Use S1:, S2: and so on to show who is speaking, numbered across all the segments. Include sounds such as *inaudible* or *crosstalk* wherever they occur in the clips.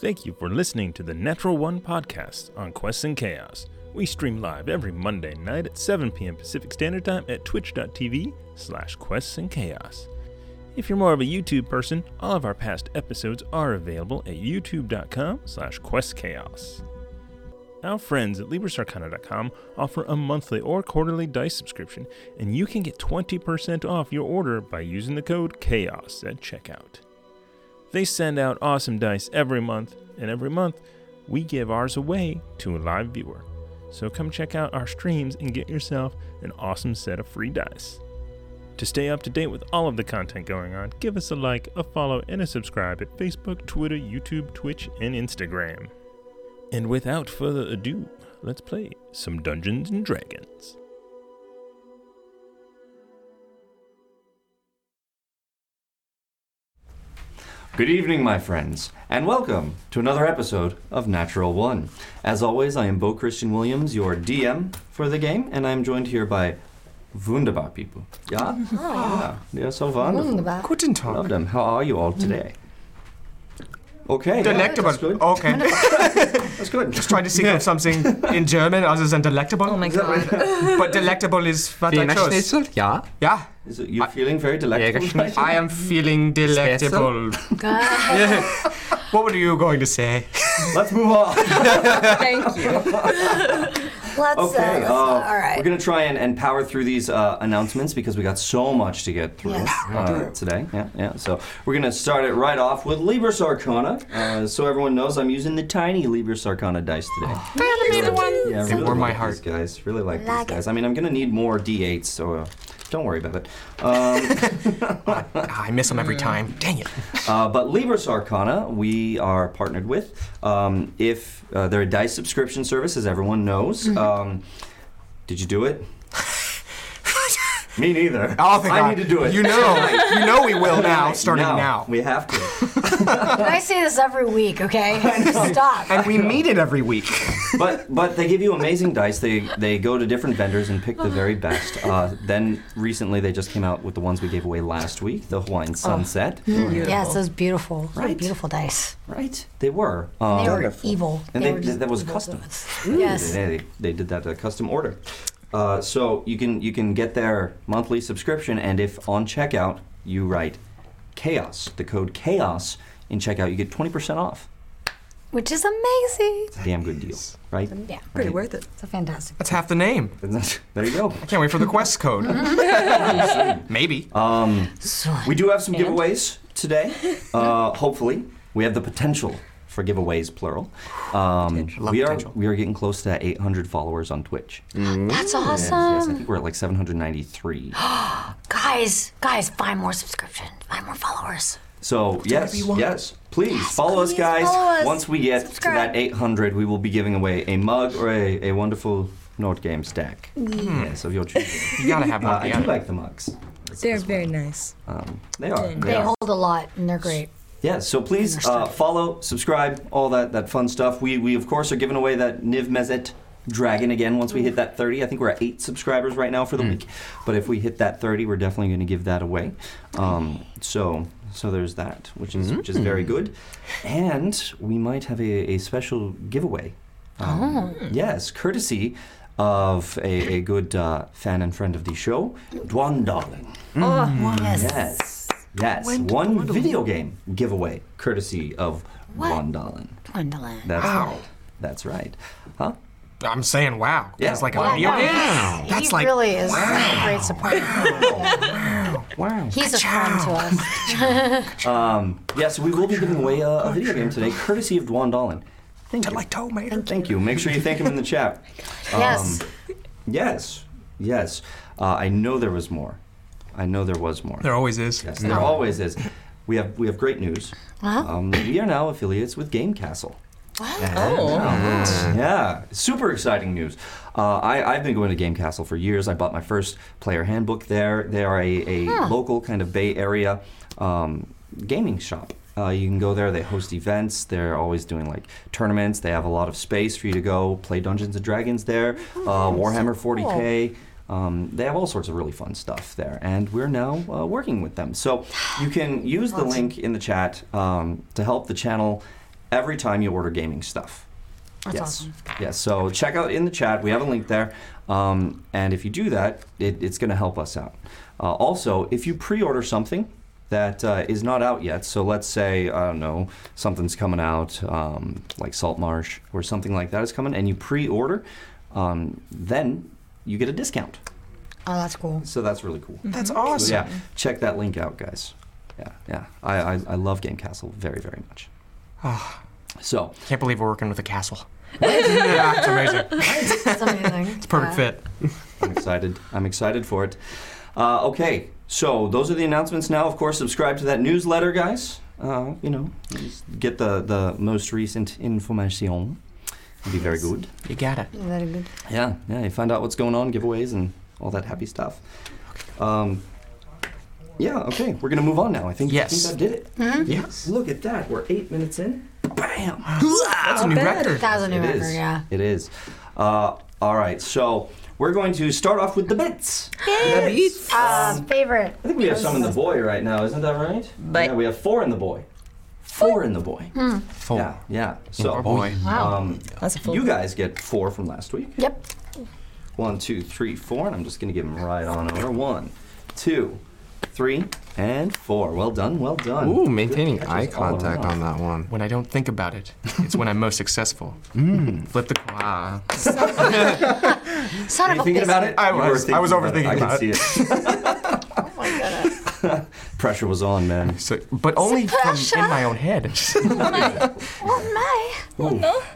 S1: Thank you for listening to the Natural One podcast on Quests and Chaos. We stream live every Monday night at 7 p.m. Pacific Standard Time at twitch.tv slash quests and chaos. If you're more of a YouTube person, all of our past episodes are available at youtube.com slash questchaos. Our friends at LibraSarcana.com offer a monthly or quarterly dice subscription, and you can get 20% off your order by using the code CHAOS at checkout. They send out awesome dice every month, and every month we give ours away to a live viewer. So come check out our streams and get yourself an awesome set of free dice. To stay up to date with all of the content going on, give us a like, a follow, and a subscribe at Facebook, Twitter, YouTube, Twitch, and Instagram. And without further ado, let's play some Dungeons and Dragons.
S2: Good evening, my friends, and welcome to another episode of Natural One. As always, I am Bo Christian Williams, your DM for the game, and I'm joined here by wunderbar people. Yeah? Yeah, they're so wonderful.
S3: Wunderbar. Mm.
S4: Guten
S2: Love
S4: Tag.
S2: them. How are you all today? Okay. yeah,
S4: Delectable.
S2: That's good.
S4: Okay. *laughs*
S2: That's good.
S4: Just trying to think of something in German other than delectable.
S3: Oh my god.
S4: *laughs* But delectable is what I chose.
S5: Fingerschnitzel? Ja.
S4: Yeah.
S2: Is it, you're feeling very delectable?
S5: Jägerschnitzel.
S4: I am feeling delectable. Yeah. *laughs* what were you going to say?
S2: Let's move on.
S6: Thank
S2: *laughs*
S6: you.
S3: Let's, uh,
S2: Okay.
S3: let's-
S2: uh,
S3: all
S2: We're *laughs*
S3: right.
S2: going to try and, and power through these uh, announcements because we got so much to get through
S3: Yes.
S2: uh, today. Yeah, yeah. So we're going to start it right off with Libris Arcana. Uh, so everyone knows I'm using the tiny Libris Arcana dice today. Yeah,
S4: They
S2: really
S4: warm my
S2: like
S4: heart.
S2: These guys really like,
S3: Like
S2: these guys. I mean, I'm going to need more D8s, so uh, don't worry about it. Um,
S4: Ah, *laughs* I miss them every time. Dang it.
S2: Uh, but Libris Arcana, we are partnered with. Um, if uh, they're a dice subscription service, as everyone knows. Um, did you do
S4: *laughs*
S2: it? Me neither.
S4: Oh, thank
S2: I
S4: God.
S2: need to do it. *laughs*
S4: You know. you know we will now, starting
S2: Now,
S4: now.
S2: We have to.
S3: I say this every
S5: *laughs*
S3: week, okay? Stop.
S4: and we meet it every week.
S2: *laughs* but but they give you amazing dice. They they go to different vendors and pick the very best. Uh, then recently they just came out with the ones we gave away last week, the Hawaiian Sunset.
S3: Yes, those beautiful, those
S2: Right?
S3: beautiful dice.
S2: Right? They were. Um,
S3: They were evil.
S2: And
S3: they
S2: they-
S3: were just
S2: that was
S3: evil
S2: custom.
S3: ones.
S2: They-
S3: Yes.
S2: They, they did that at a custom order. Uh, so you can you can get their monthly subscription, and if on checkout you write chaos, the code chaos in checkout, you get twenty percent off.
S3: Which is amazing.
S2: Damn good deal, right?
S3: Yeah.
S5: Pretty worth it.
S3: It's a fantastic. *gasps*
S4: That's half the name.
S2: There you go.
S4: Can't wait for the quest code.
S3: Mm-hmm.
S4: Maybe.
S3: So,
S2: Um, We do have some giveaways
S3: *laughs*
S2: today. Uh, hopefully, we have the potential for giveaways, plural. Um,
S4: Love
S2: we are
S4: potential.
S2: we are getting close to that 800 followers on Twitch.
S3: Mm. that's
S2: Yes, I
S3: awesome.
S2: think we're at like 793.
S3: Guys, guys, five more subscriptions, five more followers.
S2: So yes, yes, please follow us,
S3: please
S2: guys.
S3: follow us.
S2: Once we get
S3: Subscribe.
S2: to that 800, we will be giving away a mug or a, a wonderful Nord game stack.
S3: Mm.
S2: Yes, of your choosing.
S4: You gotta have
S2: uh,
S4: one.
S2: I do like the mugs.
S5: They're very nice.
S2: Um, they are.
S3: They
S2: are.
S3: hold a lot and they're great.
S2: Yeah, so please uh, follow, subscribe, all that, that fun stuff. We, we, of course, are giving away that Niv Mezzet dragon again once we hit that 30. I think we're at eight subscribers right now for the week. But if we hit that 30, we're definitely going to give that away. Um, so so there's that, which is, which is very good. And we might have a, a special giveaway. Um, Yes, courtesy of a, a good uh, fan and friend of the show, Dwan Darling.
S3: Yes.
S2: Yes. Yes. One video game giveaway, courtesy of
S3: What?
S2: Wandalin.
S3: Gwendolyn.
S2: That's
S4: Wow.
S2: right. That's right. Huh?
S4: I'm saying wow.
S2: Yeah.
S4: That's like
S2: Wow.
S4: a video game.
S3: Yes.
S4: That's
S3: he
S4: like-
S3: really is a great supporter.
S2: Wow.
S3: He's a friend to us. *laughs*
S2: Um, yes, we will be giving away a, a video game today, courtesy of Wandalin. Thank you.
S4: tomato.
S2: Thank you. Make sure you thank him in the chat.
S3: *laughs*
S2: Um,
S3: Yes.
S2: Yes. Yes. Uh, I know there was more. I know there was more.
S4: There always is.
S2: Yes, there always is. We have we have great news.
S3: Huh?
S2: Um, we are now affiliates with Game Castle.
S3: Uh-huh.
S2: um,
S3: What?
S5: Oh.
S2: Yeah, yeah, super exciting news. Uh, I, I've been going to Game Castle for years. I bought my first player handbook there. They are a, a local kind of Bay Area um, gaming shop. Uh, you can go there. They host events. They're always doing like tournaments. They have a lot of space for you to go play Dungeons and Dragons there. Uh, Warhammer 40k. Um, they have all sorts of really fun stuff there, and we're now uh, working with them. So you can use the link in the chat um, to help the channel every time you order gaming stuff.
S3: That's
S2: yes.
S3: awesome.
S2: Yes. So check out in the chat. We have a link there. Um, and if you do that, it, it's going to help us out. Uh, also, if you pre order something that uh, is not out yet, so let's say, I don't know, something's coming out um, like Salt Marsh or something like that is coming, and you pre order, um, then you get a discount.
S3: Oh, that's cool.
S2: So that's really cool.
S4: That's
S2: So
S4: awesome.
S2: yeah, check that link out, guys. Yeah, yeah. I, I, I love Game Castle very, very much. So,
S4: Ah. Can't believe we're working with a
S2: *laughs*
S4: castle. yeah, it's amazing.
S3: *laughs* That's amazing. it's
S4: Perfect fit.
S2: *laughs* I'm excited. I'm excited for it. Uh, okay, so those are the announcements now. Of course, subscribe to that newsletter, guys. Uh, you know, just get the, the most recent information. It'll be very good.
S4: You got it.
S3: Is that a good?
S2: Yeah, yeah. You find out what's going on, giveaways, and all that happy stuff. Um, yeah, okay. We're going to move on now. I think, I think
S4: Yes.
S2: that did it.
S3: Mm-hmm.
S4: Yes.
S2: Look at that. We're eight minutes in. Bam!
S4: That's a new
S5: bad.
S4: record.
S3: That was a new
S2: It
S3: record,
S2: is.
S3: yeah.
S2: It is. Uh, all right, so we're going to start off with the bits.
S3: Uh, favorite.
S2: I think we have some in the boy right now, isn't that right?
S5: But-
S2: yeah, we have four in the boy. Four in the boy.
S3: *laughs*
S4: Four.
S2: Yeah, yeah. So
S4: Oh, boy.
S2: Um,
S5: That's a full.
S2: you guys get four from last week.
S3: Yep.
S2: One, two, three, four, and I'm just gonna give them right on over. One, two, three, and four. Well done, well done.
S7: Ooh, maintaining
S2: Good
S7: eye
S2: catches all
S7: contact
S2: around.
S7: on that one.
S4: When I don't think about
S7: *laughs*
S4: it, it's when I'm most successful.
S7: Mm.
S4: Flip the coin. Ah.
S3: Son
S2: Were
S3: of
S2: you
S3: a
S2: thinking
S3: biscuit.
S2: about it?
S4: I
S2: You were
S4: was. I was
S2: thinking
S4: overthinking
S2: I
S4: about
S2: could see it.
S3: Oh my goodness.
S2: Pressure was on, man.
S4: So, but only from *laughs* in my own
S7: *laughs*
S4: head.
S3: Oh my.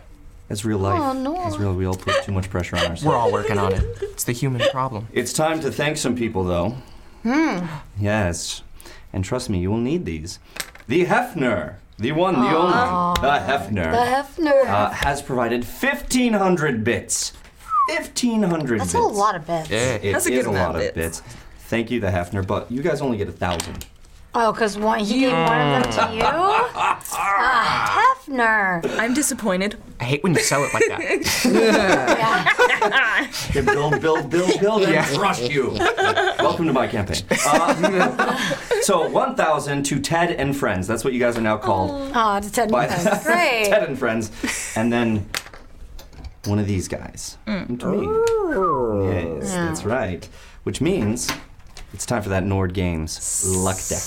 S2: That's real life.
S3: Oh, no.
S2: That's real. We all put too much pressure on ourselves.
S4: We're all working on it. It's the human problem.
S2: It's time to thank some people, though.
S3: Hmm.
S2: *laughs* Yes. And trust me, you will need these. The Hefner, the one, the only, the Hefner,
S3: The Hefner.
S2: uh, has provided 1,500 bits. 1,500
S3: That's
S2: bits.
S3: a lot of bits.
S4: Yeah.
S2: It
S5: That's a
S2: is
S5: good amount
S2: lot
S5: of
S2: of bits.
S5: bits.
S2: Thank you, the Hefner, but you guys only get a 1,000.
S3: Oh, because one he gave one of them to you.
S4: *laughs*
S3: Ah, Hefner.
S5: I'm disappointed.
S4: I hate when you sell it like
S2: *laughs*
S5: *laughs*
S4: that.
S3: Yeah.
S2: They build, build, build, build, and trust you. Welcome to my campaign. Uh, *laughs* so 1,000 to Ted and Friends. That's what you guys are now called.
S3: Oh, it's ten
S2: by *laughs*
S4: *laughs*
S3: minutes. Great.
S2: Ted and friends, and then one of these guys.
S3: Mm.
S2: And To me. Yes, that's right. Which means it's time for that Nord Games luck deck.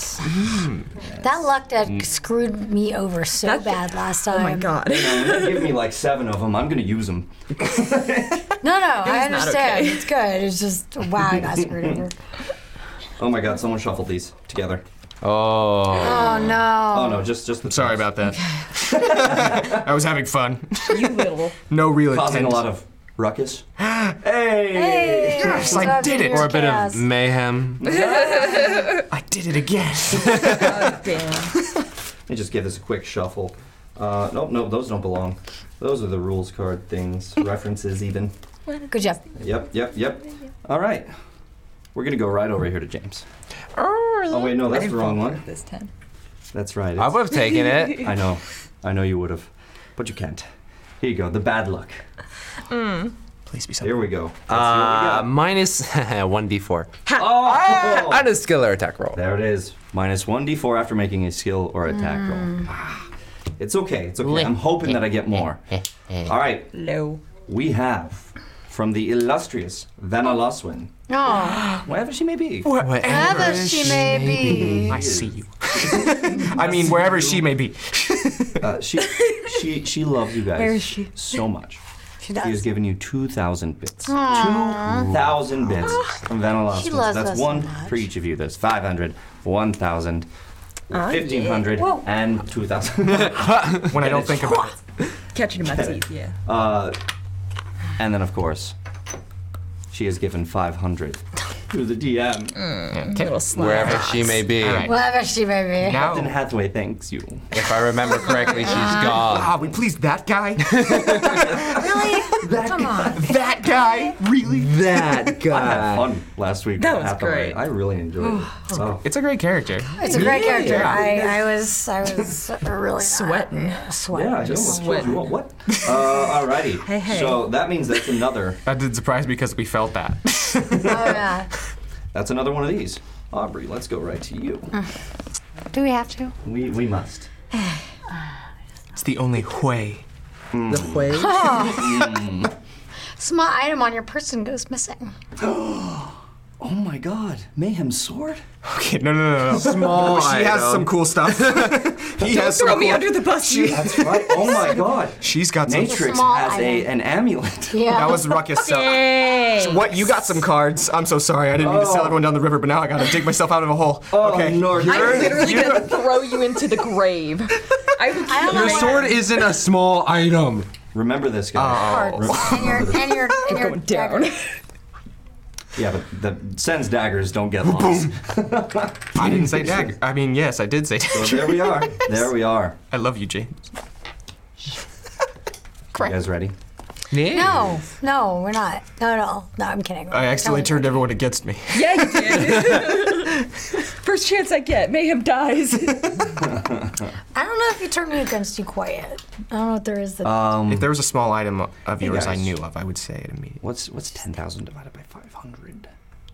S3: That luck
S4: Mm.
S3: deck screwed me over so bad last time.
S5: Oh my god.
S2: And they give me like seven of them. I'm gonna use them.
S3: No,
S5: *laughs*
S3: no, I
S5: not
S3: understand.
S5: okay.
S3: It's good. It's just wow, I got screwed over.
S2: Oh my god! Someone shuffled these together.
S7: Oh,
S3: Oh no.
S2: Oh no! Just just the
S4: Sorry about that. I was having fun.
S5: You little.
S4: No real
S2: causing
S4: intent.
S2: a lot of ruckus. hey!
S3: Hey,
S4: Yes, I
S3: that's
S4: did it.
S3: in your
S4: Or
S7: a bit
S3: chaos.
S7: of
S4: *laughs*
S3: *laughs*
S4: Um,
S7: mayhem.
S4: I did it again.
S5: Oh, damn.
S2: Let me just give this a quick shuffle. Uh, nope, nope, those don't belong. Those are the rules card
S4: *laughs*
S2: things, references even.
S5: *laughs*
S3: Good job.
S2: Yep, yep, yep. All right. We're going to go right over here to James. Oh, wait, no,
S5: I
S2: that's
S5: didn't
S2: the wrong
S5: fall for
S2: one.
S5: it This time.
S2: That's right.
S7: I
S2: it's-
S7: would have taken it.
S2: I know. I know you would have. But you can't. Here you go. The bad luck.
S3: Mm.
S4: Please be
S2: Here
S4: something.
S2: we go. Let's see what we
S7: Uh,
S2: got.
S7: minus 1d4.
S4: Ah!
S2: Oh!
S7: On a skill or attack roll.
S2: There it is. Minus 1d4 after making a skill or attack
S5: Mm.
S4: Mm.
S2: roll. Ah, It's okay. It's okay. I'm hoping that I get more. All right.
S5: Low.
S2: We have from the illustrious Vanna Loswin.
S3: Oh,
S2: Wherever she may be.
S7: Whatever.
S3: ever she may be.
S4: I see you. I mean, wherever she may be.
S2: Uh, she, she, she loves you guys
S5: Where is she?
S2: so much. She
S3: She
S2: has
S3: does.
S2: given you 2,000 bits. 2,000 bits from Vanilla
S3: She
S2: Osmonds.
S3: loves
S2: That's
S3: us so
S2: one
S3: much.
S2: for each of you. There's 500, 1,000, 1,500,
S3: Whoa.
S2: and 2,000.
S4: *laughs* When I don't think about it.
S5: Catching my teeth, yeah.
S2: uh, and then, of course, she has given 500 through the DM.
S4: Mm, Little
S7: Wherever she may be.
S4: All right.
S3: Whatever she may be.
S4: Now,
S2: Captain Hathaway thanks you.
S7: If I remember correctly, she's gone.
S4: ah, we pleased that guy.
S3: Really? Come on.
S4: *laughs* that guy, really?
S2: That guy. *laughs* I had fun last week.
S5: That
S2: with
S5: was
S2: Hathaway.
S5: great.
S2: I really enjoyed it. Oh. Wow.
S4: It's a great character.
S3: It's a great character.
S4: Yeah.
S3: I, uh, I was
S5: *laughs*
S3: I was really sweating.
S5: Sweating.
S3: Sweating.
S2: Yeah, I just
S5: sweat.
S2: you what? what? Uh,
S4: *laughs*
S2: alrighty.
S5: Hey, hey.
S2: So that means that's another.
S4: That did surprise me because we felt that. *laughs*
S3: Oh yeah.
S2: That's another one of these. Aubrey, let's go right to you.
S3: Do we have to?
S2: We we must.
S4: It's the only way.
S2: Mm.
S6: The way.
S4: *laughs*
S3: Small item on your person
S4: *gasps*
S3: goes missing.
S2: Oh my God, Mayhem Sword.
S4: Okay, no, no,
S5: Uh, *laughs*
S4: no, no.
S6: Small
S4: *laughs* she has
S6: item.
S4: some cool stuff. he has
S5: Throw
S4: some
S5: me
S4: cool-
S5: under the bus, you. *laughs*
S2: That's right. Oh my God.
S4: She's got some.
S2: Matrix
S3: Small
S2: has a,
S3: item.
S2: an amulet. *laughs*
S3: *laughs* Yeah.
S4: That was ruckus stuff.
S5: Hey.
S4: What? You got some cards. I'm so sorry. I didn't mean to sell
S2: Oh.
S4: everyone down the river, but now I gotta dig myself out of a hole. okay.
S2: Nord.
S5: I'm literally
S4: you're-
S5: gonna throw you into the grave. I would
S3: I
S5: kill
S3: don't know Your
S5: you.
S3: why- sword
S6: isn't a small item.
S2: Remember this guy.
S3: cards. And your and
S4: *laughs*
S3: your and your
S5: Going down.
S3: dagger.
S2: Yeah, but the Sen's daggers don't get lost.
S4: *laughs* I didn't say dagger. I mean, yes, I did say
S2: So
S4: dagger.
S2: there we
S4: *laughs*
S2: are. There we are.
S4: I love you, James.
S2: You guys ready?
S3: No, no, we're not. No, at all. No, I'm kidding.
S4: I accidentally turned everyone
S2: *laughs*
S4: against me.
S5: Yeah,
S4: *laughs*
S5: you did. *laughs* First chance I get, Mayhem dies. *laughs*
S3: I don't know if you turned me against you quite yet. I don't know if there is the.
S2: Um,
S4: If there was a small item of yours I
S2: guys.
S4: knew of, I would say it immediately.
S2: What's what's ten thousand divided by five hundred?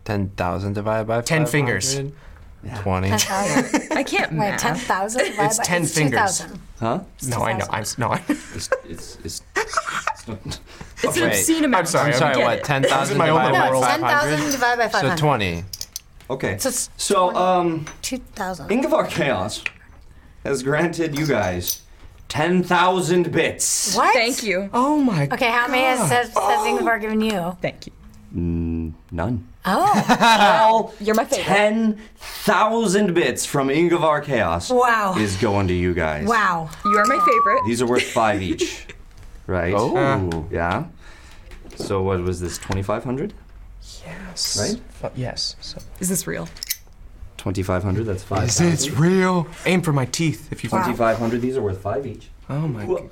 S7: 10,000 divided by
S4: 10 fingers.
S7: 500? 20.
S5: *laughs*
S3: 10,000.
S5: I can't
S3: Wait,
S5: math.
S3: 10,000?
S4: *laughs*
S3: It's
S4: 10 fingers.
S3: 2,000.
S2: Huh?
S4: No, I know. I'm s- no. I,
S2: *laughs* It's it's it's. it's not-
S5: *laughs* It's an
S7: Wait.
S5: obscene amount.
S4: I'm sorry,
S7: I'm
S4: I'm
S7: sorry,
S5: Get
S7: what?
S5: it.
S7: 10,000
S4: my own
S2: *laughs*
S7: divided by
S3: No, it's
S7: 500?
S3: 10,000 divided by 500.
S7: So 20.
S2: Okay.
S3: So it's
S2: So um,
S3: 2,000.
S2: Ingvar Chaos has granted you guys ten thousand bits.
S3: What?
S5: Thank you.
S4: oh my.
S3: Okay, how many has, has, has Ingvar given you?
S5: Thank you.
S2: None.
S4: *laughs*
S3: Oh,
S2: All
S5: You're my favorite.
S2: ten thousand bits from Ingvar Chaos.
S3: Wow.
S2: Is going to you guys.
S3: wow.
S5: You are my favorite.
S2: These are worth five
S3: *laughs*
S2: each, right? Oh. Yeah. So what was this? Twenty five hundred,
S4: Yes.
S2: right?
S4: Uh, yes. So.
S5: Is this real?
S2: Twenty five hundred. That's five.
S4: Is it real? Aim for my teeth if you
S2: Twenty five hundred. These are worth five each.
S4: Oh my.
S2: Whoa.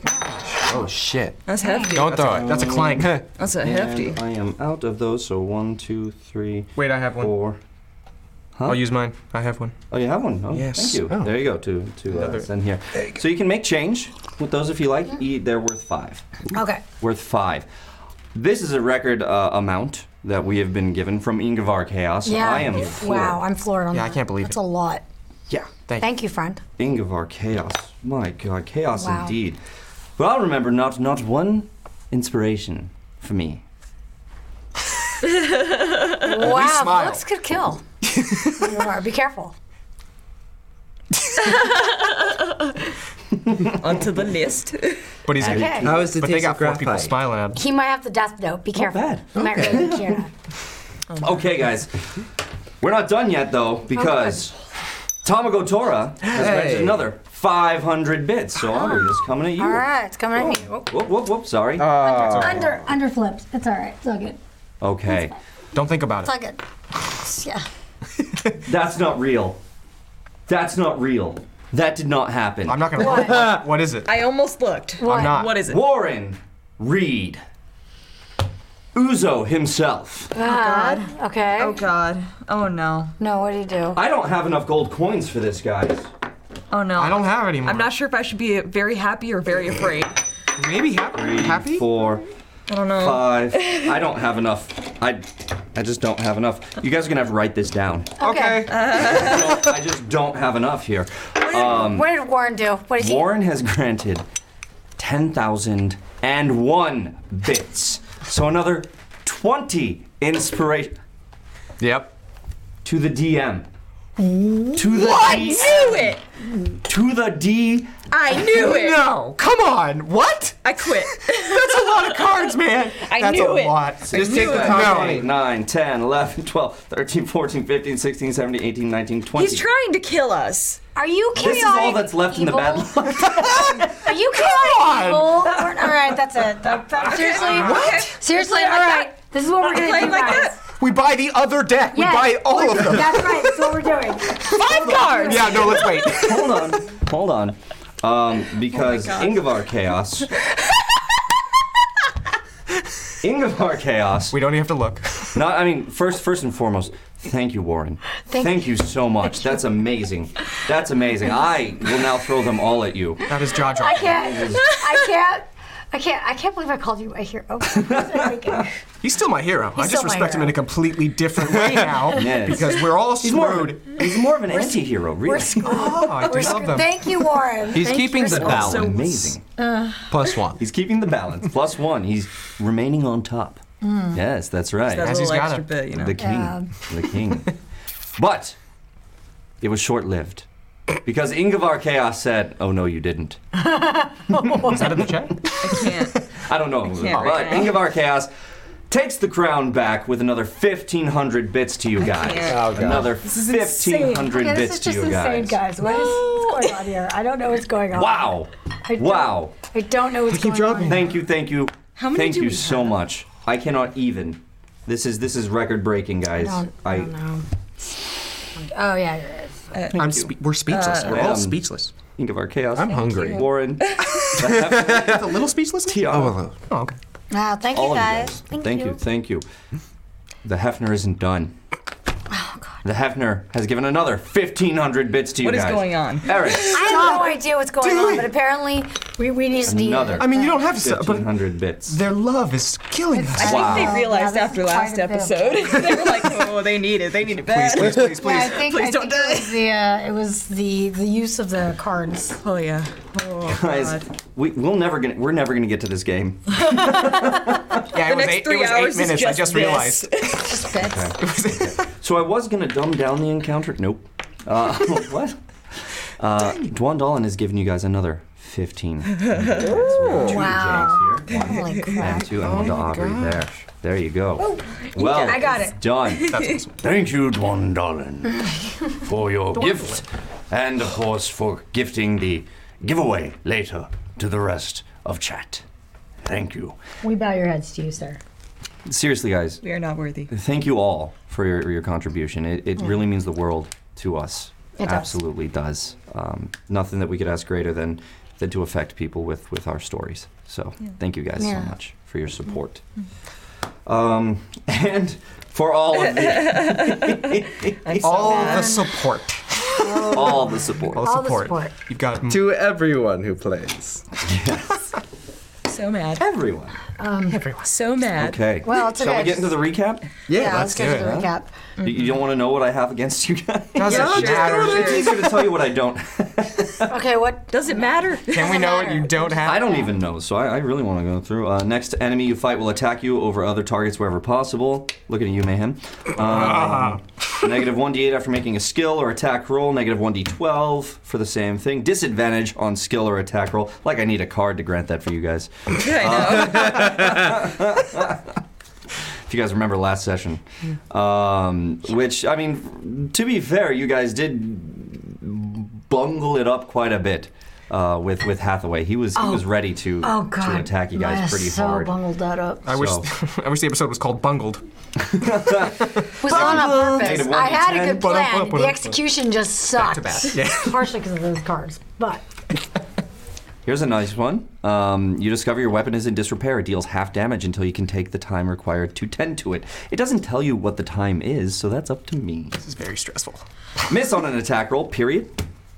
S7: Oh, shit.
S5: That's hefty.
S7: Don't throw it.
S4: That's a clank.
S5: That's a hefty.
S2: And I am out of those, so one, two, three,
S4: Wait, I have one.
S2: four.
S4: I'll use mine. I have one.
S2: Oh, you have one. Oh,
S4: Yes.
S2: Thank you.
S4: Oh.
S2: There you go. To to uh,
S4: Another-
S2: send here. So you can make change with those if you like. E- they're worth five. *laughs*
S3: Okay.
S2: Worth five. This is a record uh, amount that we have been given from Ingvar Chaos.
S3: Yeah.
S2: I am.
S3: Wow,
S2: floored.
S3: I'm floored on
S4: Yeah, I
S3: that.
S4: can't believe
S3: That's
S4: it.
S3: a lot.
S2: Yeah.
S3: Thank you, friend.
S5: *laughs*
S2: Ingvar Chaos. My God, chaos
S3: Wow.
S2: indeed. But I'll remember not not one inspiration for me.
S3: Wow,
S4: smile.
S3: looks could
S4: *laughs*
S3: kill. Ingvar, be careful.
S5: Onto the list.
S4: But he's
S3: Okay.
S4: okay.
S6: How is the
S4: But they
S6: taste
S4: got
S6: of
S4: four people
S6: graphite?
S4: smiling at him.
S3: He might have the death note. Be careful.
S2: bad.
S3: He might really
S4: *laughs*
S3: be cured.
S2: *laughs* Okay, guys. We're not done yet, though, because Tamago Tora has granted
S6: Hey.
S2: another 500 bits. So Aubrey is coming at you.
S3: All right, it's coming at me.
S4: Oh.
S3: Whoop.
S2: Whoop, whoop, whoop. Sorry.
S3: Ah. Under, under flips. It's all right. It's all good.
S2: okay.
S4: Don't think about
S3: It's all
S4: it.
S3: good. It's- Yeah.
S2: That's not real. That's not real. That did not happen.
S4: I'm not gonna. What, what is it?
S5: I almost looked.
S4: I'm not.
S5: What is it?
S2: Warren Reed. Uzo himself.
S5: God.
S3: Oh, Okay.
S6: Oh God. Oh no.
S3: No, what do you do?
S2: I don't have enough gold coins for this, guys.
S6: Oh no.
S4: I don't have any more.
S6: I'm not sure if I should be very happy or very afraid.
S4: Maybe happy. Happy.
S2: Four,
S6: I don't know.
S2: five. I don't have enough. I, I just don't have enough. You guys are gonna have to write this down.
S4: Okay. *laughs*
S2: I just don't have enough here. Um,
S3: What did, what did Warren do? What did he?
S2: Warren has granted 10,001 bits. So another 20 inspiration
S7: Yep.
S2: to the DM. To the DM.
S5: Knew it.
S2: To the D.
S5: I knew it.
S4: No. Come on. What?
S5: I quit.
S4: That's a lot of cards, man.
S5: *laughs* I
S4: That's
S5: knew
S4: a
S5: it.
S4: lot.
S7: Just take the
S4: No.
S7: card.
S2: 8, 9, 10, 11, 12, 13, 14, 15, 16, 17, 18, 19, 20.
S5: He's trying to kill us.
S3: Are you chaotic
S2: This is all that's left in the
S3: evil?
S2: bad line.
S3: *laughs* Are you chaotic evil? Or- all right, that's it. That- that- seriously,
S5: What?
S3: seriously,
S5: Play
S3: all
S5: like
S3: right.
S5: that.
S3: This is what we're gonna
S5: Play
S3: do,
S5: like
S3: guys.
S5: that.
S4: We buy the other deck.
S3: Yes.
S4: We buy all of them.
S3: That's right. That's what we're doing.
S6: Five cards.
S4: Yeah, no, let's wait.
S2: hold on, hold on, um, because Ingvar Chaos. Ingvar Chaos.
S4: We don't even have to look.
S2: No, I mean, first, first and foremost, thank you, Warren. Thank, you so much. That's amazing. That's amazing. I will now throw them all at you.
S4: That is jaw
S3: I
S2: *laughs*
S4: dropping.
S3: can't. I can't. I can't. I can't believe I called you Oh, a hero.
S4: He's still my hero. I just
S3: still my
S4: respect him
S3: hero.
S4: in a completely
S5: *laughs*
S4: different way now
S2: Yes.
S4: because we're all
S2: He's more, of
S4: screwed.
S2: an, he's more of an anti-hero, really.
S5: *laughs*
S4: *laughs*
S3: We're screwed.
S4: Oh, I do
S3: We're
S4: love
S3: screwed.
S4: them.
S3: Thank you, Warren.
S7: He's
S3: Thank
S7: keeping
S3: you
S7: the
S3: so uh,
S7: balance.
S3: much.
S2: Amazing.
S7: Plus one.
S2: He's keeping the balance. Plus one. He's remaining on top.
S3: hmm.
S2: Yes, that's right.
S5: That
S4: As Mm. he's
S5: little
S4: got
S5: extra
S4: it.
S5: bit, you know.
S2: The king.
S3: Yeah.
S2: The king. but it was short lived. Because Ingvar Chaos said, Oh no, you didn't.
S4: Is that in the
S2: *laughs*
S4: chat?
S6: I can't.
S2: I don't know. But
S6: can't right
S2: Ingvar Chaos takes the crown back with another 1,500 bits to you guys.
S6: can't.
S4: Oh,
S2: another
S5: insane.
S2: 1,500
S3: Okay,
S2: bits
S3: this is
S2: to
S3: just
S2: you
S3: insane,
S2: guys.
S3: guys. What is what's going on here? I don't know what's going on.
S2: Wow.
S3: I don't-
S2: Wow.
S3: I don't know what's going on.
S2: Thank you, thank you.
S6: How many
S2: thank
S6: do
S2: you
S6: we
S2: so much. I cannot even. This is this is record breaking, guys.
S3: I don't, I don't know. Oh yeah, it is.
S4: I'm spe- we're speechless. we're all
S2: Uh, Um,
S4: speechless.
S2: Ingvar Chaos.
S7: I'm hungry.
S2: Warren.
S4: With a little speechless?
S2: Tiara.
S7: Oh, well,
S4: Oh, okay.
S3: Wow, thank
S2: All
S3: you
S2: of you
S3: guys.
S2: guys. Thank, you. Thank you. The Hefner isn't done. The Hefner has given another 1,500 bits to you
S5: What is
S2: guys.
S5: going on?
S2: Eric,
S3: I have no idea what's going on, but apparently we, we need to
S2: another
S4: I mean, you don't have to, but
S2: 1,500 bits.
S4: their love is killing us.
S5: I
S2: Wow.
S5: think they realized
S3: Yeah, this
S5: after
S3: is
S5: last
S3: quite a bit.
S5: episode. they were like, oh, they need it. They need it bad.
S4: Please, please,
S3: Yeah, I
S4: please.
S3: think,
S5: Please
S3: I
S5: don't
S3: think it was the uh, it was the the use of the cards.
S5: Oh, yeah. Oh,
S2: Guys, we, we'll never gonna, we're never going to get to this game.
S4: Yeah, it was
S5: next
S4: eight,
S5: three
S4: it was
S5: hours
S4: eight
S5: is
S4: minutes. I
S5: just
S4: just
S5: this. *laughs*
S4: realized.
S3: Just
S2: *laughs*
S3: bits.
S2: So I was going to dumb down the encounter. Nope. Uh, *laughs* what? Uh, Dwan Dolan has given you guys another
S3: *laughs*
S2: 15.
S3: Wow. Holy
S2: I
S3: crap.
S2: have two. I want the Aubrey there. There you go. well,
S3: Oh, I got it. *laughs*
S2: Done. Thank you, Dwan
S5: *laughs*
S2: Dolan, for your gift, and of course for gifting the giveaway later to the rest of chat. Thank you.
S3: We bow your heads to you, sir.
S2: Seriously, guys,
S5: we are not worthy.
S2: thank you all for your, your contribution. It, it really means the world to us.
S3: It does.
S2: Absolutely does. Um, nothing that we could ask greater than than to affect people with with our stories. So thank you guys
S3: Yeah.
S2: so much for your support. Um, *laughs* and for all *laughs* of you,
S3: *laughs*
S4: All the support.
S2: all the support.
S3: All the support.
S4: You've got
S7: To everyone who plays.
S5: So mad. Um,
S2: Everyone.
S5: So mad.
S2: Okay.
S3: Well,
S2: Shall we
S3: today-
S2: get into the recap?
S3: Yeah, let's, get to the recap.
S2: You, you don't want to know what I have against you guys?
S4: *laughs* Doesn't matter.
S2: It's easier to tell you what I don't.
S3: Okay, what?
S5: Does it matter?
S4: *laughs* Can we know what you don't have?
S2: I don't even know, so I, I really want to go through. Uh, next enemy you fight will attack you over other targets wherever possible. Looking at you, Mayhem.
S4: *laughs*
S2: Um, negative 1d8 after making a skill or attack roll. Negative 1d12 for the same thing. Disadvantage on skill or attack roll. Like I need a card to grant that for you
S4: *laughs*
S2: guys. *laughs*
S5: I know.
S2: if you guys remember last session. Um, which, I mean, to be fair, you guys did bungle it up quite a bit. Uh, with with Hathaway, he was he was ready to
S3: Oh God.
S2: to attack you
S3: Maya's
S2: guys pretty
S3: so
S2: hard.
S3: bungled that up.
S4: I wish,
S2: So-
S4: *laughs* I wish the episode was called Bungled.
S3: It was on on purpose.
S2: Negative one
S3: I
S2: to
S3: had
S2: ten.
S3: a
S4: Ba-dum,
S3: good plan.
S4: ba-dum,
S3: The
S4: ba-dum.
S3: execution just
S4: to
S3: sucked.
S4: back, yeah.
S3: *laughs* Partially because of those cards, but
S2: Here's a nice one. Um, you discover your weapon is in disrepair. It deals half damage until you can take the time required to tend to it. It doesn't tell you what the time is, so that's up to me.
S4: This is very stressful.
S2: Miss on an attack roll, period.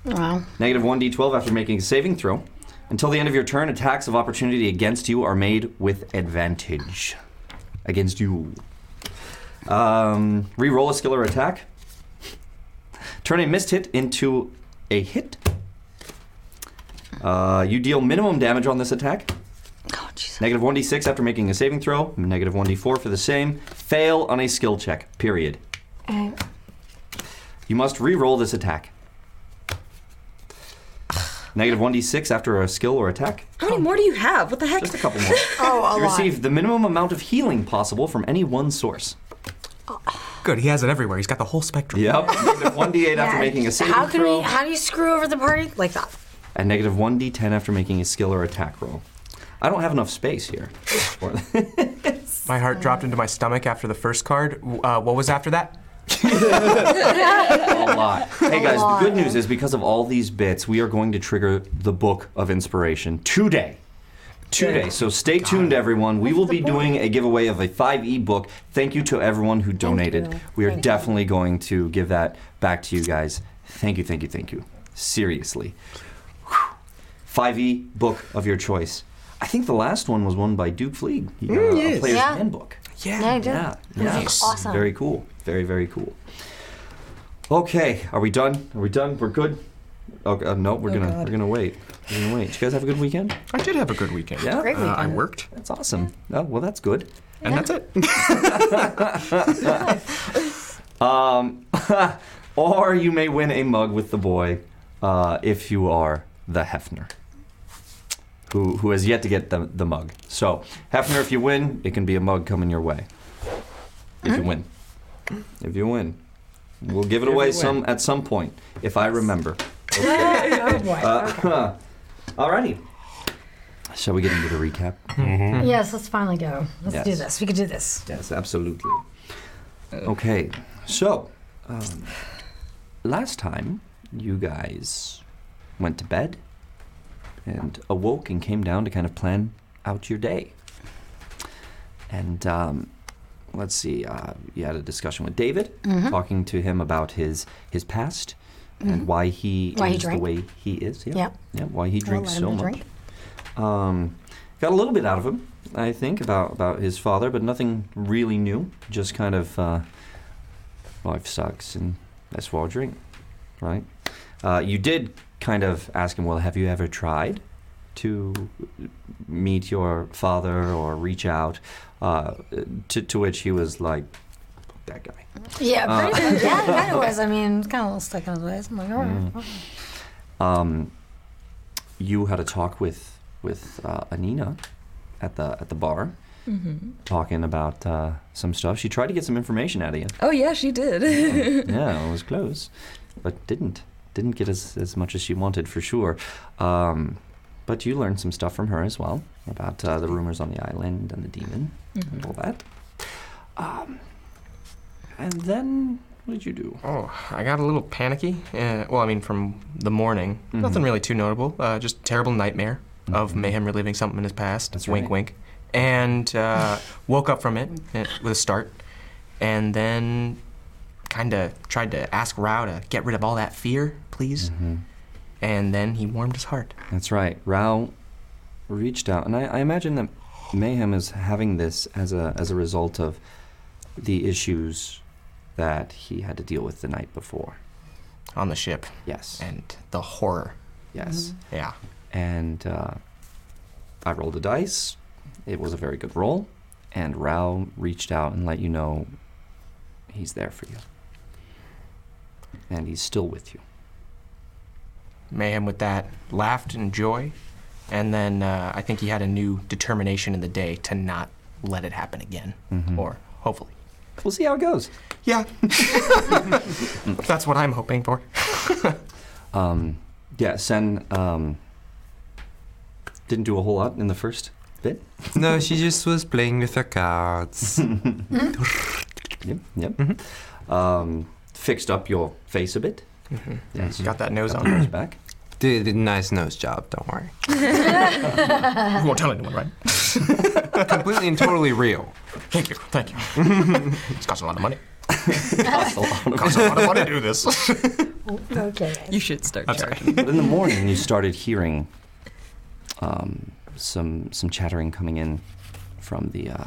S3: well,
S2: Negative 1d12 after making a saving throw. Until the end of your turn, attacks of opportunity against you are made with advantage. Against you. Um, reroll a skill or attack. Turn a missed hit into a hit. Uh, you deal minimum damage on this attack. Negative 1d6 after making a saving throw. Negative 1d4 for the same. Fail on a skill check, period.
S3: uh,
S2: You must re-roll this attack. Negative 1d6 after a skill or attack.
S5: How many more do you have? What the heck?
S6: *laughs*
S2: Just a couple more.
S3: *laughs* oh, a
S2: you
S3: lot.
S2: receive the minimum amount of healing possible from any one source.
S4: Good, he has it everywhere. He's got the whole spectrum.
S2: Yep. Negative 1d8 after
S3: Yeah,
S2: making a
S3: just
S2: saving
S3: how can
S2: throw.
S3: we? How do you screw over the party like that?
S2: And negative 1d10 after making a skill or attack roll. I don't have enough space here. for this.
S4: My heart dropped into my stomach after the first card. Uh, what was after that?
S2: a
S3: *laughs*
S2: lot. Hey guys,
S3: lot.
S2: the good news is because of all these bits, we are going to trigger the book of inspiration today. Today, so stay tuned, everyone. We will be doing a giveaway of a 5e book. Thank you to everyone who donated.
S3: you.
S2: We are
S3: Thank you.
S2: definitely going to give that back to you guys. Thank you, thank you, thank you. Seriously. Whew. 5e book of your choice. I think the last one was won by Duke Fleeg. He got a- a
S7: yes.
S2: player's
S3: Mm, Yeah.
S2: handbook.
S3: Yeah, I did.
S2: Yeah.
S3: That's
S2: yeah.
S3: awesome.
S2: Very
S3: *laughs*
S2: cool. Very, very cool. Okay, are we done? Are we done? We're good. Okay, uh, no, we're gonna
S5: God.
S2: we're gonna wait. We're gonna wait. Did you guys have a good weekend?
S4: I did have a good weekend.
S2: Yeah? Great
S4: Uh, I worked,
S2: That's awesome. Oh, well, that's good.
S4: and that's it.
S2: *laughs* Um, *laughs* or you may win a mug with the boy uh, if you are the Hefner, who who has yet to get the the mug. So Hefner, if you win, it can be a mug coming your way. If you win, if you win, we'll give it away some at some point if I remember.
S3: Oh boy.
S2: Uh, *laughs* Alrighty. Shall we get into the recap?
S3: Yes, let's finally go. Let's do
S2: Hmm. Yes.
S3: this. We could do this.
S2: Yes, absolutely. Uh, Okay, so um, last time you guys went to bed and awoke and came down to kind of plan out your day. And um, let's see, uh, you had a discussion with David,
S3: Mm-hmm.
S2: talking to him about his his past and why he
S3: Why he
S2: is the
S3: drank.
S2: way he is. Yeah,
S3: Yep.
S2: yeah why he
S3: I'll
S2: drinks
S3: let him
S2: so much.
S3: drink.
S2: Um, got a little bit out of him, I think, about, about his father, but nothing really new. Just kind of uh, life sucks, and that's why I drink, right? Uh, you did kind of ask him, well, have you ever tried to meet your father or reach out? Uh, to, to which he was like, that guy. Uh,
S3: Yeah, pretty much. Yeah, it kind of was. I mean, it's kind of a little stuck in his ways. I'm like,
S8: oh,
S3: all right.
S2: Mm. Um, you had a talk with with uh, Anina at the at the bar.
S5: Mm-hmm.
S2: talking about uh, some stuff. She tried to get some information out of you.
S5: Oh yeah, she did. *laughs*
S2: yeah, it was close, but didn't didn't get as as much as she wanted for sure. Um, but you learned some stuff from her as well about uh, the rumors on the island and the demon and all that. Um, and then
S3: *laughs*
S2: what did you do?
S4: Oh, I got a little panicky. Uh, well, I mean, from the morning,
S2: Mm-hmm.
S4: nothing really too notable. Uh, just terrible nightmare of mayhem reliving something in his past.
S2: That's
S4: wink,
S2: right.
S4: wink. And uh, *laughs* woke up from it uh, with a start, and then kind of tried to ask Rao to get rid of all that fear, please.
S2: Mm-hmm.
S4: And then he warmed his heart.
S2: That's right. Rao reached out, and I, I imagine that Mayhem is having this as a as a result of the issues that he had to deal with the night before.
S4: on the ship
S2: Yes.
S4: and the horror. Mm-hmm.
S2: Yes.
S4: Yeah.
S2: And uh, I rolled a dice. It was a very good roll. And Rao reached out and let you know he's there for you. And he's still with you.
S4: Mayhem with that laughed and joy. And then uh, I think he had a new determination in the day to not let it happen again. Or hopefully.
S2: Mm-hmm. We'll see how it goes.
S4: Yeah. *laughs* That's what I'm hoping for. *laughs*
S2: Um, yeah, Sen um, didn't do a whole lot in the first bit.
S9: No, she just was playing with her
S4: *laughs*
S9: cards.
S4: Mm-hmm.
S2: Yep, yep. Um, fixed up your face a bit. Yes.
S4: Mm-hmm. Got that nose
S2: Got
S4: on.
S2: the nose back.
S9: Did a nice nose job, don't worry.
S5: Uh,
S4: You won't tell anyone, right?
S9: Completely and totally real.
S4: Thank you. Thank you. it's cost a lot of money.
S2: Cost a lot of-
S4: Cost a lot of money to do *laughs*
S3: *laughs*
S4: this.
S3: Okay.
S6: You should start
S4: I'm sorry.
S6: charging.
S2: *laughs* But in the morning, you started hearing um, some some chattering coming in from the uh,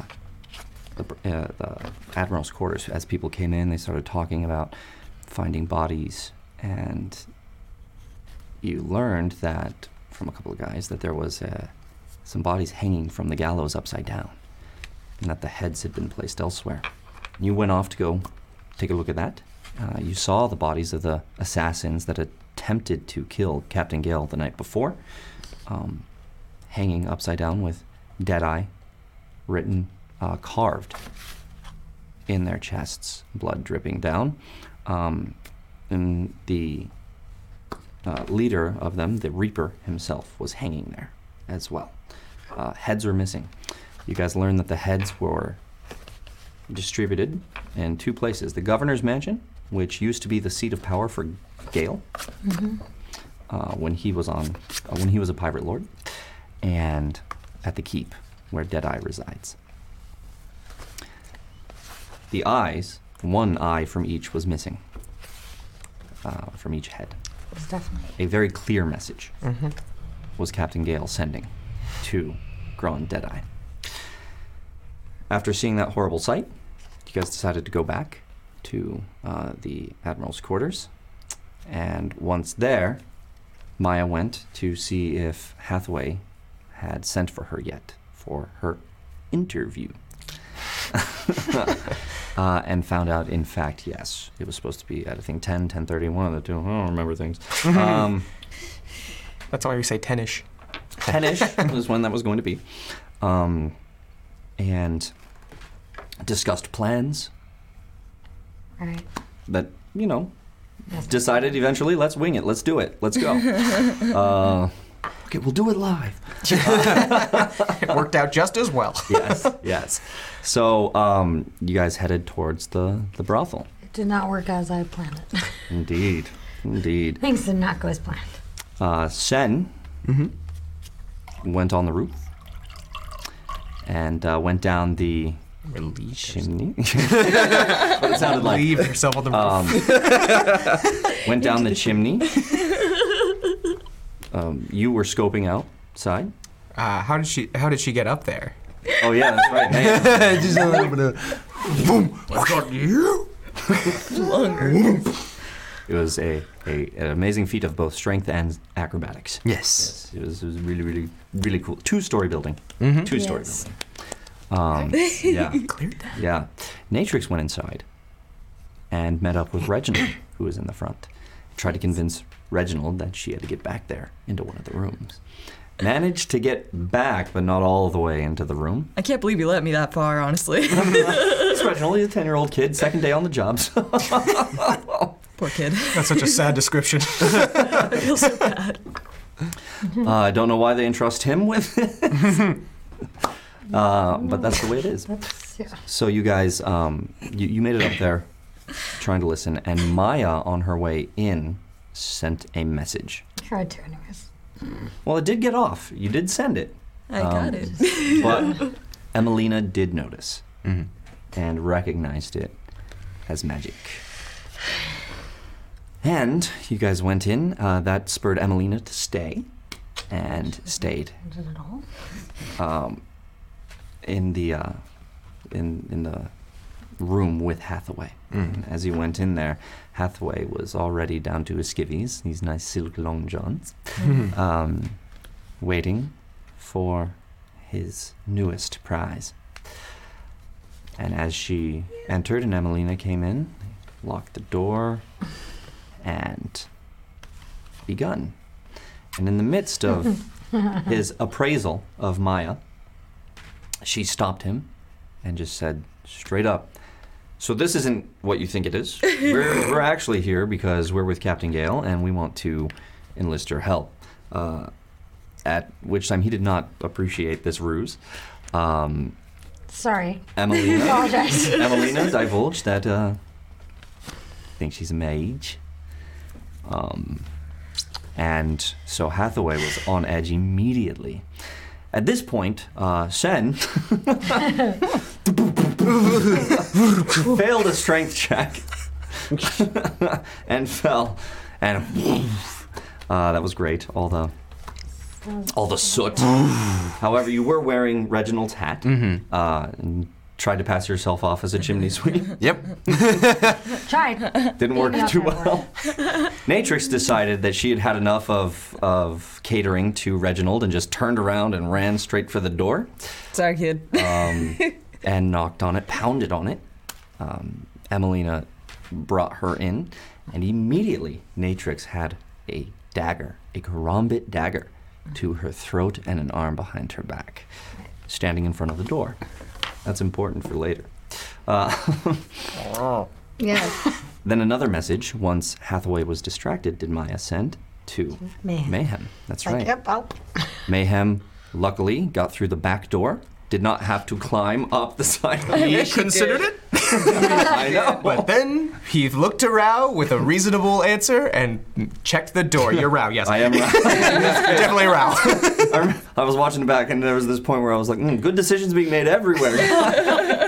S2: the, br- uh, the admiral's quarters. As people came in, they started talking about finding bodies, and you learned that from a couple of guys that there was uh, some bodies hanging from the gallows upside down, and that the heads had been placed elsewhere. You went off to go take a look at that. Uh, you saw the bodies of the assassins that attempted to kill Captain Gale the night before, um, hanging upside down with Deadeye written, uh, carved in their chests, blood dripping down. Um, and the uh, leader of them, the Reaper himself, was hanging there as well. Uh, heads are missing. You guys learned that the heads were distributed in two places the governor's mansion, which used to be the seat of power for Gale uh, when he was on uh, when he was a pirate lord, and at the keep where Deadeye resides. The eyes, one eye from each was missing, uh, from each head.
S3: It's definitely.
S2: A very clear message
S4: Mhm.
S2: was Captain Gale sending to Gron Deadeye. After seeing that horrible sight, you guys decided to go back to uh, the Admiral's quarters. And once there, Maya went to see if Hathaway had sent for her yet for her interview. *laughs* uh, and found out, in fact, yes, it was supposed to be at I think 10, 10:30, one of the two. I don't remember things. Um,
S4: That's why we say 10 ish.
S2: 10
S4: *laughs*
S2: ish was when that was going to be. Um, and discussed plans
S3: All right.
S2: that, you know,
S3: Yes.
S2: decided eventually let's wing it, let's do it, let's *laughs* go.
S10: *laughs*
S2: uh, okay, we'll do it live.
S4: It worked out just as well.
S2: *laughs* Yes, yes. So um, you guys headed towards the, the brothel.
S3: It did not work as I planned it.
S2: Indeed, indeed.
S3: Things did not go as planned.
S2: Uh, Sen
S4: Mm-hmm.
S2: went on the roof and uh, went down the
S4: Release.
S2: chimney. *laughs* what it sounded like.
S4: Leave yourself on the roof.
S2: Um, went down the chimney. Um, you were scoping outside.
S4: Uh, how did she? How did she get up there?
S2: Oh yeah, that's right. man.
S7: Just a little bit of boom.
S2: It was a, a an amazing feat of both strength and acrobatics.
S9: Yes.
S2: It was, it was really really really cool. Two story building.
S4: Mm-hmm.
S2: Two story
S5: Yes.
S2: building.
S5: *laughs*
S2: Um,
S3: *laughs*
S2: yeah, *laughs* yeah. Natrix went inside and met up with Reginald, who was in the front. Tried to convince Reginald that she had to get back there into one of the rooms. Managed to get back, but not all the way into the room.
S5: I can't believe you let me that far,
S2: *laughs*
S5: honestly. *laughs*
S2: It's Reginald. He's a ten-year-old kid, second day on the job. So
S5: *laughs* Poor kid.
S4: That's such a sad description.
S5: I feel so bad.
S2: uh, I don't know why they entrust him with it, uh, but that's the way it is.
S3: That's, yeah.
S2: So you guys, um, you, you made it up there, trying to listen, and Maya, on her way in, sent a message.
S3: Tried to, anyways.
S2: Well, it did get off. You did send it,
S5: I got
S2: Um,
S5: it.
S2: *laughs*
S5: *laughs*
S2: but Emelina did notice
S9: Mhm.
S2: and recognized it as magic. And you guys went in. Uh, that spurred Emelina to stay, and stayed.
S3: Did it all?
S2: um, in the uh, in in the room with Hathaway. And As he went in there, Hathaway was already down to his skivvies, these nice silk long johns, um, waiting for his newest prize. And as she entered and Emelina came in, locked the door, and begun. And in the midst of his appraisal of Maya, she stopped him and just said straight up, So this isn't what you think it is. We're, we're actually here because we're with Captain Gale and we want to enlist your help. Uh, at which time he did not appreciate this ruse. Um,
S3: Sorry.
S2: Emelina, *laughs*
S3: *laughs* Apologize.
S2: Emelina divulged that uh, I think she's a mage. Um, and so Hathaway was on edge immediately. At this point, uh, Sen *laughs* failed a strength check *laughs* and fell. And uh, that was great. All the all the soot. *sighs* However, you were wearing Reginald's hat uh, and tried to pass yourself off as a chimney *laughs* sweep.
S9: Yep.
S3: Tried.
S2: Didn't work
S3: Yeah,
S2: too
S3: that
S2: well. Natrix decided that she had had enough of, of catering to Reginald and just turned around and ran straight for the door
S5: Sorry, kid.
S3: *laughs*
S2: um, and knocked on it, pounded on it. Um, Emelina brought her in, and immediately Natrix had a dagger, a karambit dagger, to her throat and an arm behind her back, standing in front of the door. That's important for later. Uh, *laughs*
S6: Yes.
S2: Then another message, once Hathaway was distracted, did Maya send to
S3: Mayhem.
S2: Mayhem. That's
S3: Like,
S8: Oh,
S2: right.
S3: yep, I'll
S2: Mayhem, luckily, got through the back door did not have to climb up the side. *laughs*
S4: *laughs* He considered it, *laughs*
S2: I know.
S4: but then he looked to Rao with a reasonable answer and checked the door. You're Rao, yes.
S2: *laughs* I am. right.
S4: *laughs* Definitely Rao.
S2: I, rem- I was watching it back, and there was this point where I was like, mm, "Good decisions being made everywhere."
S3: *laughs*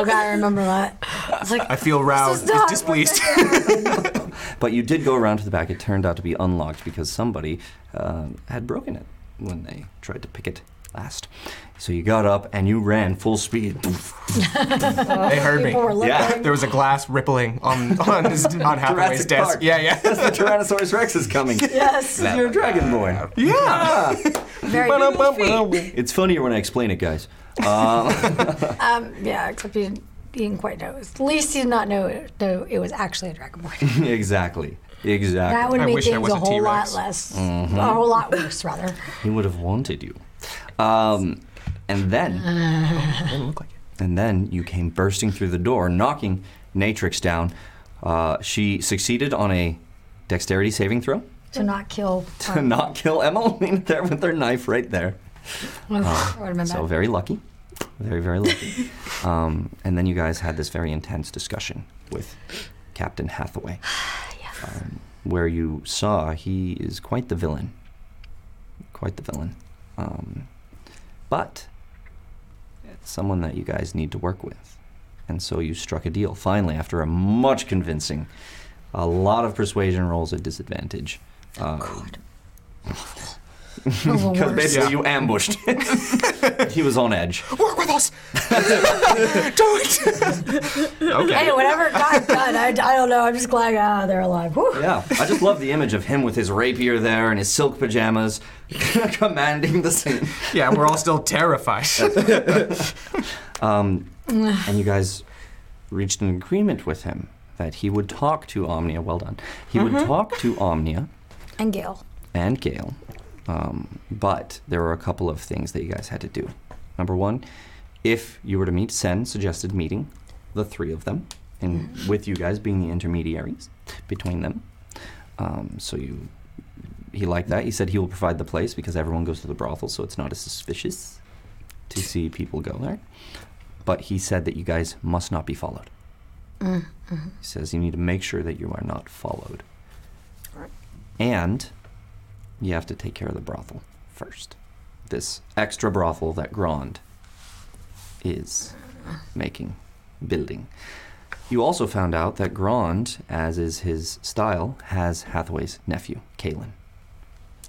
S3: Oh god, I remember that. It's
S4: *laughs*
S3: like
S4: I feel Rao
S3: This
S4: is
S3: is not-
S4: displeased. *laughs*
S2: but you did go around to the back. It turned out to be unlocked because somebody uh, had broken it when they tried to pick it last. So you got up and you ran full speed.
S4: they heard me.
S3: uh, people were looking.
S2: Yeah.
S4: There was a glass rippling on on,
S2: *laughs*
S4: his, on Hathaway's
S2: Jurassic
S4: desk.
S2: Park.
S4: Yeah, yeah.
S2: *laughs* That's
S4: *laughs*
S2: the Tyrannosaurus Rex is coming.
S3: Yes.
S2: You're a dragonborn.
S4: Yeah.
S3: Very
S2: It's funnier when I explain it, guys. Um,
S3: Um, yeah, except you didn't, you didn't quite know. At least you did not know it, know it was actually a
S2: *laughs*
S3: dragonborn.
S2: exactly. Exactly. Mm-hmm.
S3: That would
S4: I
S3: make
S4: wish I
S3: things
S4: was
S3: a
S4: a
S3: whole
S4: T-Rex.
S3: lot less,
S4: Mm-hmm.
S3: a whole lot
S4: *laughs*
S3: worse, rather.
S2: He would have wanted you. Um, and
S3: Uh.
S2: then,
S4: Didn't look like it.
S2: and then you came bursting through the door, knocking Natrix down. Uh, she succeeded on a dexterity saving throw
S3: To not kill.
S2: to not kill Emmeline *laughs* there with her knife right there.
S3: *laughs* Well, that would've been
S2: Uh, So
S3: bad.
S2: very lucky, very very
S3: *laughs*
S2: lucky. um, and then you guys had this very intense discussion with Captain Hathaway,
S3: *sighs*
S2: um, where you saw he is quite the villain, quite the villain, um, but someone that you guys need to work with, and so you struck a deal finally after a much convincing, a lot of persuasion rolls at disadvantage. Um, *laughs*
S3: It was Oh, the
S2: because
S3: worst.
S2: basically you
S3: *laughs*
S2: ambushed him. *laughs* he was on edge.
S4: Work with us. Don't. okay.
S3: Hey, whatever it got done, I, I don't know. I'm just glad ah, they're alive. Whew.
S2: Yeah, I just love the image of him with his rapier there and his silk pajamas, *laughs* commanding the scene.
S4: Yeah, we're all still terrified.
S2: Um, and you guys reached an agreement with him that he would talk to Omnia. Well done. He
S3: Mm-hmm.
S2: would talk to Omnia
S3: And Gail.
S2: and Gale, um, but there were a couple of things that you guys had to do. Number one, if you were to meet Sen, suggested meeting the three of them, and with you guys being the intermediaries between them. Um, so you, he liked that. He said he will provide the place because everyone goes to the brothel, so it's not as suspicious to see people go there. But he said that you guys must not be followed. He says you need to make sure that you are not followed. And you have to take care of the brothel first. This extra brothel that Grand is making, building. You also found out that Grand, as is his style, has Hathaway's nephew, Kalen.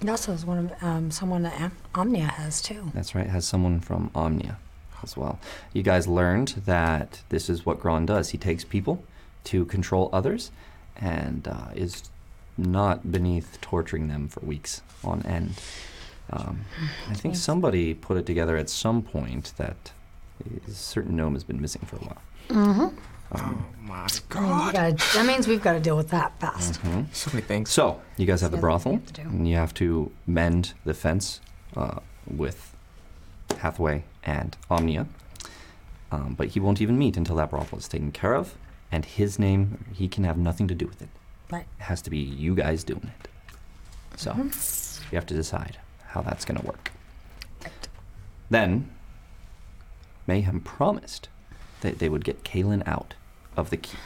S3: It also is one of um, someone that Am- Omnia has too.
S2: That's right, has someone from Omnia as well. You guys learned that this is what Grand does. He takes people to control others and uh, is not beneath torturing them for weeks on end. Um, I think somebody put it together at some point that a certain gnome has been missing for a while. Um,
S4: Oh my
S3: I mean, we
S4: god.
S3: gotta, that means we've got to deal with that fast.
S4: So many things.
S2: Mm-hmm. So, you guys have the
S3: the other
S2: brothel,
S3: thing you have to do.
S2: and you have to mend the fence uh, with Hathaway and Omnia. Um, but he won't even meet until that brothel is taken care of, and his name, he can have nothing to do with it.
S3: Right.
S2: It has to be you guys doing it. So, you have to decide how that's going to work.
S3: Mm-hmm. Right.
S2: Then, Mayhem promised that they would get Kalen out of the keep.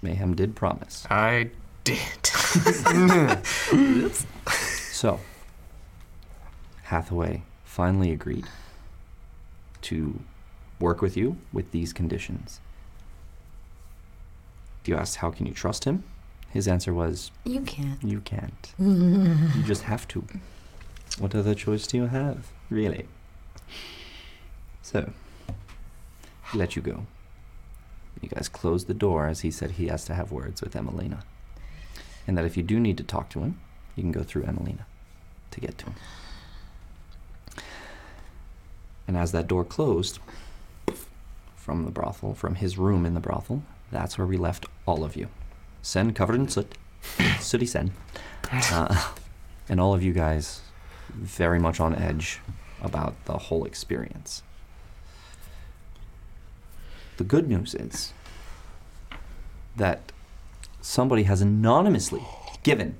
S2: Mayhem did promise.
S4: I did. *laughs*
S2: So, Hathaway finally agreed to work with you with these conditions. You asked, How can you trust him? His answer was,
S3: You can't.
S2: You can't. you just have to. What other choice do you have, really? So, he let you go. You guys closed the door as he said he has to have words with Emelina. And that if you do need to talk to him, you can go through Emelina to get to him. And as that door closed from the brothel, from his room in the brothel, that's where we left all of you. Sen covered in soot, *coughs* sooty Sen. Uh, and all of you guys very much on edge about the whole experience. The good news is that somebody has anonymously given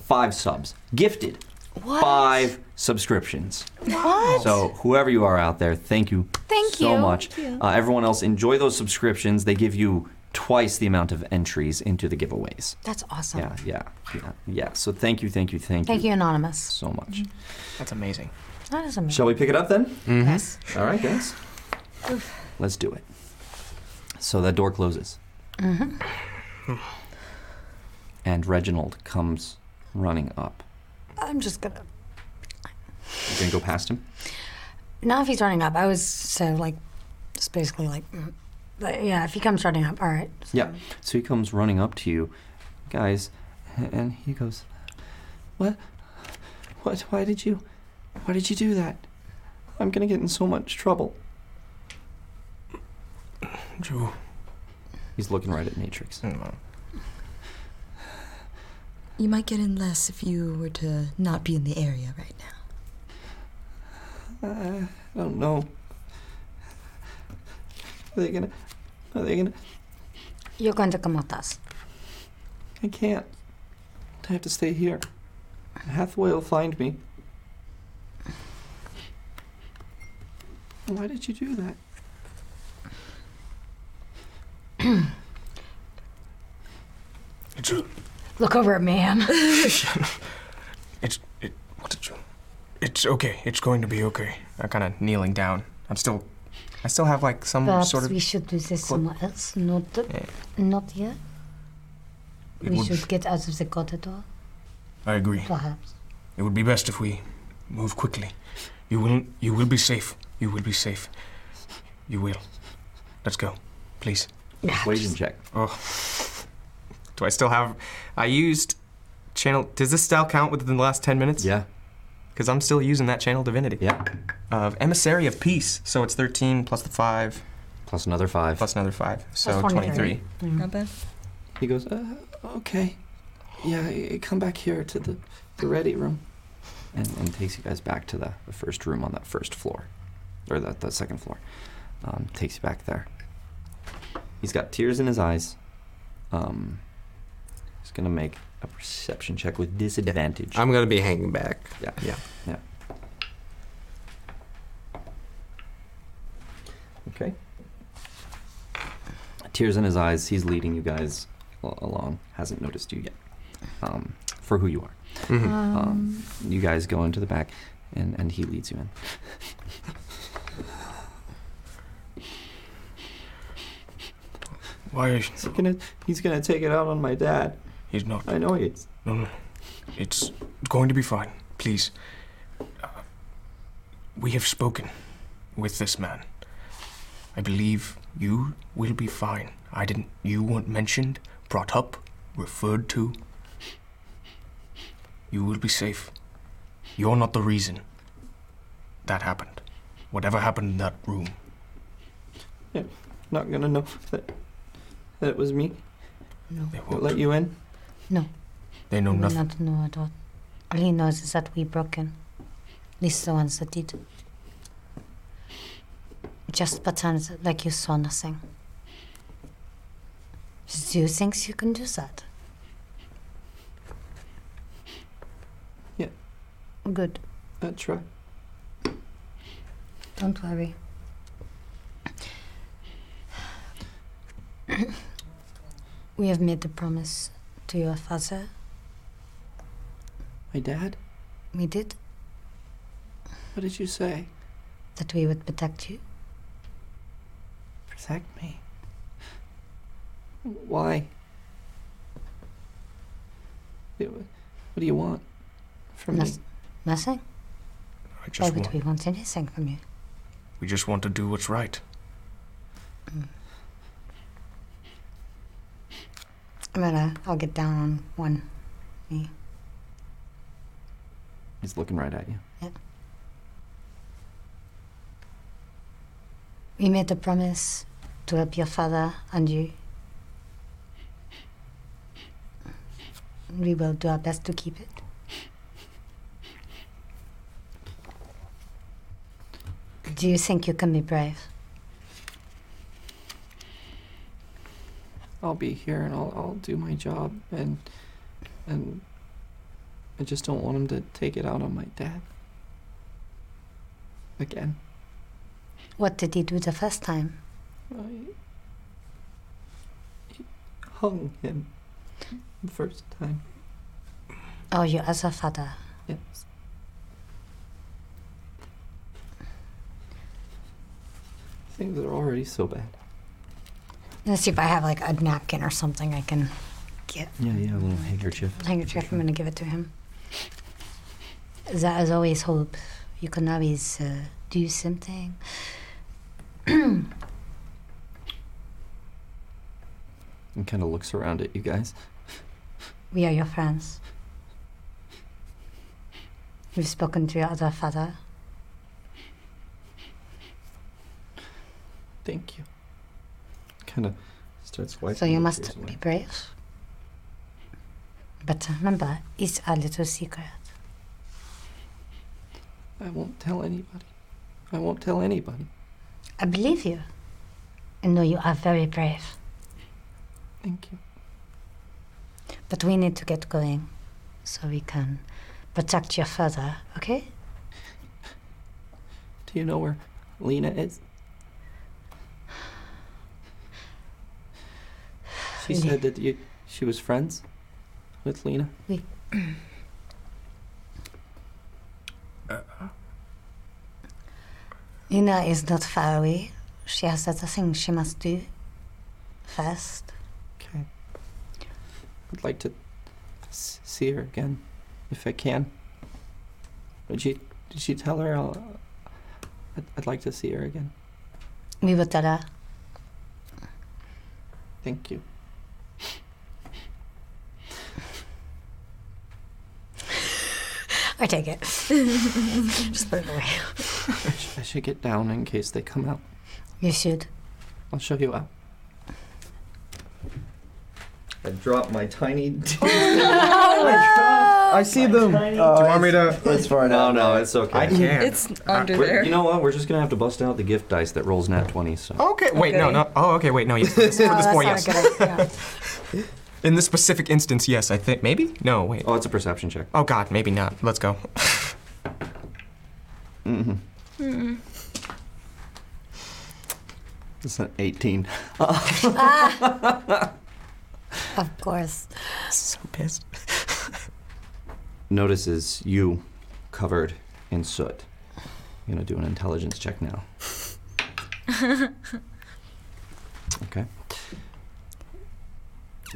S2: five subs, gifted
S5: What?
S2: five subscriptions.
S8: What?
S2: So whoever you are out there, thank you
S8: Thank
S2: so
S8: you.
S2: much.
S8: Thank you.
S2: Uh, everyone else, enjoy those subscriptions. They give you twice the amount of entries into the giveaways.
S8: That's awesome.
S2: Yeah, yeah, yeah, yeah. So thank you, thank you, thank,
S8: Thank you, Anonymous. Mm-hmm.
S2: so much.
S11: That's amazing. Mm-hmm.
S8: That is amazing.
S2: Shall we pick it up then?
S8: Yes.
S2: All right, guys. Let's do it. So that door closes. And Reginald comes running up.
S4: Mm.
S8: I'm just gonna.
S2: You gonna go past him?
S8: Now if he's running up, I was so like, just basically like, mm, but yeah. If he comes running up, all right.
S2: Yeah. So he comes running up to you, guys, and he goes, "What? What? Why did you? Why did you do that? I'm gonna get in so much trouble."
S3: Drew.
S2: He's looking right at Matrix.
S11: Mm-hmm.
S6: You might get in less if you were to not be in the area right now.
S2: Uh, I
S6: *laughs*
S2: don't know. Are they gonna? Are they gonna?
S8: You're going to come with us.
S2: I can't. I have to stay here. Hathaway will find me. Why did you do that?
S3: Drew.
S8: Look over at me, Em.
S11: It's it. What did you? It's okay. It's going to be okay. I'm kind of kneeling down. I'm still. I still have like some
S8: Perhaps
S11: sort of.
S8: we should do this
S11: Clo-
S8: somewhere else. Not,
S11: Yeah.
S8: not here.
S11: It
S8: we
S11: would-
S8: should get out of the corridor,
S11: I agree.
S8: perhaps.
S11: It would be best if we move quickly. You will. You will be safe. You will be safe. You will. Let's go, please.
S2: Persuasion check.
S11: Do I still have? I used channel. Does this style count within the last ten minutes?
S2: Yeah.
S11: Because I'm still using that channel divinity.
S2: Yeah.
S11: Of emissary of peace. So it's thirteen plus the five
S2: Plus another five.
S11: plus another five. So
S8: 23.
S11: twenty-three.
S6: Not bad.
S2: He goes, uh, okay. Yeah, y- come back here to the, the ready room. And, and takes you guys back to the, the first room on that first floor, or that, that second floor. Um, takes you back there. He's got tears in his eyes. Um, he's going to make a perception check with disadvantage.
S3: I'm gonna be hanging back.
S2: yeah, yeah, yeah. Okay. Tears in his eyes. He's leading you guys al- along. Hasn't noticed you yet. Um, for who you are.
S3: Mhm.
S2: Um, you guys go into the back, and, and he leads you in.
S11: Why? Are
S2: He's gonna he's gonna take it out on my dad.
S11: He's not.
S2: I know he is.
S11: No, no. It's going to be fine. Please. Uh, we have spoken with this man. I believe you will be fine. I didn't. You weren't mentioned, brought up, referred to. You will be safe. You're not the reason that happened. Whatever happened in that room.
S2: Not gonna know that that it was me
S8: No,
S11: They
S2: that
S11: won't.
S2: let you in.
S11: They know
S8: we will
S11: nothing.
S8: not know at all. All he knows is that we broke in. At least the ones that did. Just pretend like you saw nothing. Do you think you can do that?
S2: Yeah.
S8: Good.
S2: That's right.
S8: Don't worry. *clears throat* we have made the promise to your father.
S2: My dad.
S8: We did
S2: What did you say?
S8: that we would protect you.
S2: Protect me. Why? It- What do you want from me?
S8: Noth- Nothing.
S11: I
S8: Why
S11: just
S8: would
S11: want,
S8: we want anything from you?
S11: we just want to do what's right.
S8: I'm gonna. I'll get down on one.
S2: He's looking right at you.
S8: We made a promise to help your father and you. We will do our best to keep it. Do you think you can be brave?
S2: I'll be here and I'll, I'll do my job and and I just don't want him to take it out on my dad. again.
S8: What did he do the first time?
S2: I hung him the first time.
S8: Oh, you as a father.
S2: Yes. Things are already so bad.
S8: Let's see if I have like a napkin or something I can get.
S2: Yeah, yeah, a little Mm, handkerchief.
S8: Handkerchief, I'm gonna give it to him. There is always hope. You can always uh, do something. *clears throat*
S2: And kind of looks around at you guys.
S8: We are your friends. We've spoken to your other father.
S2: Thank you. Kind of starts wiping.
S8: So you
S2: the
S8: must
S2: tears away.
S8: be brave. But remember, it's a little secret.
S2: I won't tell anybody. I won't tell anybody.
S8: I believe you. I know you are very brave,
S2: Thank you.
S8: but we need to get going so we can protect your father, okay?
S2: Do you know where Lena is? She said that you, she was friends with Lena.
S8: Lina is not far away. She has other things she must do first.
S2: Okay. I'd like to s- see her again, if I can. Did she? Did she tell her? I'll, I'd, I'd like to see her again.
S8: We will tell her.
S2: Thank you.
S8: I take it. Just put it away.
S2: I, sh- I should get down in case they come out.
S8: You should.
S2: I'll show you out. I drop my *laughs* tiny. Oh
S5: Oh, I see them. Uh,
S9: Do you want me to?
S2: That's far No, no, it's okay.
S9: I can't.
S6: It's under
S2: We're-
S6: there.
S2: You know what? We're just gonna have to bust out the gift dice that rolls nat twenty. So
S4: Okay. Wait, no,
S6: Okay.
S4: no. Oh, okay. Wait, no. Yes. For this, for
S8: *laughs* Oh,
S4: this
S8: that's
S4: four,
S8: not
S4: yes.
S8: a good idea.
S11: *laughs*
S4: In this specific instance, yes. I think maybe. No, wait.
S2: oh, it's a perception check.
S4: Oh God, maybe not. Let's go.
S2: Mm-hmm. It's an eighteen. *laughs*
S8: Of course.
S4: so pissed.
S2: Notices you covered in soot. I'm gonna do an intelligence check now. okay.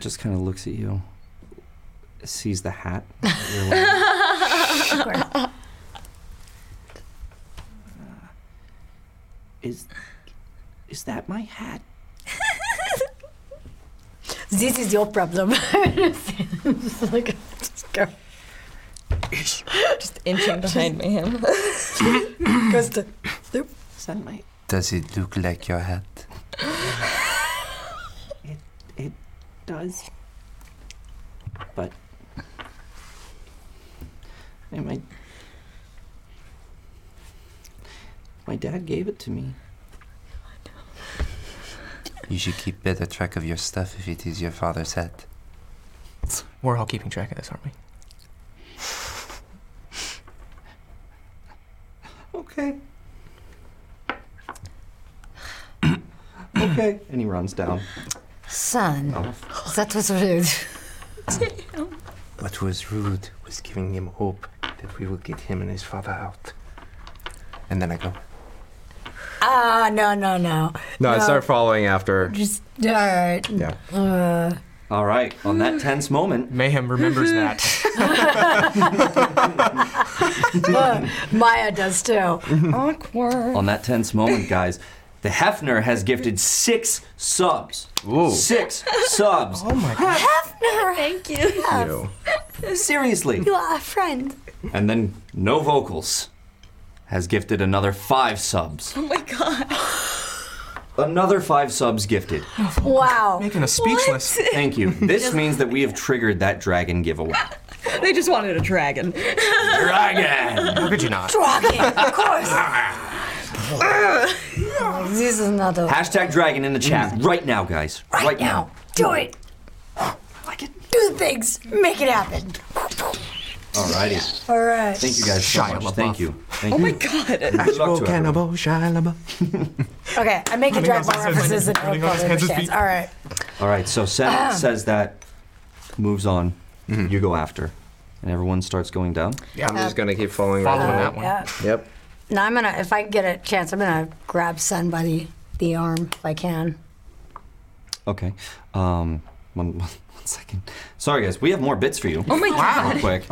S2: Just kind of looks at you, sees the
S6: *laughs*
S2: hat. that you're wearing.
S8: Of course.
S2: Is is that my hat?
S8: this is your
S5: *laughs*
S8: problem. Just like- just go.
S6: Just inching behind me. Him.
S5: *laughs*
S8: Goes to-
S2: Is that my?
S9: Does it look like your hat?
S2: It does. But and my my dad gave it to me.
S9: You should keep better track of your stuff if it is your father's hat.
S4: We're all keeping track of this, aren't we?
S2: Okay. okay. And he runs down.
S8: Son,
S2: Oh,
S8: that was rude.
S9: What was rude was giving him hope that we will get him and his father out. And then I go.
S8: Ah, no, no, no.
S9: No, I start following after.
S8: Just, all right.
S9: Yeah.
S8: Uh,
S2: All right. On that tense moment,
S4: Mayhem
S2: *laughs*
S4: remembers that.
S8: uh, Maya does too.
S6: Awkward.
S2: on that tense moment, guys, the Hefner has gifted six subs.
S9: Ooh.
S2: Six subs.
S4: Oh
S5: *laughs*
S4: my God.
S6: Thank you.
S9: You.
S2: Seriously.
S8: You are a friend.
S2: And then No Vocals has gifted another five subs.
S6: Oh my god.
S2: Another five subs gifted.
S8: Wow.
S4: Making us speechless.
S2: Thank you. This means that we have triggered that dragon giveaway.
S6: *laughs* They just wanted a dragon.
S2: Dragon!
S4: How could you not?
S8: Dragon, of course. this is not a.
S2: Hashtag dragon in the chat
S4: Mm.
S2: right now, guys. Right,
S8: Do it. Do the things. Make it happen.
S2: Alrighty.
S3: All right.
S2: Thank you guys so
S4: Shia
S2: much.
S4: LaBeouf.
S2: Thank you. Thank
S5: Oh
S2: you.
S5: my
S3: *laughs*
S5: god.
S2: Good luck
S9: Ashbo
S2: to everyone.
S9: Cannibal, Shia LaBeouf.
S3: Okay, I'm making
S11: Running off
S3: drag ball
S11: his head,
S3: references that
S11: running
S3: Eric
S11: off his
S3: probably
S11: head with
S3: understands.
S11: feet.
S3: All right.
S2: All right, so Sen says that, moves on. You go after, and everyone starts going
S9: *laughs*
S2: down.
S9: Mm-hmm. Yeah, I'm
S3: just
S9: gonna keep following
S4: right Following along. that one.
S3: Yeah.
S9: Yep.
S3: Now I'm gonna, if I get a chance, I'm gonna grab Sun by the the arm if I can.
S2: Okay. Um, one, *laughs* one second. Sorry, guys. We have more bits for you.
S5: Oh my
S2: Real
S5: god.
S2: quick.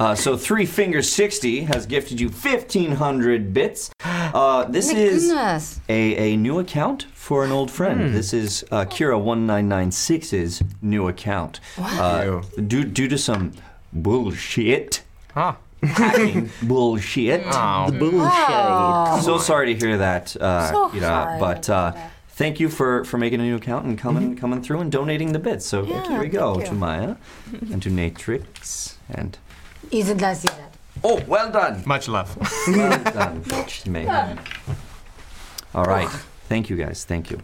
S2: Uh, so three fingers sixty has gifted you fifteen hundred bits. Uh, this
S12: My
S2: is
S12: goodness.
S2: a, a new account for an old friend. This is uh, Kira 1996's new account. Uh, due, due to some bullshit,
S4: Huh.
S2: hacking bullshit,
S4: Ow.
S2: the bullshit.
S3: Oh.
S2: So sorry to hear that, uh,
S3: So
S2: Kira,
S3: sorry.
S2: but. Uh, Thank you for, for making a new account and coming coming through and donating the bits. So
S3: Mm-hmm. Yeah,
S2: here we go
S3: thank
S2: to
S3: you.
S2: Maya and to Natrix and
S3: Isn't that see that?
S2: oh, well done,
S4: Much love.
S3: *laughs*
S2: well done, Maya. All right, thank you guys, thank you.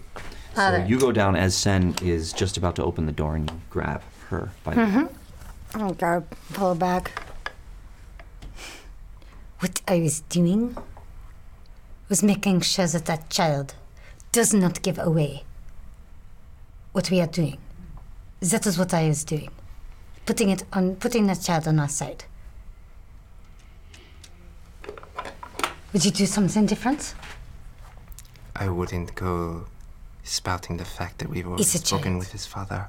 S2: So
S3: Other.
S2: you go down as Sen is just about to open the door and you grab her by
S8: Mm-hmm.
S2: the
S3: Oh God, pull it back. What I was doing was making sure that that child does not give away what we are doing. That is what I was doing, putting it on, putting that child on our side. Would you do something different?
S9: I wouldn't go spouting the fact that we've already
S3: It's a
S9: spoken
S3: child.
S9: with his father.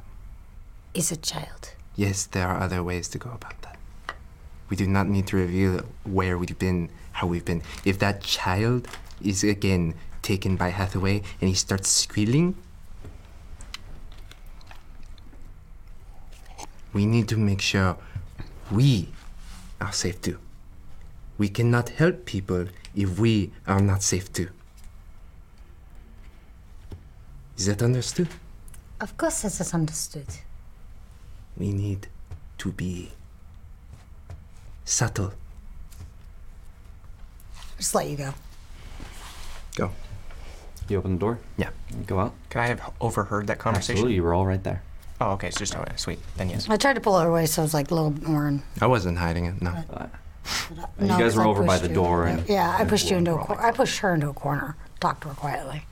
S3: Is a child.
S9: Yes, there are other ways to go about that. We do not need to reveal where we've been, how we've been. If that child is again taken by Hathaway and he starts squealing, we need to make sure we are safe too. We cannot help people if we are not safe too. Is that understood?
S3: Of course, that is understood.
S9: We need to be subtle.
S3: Just let you go.
S9: Go.
S2: You open the door?
S9: Yeah.
S2: You go out?
S4: Could I have overheard that conversation?
S2: Absolutely, you were all right there.
S4: Oh, okay. So just oh, sweet. Then yes.
S3: I tried to pull her away, so I was like a little more.
S9: I wasn't hiding it. No.
S2: You
S3: No,
S2: guys
S3: 'cause
S2: were
S3: I
S2: over by
S3: pushed
S2: the
S3: you.
S2: door and
S3: Yeah, I pushed you into a cor- I pushed her into a corner. Talked to her quietly.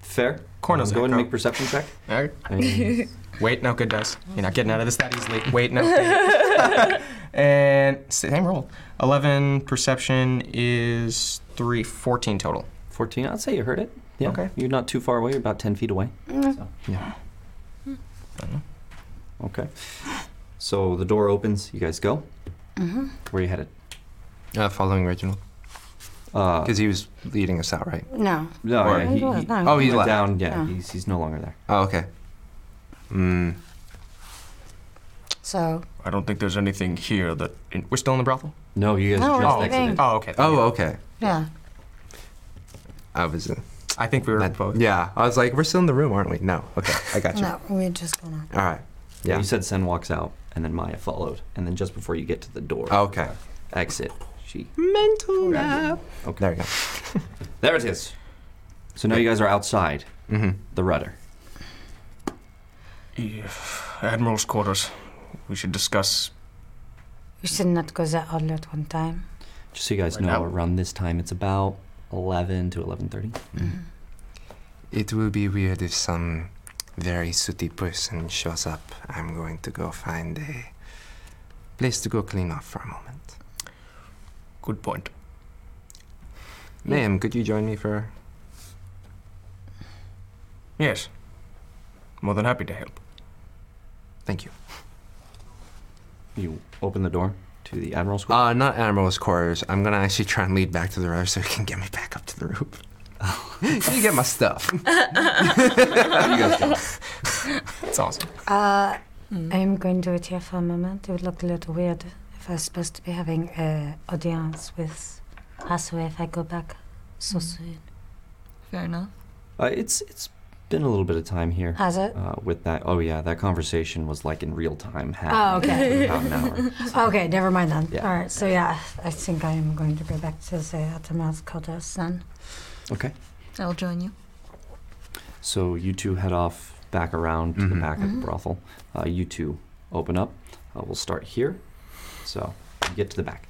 S2: fair.
S4: Cornel's
S2: go ahead and
S4: acro.
S2: make perception check.
S4: Alright.
S2: And
S4: *laughs* Wait, no, good dice. You're not getting out of this that easily. Wait, no.
S5: *laughs*
S4: good. and same roll. 11 perception is 3, 14 total.
S2: 14, I'd say you heard it. Yeah.
S4: Okay.
S2: You're not too far away, you're about 10 feet away.
S5: Mm-hmm.
S2: So, yeah.
S9: Mm-hmm.
S2: Okay. So the door opens, you guys go. Mm-hmm. Where are you headed?
S9: Uh, following Reginald.
S2: Uh,
S9: Because he was leading us out, right?
S3: No.
S2: no,
S9: Or-
S2: yeah, he, he,
S3: No.
S9: Oh, he's
S2: went
S9: left.
S2: down. Yeah,
S3: Yeah.
S2: he's, he's no longer there.
S9: Oh, okay. Mm.
S3: So
S4: I don't think there's anything here that. We're still in the brothel?
S2: No, you guys
S3: No,
S2: just
S3: we're
S2: exited.
S3: leaving.
S4: Oh, okay.
S9: Oh, okay.
S3: yeah.
S9: I was in.
S4: I think we were
S9: that-
S4: both.
S9: yeah, I was like, we're still in the room, aren't we? No. Okay, I got you.
S3: No, we're just gonna
S9: All right.
S2: Yeah.
S9: Yeah.
S2: You said Sen walks out, and then Maya followed, and then just before you get to the door,
S9: Okay.
S2: exit. She.
S9: Mental
S2: lab.
S9: Okay. There we go.
S2: *laughs* There it is. So now you guys are outside
S9: Mm-hmm.
S2: the rudder.
S11: Admiral's quarters. We should discuss.
S3: we should not go that early at one time.
S2: Just so you guys
S11: Right
S2: know,
S11: now?
S2: around this time it's about eleven to eleven thirty.
S9: Mm-hmm. It will be weird if some very sooty person shows up. I'm going to go find a place to go clean off for a moment.
S11: Good point.
S9: Ma'am, could you join me for.
S11: Yes. More than happy to help.
S9: Thank you.
S2: You open the door to the admiral's quarters.
S9: Uh, not Admiral's quarters. I'm gonna actually try and lead back to the roof so he can get me back up to the roof. *laughs* you get my *laughs* stuff.
S4: It's awesome.
S3: Uh, I'm going to wait here for a moment. It would look a little weird if I was supposed to be having an audience with Hathaway if I go back so soon.
S6: Mm. Fair enough.
S2: Uh, it's it's been a little bit of time here.
S3: Has it?
S2: Uh, with that, oh yeah, that conversation was like in real time.
S3: Oh,
S2: happening
S3: okay.
S2: for About an
S3: *laughs*
S2: hour.
S3: *laughs* Okay, never mind then.
S2: Yeah.
S3: All right, so yeah, I think I am going to go back to the Atamas Kodas then.
S2: Okay.
S6: I'll join you.
S2: So you two head off back around to
S4: Mm-hmm.
S2: the
S9: Mhm.
S2: back of the brothel. Uh, you two open up. Uh, we'll start here. So you get to the back.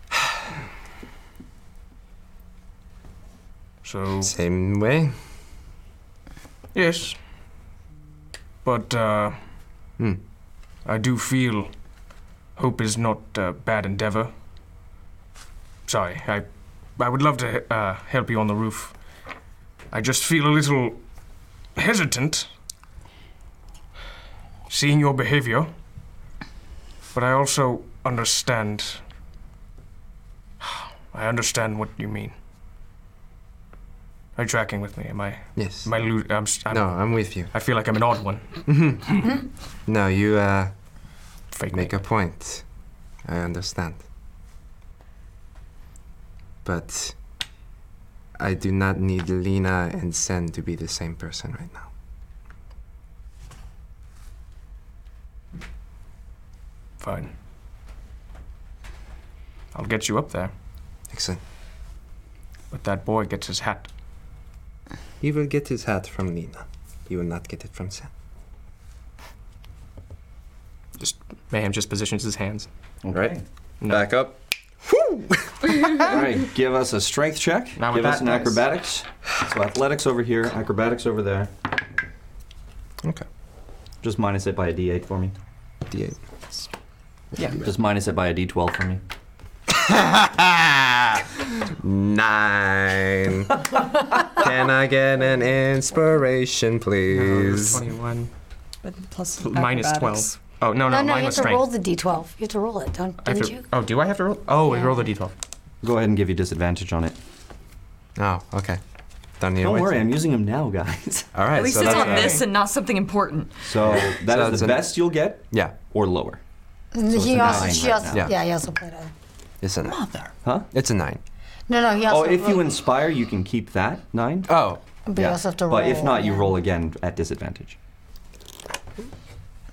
S11: So.
S9: Same way.
S11: Yes. But, uh.
S9: Hmm.
S11: I do feel hope is not a bad endeavor. Sorry, I. I would love to uh, help you on the roof. I just feel a little hesitant seeing your behavior, but I also understand. *sighs* I understand what you mean. Are you tracking with me? Am I?
S9: Yes.
S11: Am I lo- I'm, s- I'm,
S9: no, I'm with you.
S11: I feel like I'm an odd one.
S9: No, you uh, make a point. I understand. But I do not need Lena and Sen to be the same person right now.
S11: Fine. I'll get you up there.
S9: Excellent.
S11: But that boy gets his hat.
S9: He will get his hat from Lena. He will not get it from Sen.
S4: Just Mayhem just positions his hands.
S2: Right.
S4: Back
S11: up.
S2: All right, give us a strength check.
S4: Not with
S2: give us
S4: that
S2: an
S4: dice.
S2: acrobatics. So athletics over here, acrobatics over there.
S9: Okay.
S2: Just minus it by a d8 for me.
S9: D8.
S4: Yeah.
S2: Just minus it by a d12 for me.
S9: Ah!
S4: *laughs*
S9: Nine. Can I get an inspiration, please?
S4: 21.
S5: But plus
S4: Minus 12. Oh, no, no,
S3: no, you have
S4: minus
S3: to roll
S4: strength.
S3: the d12. You have to roll it, don't,
S4: I have
S3: didn't
S4: to-
S3: you?
S4: Oh, do I have to roll? Oh, we roll the d12.
S2: Go ahead and give you disadvantage on it.
S9: Oh, okay. Don't need to
S2: Don't
S9: wait
S2: worry,
S9: then.
S2: I'm using them now, guys.
S9: *laughs* All right.
S6: At least
S9: so
S6: it's
S9: that's
S6: on
S9: a-
S6: this and not something important.
S9: *laughs*
S2: So that
S9: So
S2: is
S9: it's
S2: the
S9: an-
S2: best you'll get
S9: Yeah.
S2: or lower.
S3: And
S2: it's
S3: he
S2: a
S3: also,
S2: nine
S3: she
S2: right
S3: also,
S9: now.
S3: yeah.
S9: Yeah.
S3: he also played it.
S9: It's a nine.
S2: Huh?
S9: It's a nine.
S3: No, no, he
S2: Oh,
S3: also.
S2: if you
S3: rolled-
S2: inspire, you can keep that nine.
S9: Oh.
S3: But you also have to
S2: But if
S3: roll,
S2: not, you
S3: yeah.
S2: roll again at disadvantage.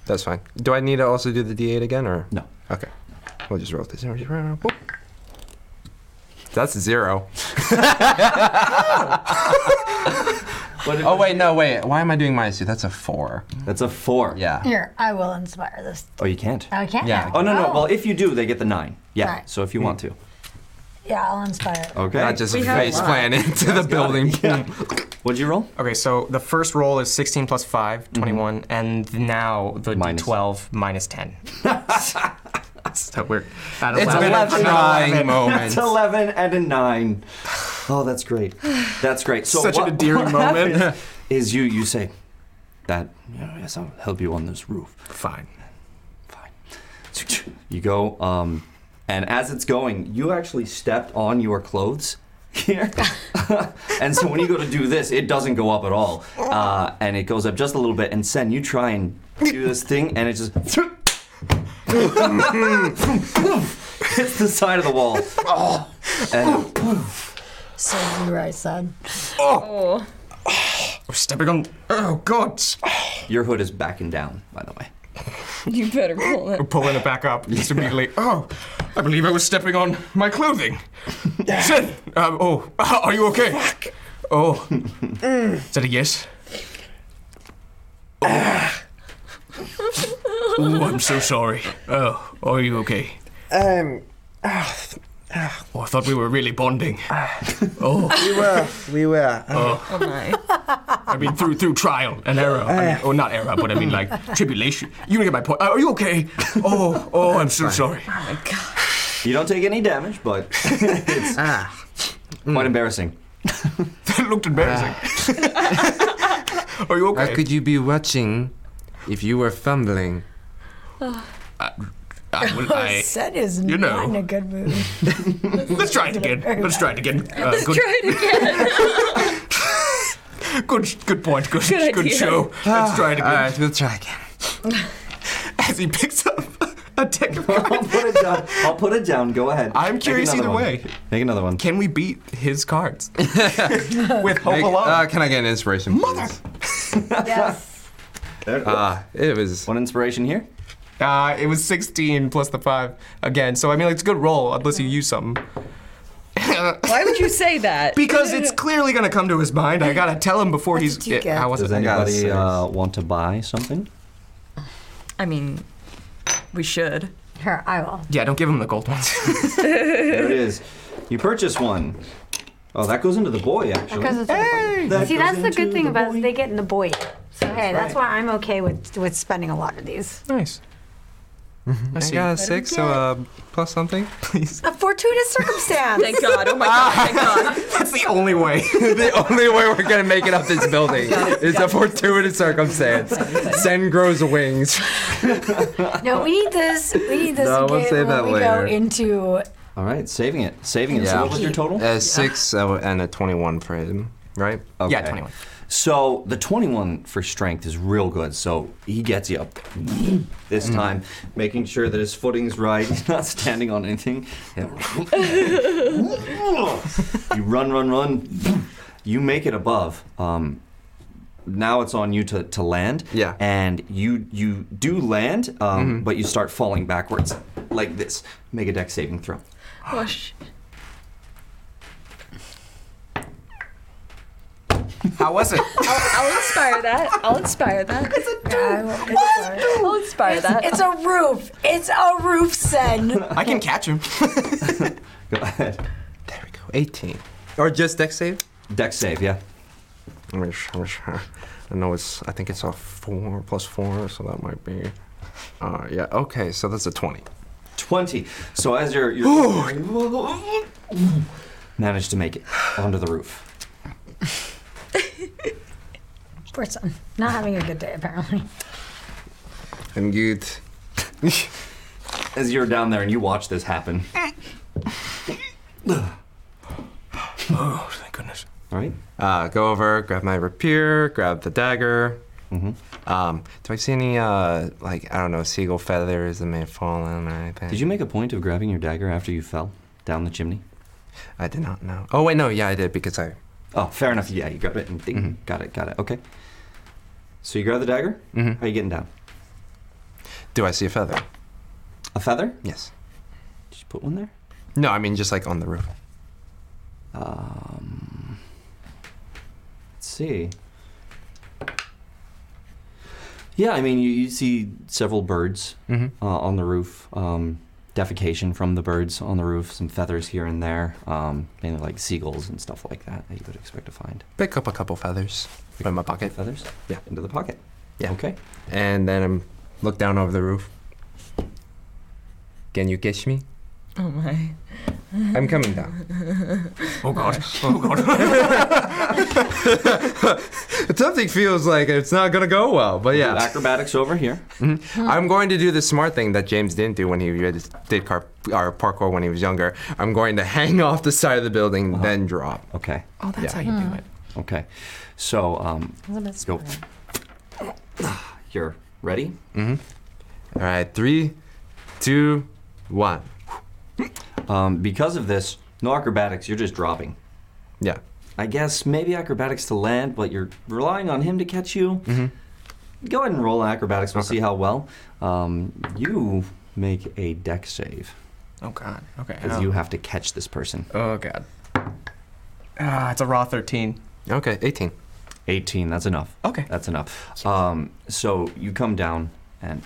S9: That's fine. Do I need to also do the D8 again or?
S2: No.
S9: Okay. We'll just roll this. Boop. That's
S2: *laughs*
S9: zero. *laughs* oh wait, no, wait. Why am I doing minus two? That's a four.
S2: That's a four.
S9: Yeah.
S3: Here, I will inspire this.
S2: Oh,
S9: *laughs*
S2: you can't.
S3: Oh, I can't.
S9: Yeah.
S2: Oh no no. Well, if you do, they get the nine. Yeah.
S3: Right.
S2: So if you want to.
S3: Yeah, I'll inspire it.
S2: Okay.
S9: Not just
S6: We have
S9: face
S6: one.
S9: plan into the building. *laughs*
S2: What'd you roll? Mm-hmm.
S4: Okay, so the first roll is 16 plus 5, 21, and now the
S2: Minus.
S4: d12 minus 10.
S2: *laughs*
S4: so we're at 11.
S9: It's been a trying moment.
S2: That's eleven and a nine. Oh, that's great. That's great. So
S4: Such an
S2: what-
S4: endearing
S2: what
S4: moment.
S2: happens Is you you say that? "Yeah, yes, I'll help you on this roof.
S4: Fine.
S2: *laughs* You go, um, and as it's going, you actually stepped on your clothes here. *laughs* and so when you go to do this, it doesn't go up at all. Uh, and it goes up just a little bit. And Sen, you try and do this thing, and it just *laughs* hits the side of the wall. And
S3: So you right, son.
S5: Oh.
S4: We're stepping on. Oh, God.
S2: your hood is backing down, by the way.
S5: *laughs* You better pull
S4: *sighs*
S5: it.
S4: We're pulling it
S2: *laughs*
S4: back up just immediately. Oh, I believe I was stepping on my clothing. Sid, um, oh, *laughs* are you okay? Oh. Is that a yes? Oh. Ooh, I'm so sorry. Oh, are you okay?
S13: Um,
S4: Oh, I thought we were really bonding. Oh,
S13: we were, we were. uh,
S4: oh,
S6: Oh
S9: *laughs*
S6: my.
S4: I mean through through trial and error, I mean, or not error, but I mean like tribulation. You get my point. Are you okay? Oh, oh,
S2: *laughs*
S4: I'm so sorry.
S2: You don't take any damage,
S4: *laughs*
S2: but it's
S13: Ah,
S2: quite embarrassing.
S4: That looked embarrassing.
S13: *laughs*
S4: Are you
S9: How
S4: okay?
S9: could you be watching if you were fumbling?
S4: I
S5: Oh, *laughs*
S4: will- I-
S3: That is
S4: You know.
S3: not in a good mood.
S4: *laughs* let's try it again. Let's try it again. Uh, good,
S5: Try it
S4: *laughs*
S5: again.
S4: good, good point. Good,
S5: Good
S4: good,
S5: idea.
S4: show. Let's try it
S9: Ah, All
S4: again.
S9: right, we'll try again.
S4: *laughs* As he picks up a deck
S2: *laughs*
S4: of
S2: I'll
S4: cards.
S2: put it down. I'll put it down. Go ahead.
S4: I'm
S2: Make
S4: curious
S2: another
S4: either
S2: one.
S4: way.
S2: Make another one.
S4: Can we beat his cards *laughs* with Hope
S9: Make-
S4: Alone?
S9: uh, can I get an inspiration, please?
S4: Uh,
S3: yes.
S2: There it goes.
S9: Ah, it was.
S2: One inspiration here.
S4: Uh, it was 16 plus the five again. So I mean, like, it's a good roll unless you use something.
S5: Why would you say that? *laughs*
S4: Because it's *laughs* clearly gonna come to his mind. I gotta tell him before he's.
S3: did you get?
S4: I wasn't.
S2: Does
S9: I got a
S2: anybody
S9: six.
S2: uh, want to buy something?
S6: I mean, we should.
S3: Here, I will.
S4: Yeah, don't give him the gold ones.
S2: there it is. You purchase one. Oh, that goes into the boy, actually. That
S8: See,
S2: goes
S8: that's the
S2: into
S8: good thing about it, they get in the boy. So hey, that's why I'm okay with with spending a lot of these.
S4: Nice.
S9: I
S4: see.
S9: got a six, so uh, plus something, *laughs* please.
S8: A fortuitous circumstance.
S5: Thank God. Oh my
S8: *laughs*
S5: God. Thank God.
S4: That's the
S9: *laughs*
S4: only way.
S14: the only way we're gonna make it up this building is a fortuitous circumstance. Sen grows wings.
S8: No, we need this. We need this
S9: No,
S8: to
S9: we'll
S8: get
S9: save
S8: when
S9: that
S8: we go
S9: later.
S8: into.
S2: All right, saving it. Saving it. So what was your total?
S9: Uh, six uh, and a 21 for him, right?
S2: Okay. So the 21 for strength is real good. So he gets you up there
S9: Mm-hmm.
S2: this time, making sure that his footing's right. *laughs* He's not standing on anything. you run, run, run. You make it above. Um, now it's on you to, to land. Yeah. And you you do land, um,
S9: Mhm.
S2: but you start falling backwards like this. Make a deck saving throw.
S6: Whoosh.
S4: How was it?
S5: I'll, I'll inspire that. I'll inspire
S8: *laughs*
S5: that. It's a doof. I'll inspire that.
S8: It's a roof. It's a roof, Sen.
S4: I can catch him.
S2: Go ahead.
S9: 18. Or just deck save?
S2: Deck save, yeah.
S9: I'm not sure. I'm not sure. I know it's, I think it's a four plus four, so that might be. Uh, yeah, okay, so that's a 20.
S2: 20. So as you're, you're managed to make it onto the roof.
S8: Poor son. Not having a good day, apparently.
S2: I'm good. *laughs* as you're down there and you watch this happen.
S4: oh, thank goodness.
S2: All right.
S9: Uh, go over, grab my rapier, grab the dagger.
S2: Mm-hmm.
S9: Um, do I see any, uh, like, I don't know, seagull feathers that may have fallen or anything?
S2: Did you make a point of grabbing your dagger after you fell down the chimney?
S9: I did not know. Oh, wait, no, yeah, I did because I. Mm-hmm.
S2: Oh, fair enough. Yeah, you grabbed it and ding. Got it, got it. Okay. So you grab the dagger?
S9: Mm-hmm.
S2: How are you getting down?
S9: Do I see a feather?
S2: A feather?
S9: Yes.
S2: Did you put one there?
S9: No, I mean, just like on the roof.
S2: Um, let's see. Yeah, I mean, you, you see several birds
S9: Mhm.
S2: uh, on the roof. Um, defecation from the birds on the roof, some feathers here and there, um, mainly like seagulls and stuff like that that you would expect to find.
S9: Pick up a couple feathers from my pocket.
S2: Feathers?
S9: Yeah.
S2: Into the pocket.
S9: Yeah.
S2: Okay.
S9: And then I'm look down over the roof. Can you catch me?
S6: Oh my.
S5: *laughs*
S9: I'm coming down. *laughs*
S11: Oh god. Oh god.
S9: Something feels like it's not gonna go well, but yeah.
S2: Acrobatics over here.
S9: Mhm. I'm going to do the smart thing that James didn't do when he did- did car, or parkour when he was younger. I'm going to hang *laughs* off the side of the building, then drop.
S2: Uh-huh. Okay. Hmm.
S4: Oh, that's
S9: Yeah.
S4: how you do it.
S2: Okay. So, um,
S8: Isn't it
S2: let's go. You're ready?
S9: hmm All right, three, two, one.
S2: Um, because of this, no acrobatics, you're just dropping.
S9: Yeah.
S2: I guess maybe acrobatics to land, but you're relying on him to catch you. Go ahead and roll acrobatics. We'll see how well. Um, you make a deck save.
S4: Oh god. Okay.
S2: Because
S4: oh.
S2: you have to catch this person.
S4: Oh god. Ah, it's a raw thirteen.
S9: Okay, 18.
S2: 18, that's enough.
S4: Okay.
S2: That's enough. Um, so you come down and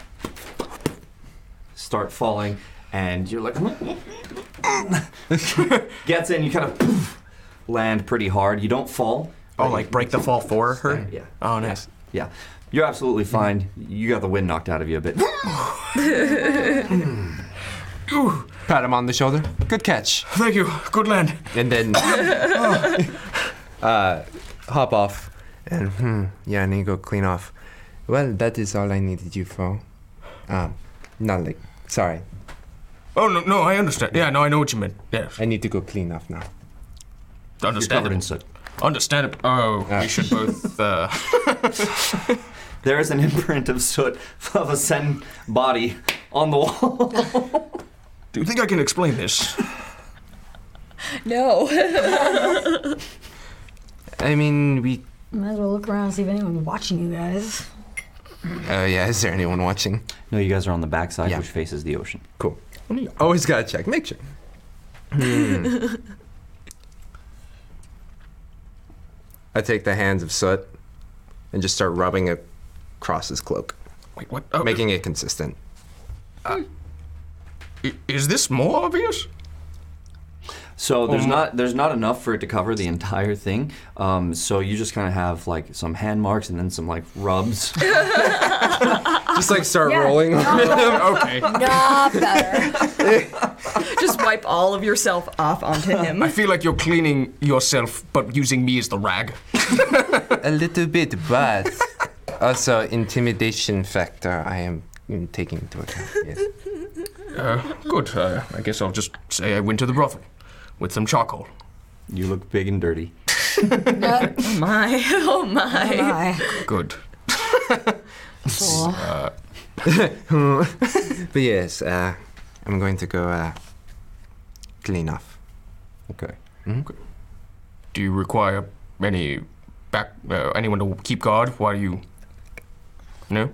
S2: start falling, and you're like, *laughs* gets in, you kind of poof, land pretty hard. You don't fall.
S4: Oh, like break the fall for her?
S2: Yeah.
S4: Oh, nice.
S2: Yeah. You're absolutely fine. You got the wind knocked out of you a bit.
S9: Pat him on the shoulder. Good catch.
S11: Thank you. Good land.
S9: And
S11: *laughs*
S9: then *laughs* uh, hop off. And hmm, yeah, I need to go clean off. Well, that is all I needed you for. Um, not like, sorry.
S11: Oh no, no, I understand. Yeah, no, I know what you meant. Yeah.
S9: I need to go clean off now.
S11: Understandable. Understandable. Oh,
S9: Ah.
S11: we
S9: *laughs*
S11: should both. Uh,
S2: *laughs* there is an imprint of soot of a sen body on the wall.
S11: do you think I can explain this?
S5: No.
S9: I mean, we.
S8: *laughs* Might as well look around and see if anyone's watching you guys.
S9: Oh yeah, is there anyone watching?
S2: No, you guys are on the backside, which faces the ocean.
S9: Cool. Always gotta check. Make sure. Hmm. *laughs* I take the hands of soot and just start rubbing it across his cloak,
S11: Wait, what? Oh,
S9: making it consistent.
S11: uh, I- Is this more obvious?
S2: So there's
S11: Um,
S2: not there's not enough for it to cover the entire thing. Um, so you just kind of have like some hand marks and then some like
S5: *laughs*
S2: rubs.
S14: just like start
S5: Yeah.
S14: rolling.
S2: *laughs*
S11: *laughs*
S5: Okay.
S14: No,
S5: Just wipe all of yourself off onto him.
S11: *laughs* I feel like you're cleaning yourself, but using me as the
S9: *laughs*
S11: rag.
S9: A little bit, but *laughs* also intimidation factor. I am mm, taking into account. Yes.
S11: Uh, good. Uh, I guess I'll just say I went to the brothel with some charcoal.
S2: You look big and dirty.
S5: oh my. Oh my.
S8: Oh my.
S11: Good.
S9: Uh, *laughs* but yes, uh, I'm going to go uh, clean off. Hmm?
S2: Okay.
S11: Do you require any back uh, anyone to keep guard while you? No.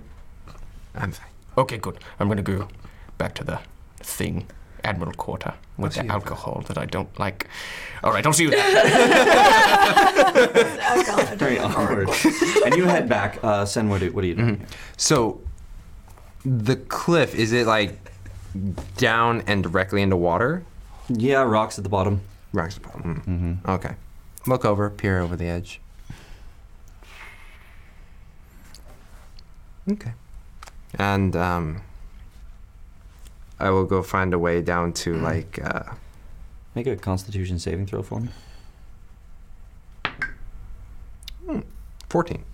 S9: I'm fine.
S11: Okay, good. I'm gonna go back to the thing, Admiral Quarter, with the alcohol that I don't like. All right, I'll
S8: Oh
S11: see you there.
S5: *laughs*
S2: Very awkward. and you head back. Uh, Sen, what do, what do you do?
S9: Mm-hmm.
S14: So, the cliff is it like down and directly into water?
S2: Yeah, rocks at the bottom.
S14: Rocks at the bottom.
S9: Mm-hmm. Okay. Look over, peer over the edge. Okay. And um, I will go find a way down to like. Uh,
S2: Mm. Make a Constitution saving throw for me.
S9: Hmm, Fourteen.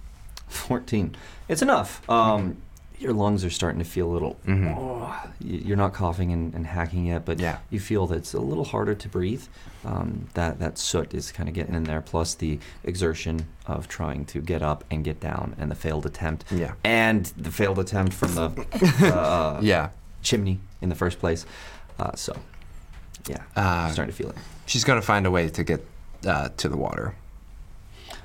S2: Fourteen. It's enough. Um, your lungs are starting to feel a little. Oh, y- you're not coughing and, and hacking yet, but
S9: Mm-hmm. Yeah.
S2: you feel that it's a little harder to breathe. Um, that that soot is kind of getting in there, plus the exertion of trying to get up and get down, and the failed attempt.
S9: Yeah.
S2: And the failed attempt from the *laughs* uh,
S9: yeah
S2: chimney in the first place. Uh, so, yeah,
S9: Uh,
S2: starting to feel it.
S9: She's gonna find a way to get uh, to the water.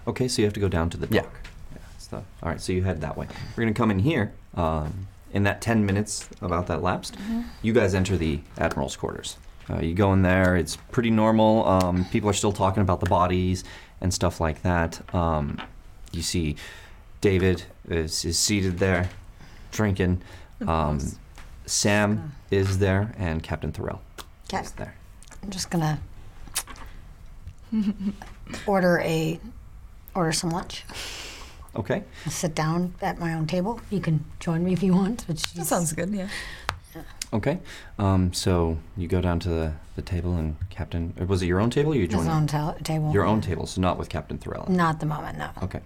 S2: Okay, *laughs* so you have to go down to the dock. Yeah. it's the- all right, so you head that way. We're going to come in here. Um, in that 10 minutes, about that lapsed,
S8: Mm-hmm.
S15: Mhm.
S2: you guys enter the Admiral's quarters. Uh, you go in there, it's pretty normal. Um, people are still talking about the bodies and stuff like that. Um, you see David is, is seated there, drinking. Um, Sam
S8: Uh.
S2: is there, and Captain Thorell.
S8: Okay.
S2: there.
S8: I'm just gonna order a order some lunch.
S2: Okay.
S8: I'll sit down at my own table. You can join me if you want. Which that sounds
S6: good. Yeah.
S2: Okay. Um, so you go down to the, the table and Captain. Or was it your own table? Or you
S8: His
S2: joined
S8: own ta- table.
S2: your own table, so not with Captain Thorell.
S8: Not at the moment. No.
S2: Okay.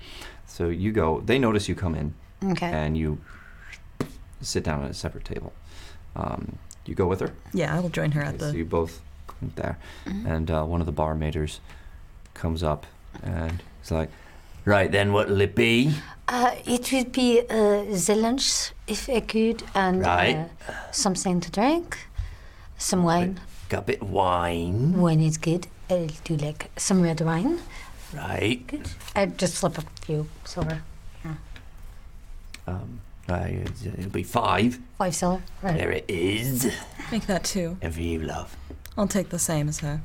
S2: So you go. They notice you come in.
S8: Okay.
S2: And you sit down at a separate table. Um, you go with her.
S6: Yeah, I will join her at
S2: Okay,
S6: the.
S2: So you both went there,
S8: Mm-hmm.
S6: Mhm.
S2: and uh, one of the barmaiders comes up and he's like, "Right then, what'll it be?"
S3: Uh, it would be uh, the lunch, if I could, and
S2: Right.
S3: uh, something to drink, some wine.
S2: Got a bit of
S15: Mm.
S2: wine,
S3: Wine is good. I'll do like some red wine.
S2: right?
S3: I'd just slip a few silver.
S2: Um, uh, it'll be five.
S3: Five silver. Right.
S2: There it is.
S6: Make that two.
S2: And for you, love.
S6: I'll take the same as her.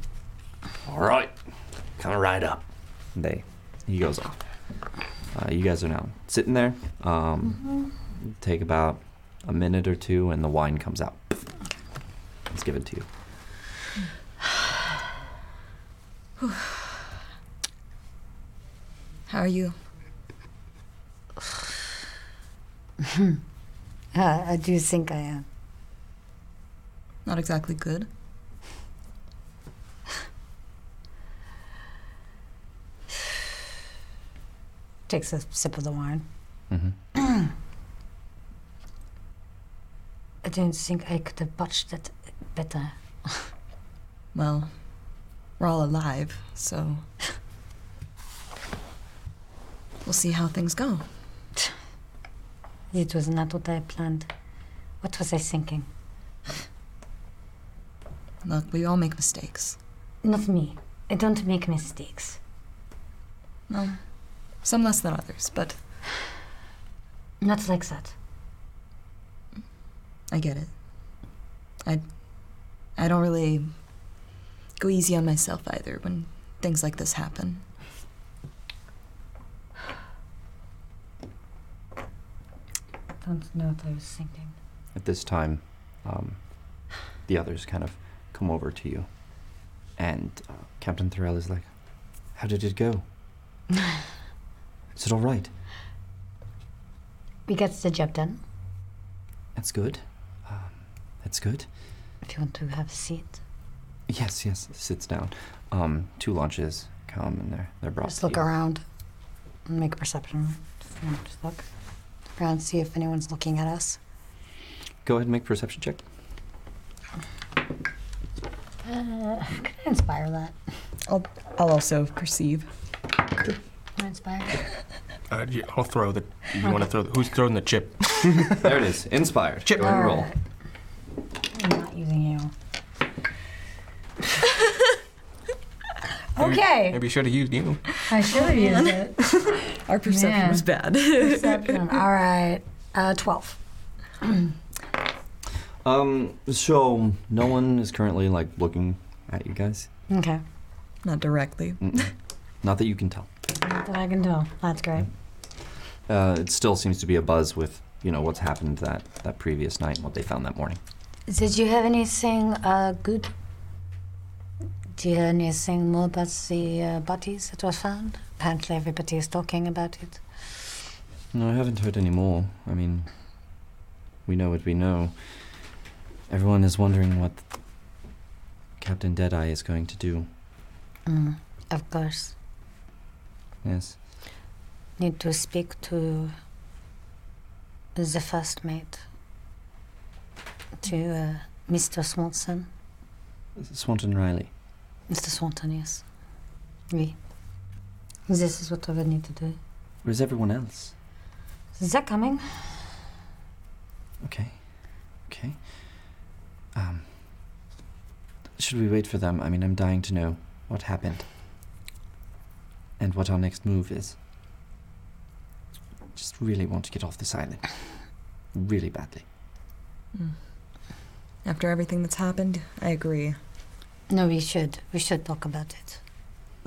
S2: All right, come right up. They, he goes off. Uh, you guys are now sitting there.
S8: Mm-hmm.
S2: Um, Take about a minute or two, and the wine comes out. It's given to you.
S6: How are
S8: *sighs*
S6: you?
S8: Uh, I do think I am.
S6: Not exactly good.
S8: *sighs* Takes a sip of the wine.
S2: Mhm.
S3: *clears throat* I don't think I could have botched it better.
S6: *laughs* Well, we're all alive, so we'll see how things go.
S3: It was not what I planned. What was I thinking?
S6: Look, we all make mistakes.
S3: Not me. I don't make mistakes.
S6: No, some less than others, but
S3: Not like that.
S6: I get it. I I don't really go easy on myself either when things like this happen.
S3: Don't know what I was thinking.
S2: At this time, um, the others kind of come over to you. And uh, Captain Thorell is like, How did it go? is it all right?
S8: We got the job done.
S2: That's good. Um, that's good.
S8: If you want to have a seat,
S2: Yes, yes, sits down. Um, two lunches come and they're, they're brought
S8: just
S2: to
S8: look
S2: you.
S8: around and make a perception. Just, you know, just look around, see if anyone's looking at us.
S2: Go ahead and make a perception check.
S8: Uh, can I inspire that?
S6: I'll, I'll also perceive.
S8: Can I inspire?
S4: *laughs* Uh, yeah, I'll throw the. You
S8: Okay.
S4: want to throw? The, who's throwing the chip?
S2: *laughs* there it is. Inspired.
S4: Chip.
S2: Go ahead and roll.
S8: Alright. I'm not using
S2: *laughs*
S8: you. Okay.
S4: Maybe you should have used Uh, you.
S8: I should have used it.
S6: Our perception
S8: Man.
S6: was bad.
S8: Perception. All right. Uh, 12.
S2: Um, so no one is currently like looking at you guys.
S8: Okay.
S6: Not directly.
S2: Mm-mm. Not that you can tell.
S8: Not that I can tell. That's great.
S2: Uh, it still seems to be a buzz with you know what's happened that that previous night and what they found that morning.
S8: Did you have anything uh, good? Do you have anything more about the uh, bodies that were found? Apparently, everybody is talking about it.
S2: No, I haven't heard any more. I mean, we know what we know. Everyone is wondering what Captain Deadeye is going to do.
S8: Mm, of course.
S2: Yes.
S8: Need to speak to the first mate, to uh, Mr. Swanson.
S2: Swanton Riley.
S8: Mr. Swanton, yes. Oui. This is what I would need to do.
S2: Where's everyone else?
S8: They're coming.
S2: Okay. Okay. Um, should we wait for them? I mean, I'm dying to know what happened and what our next move is. Just really want to get off this island. Really badly.
S6: Mm. After everything that's happened, I agree.
S8: No, we should. We should talk about it.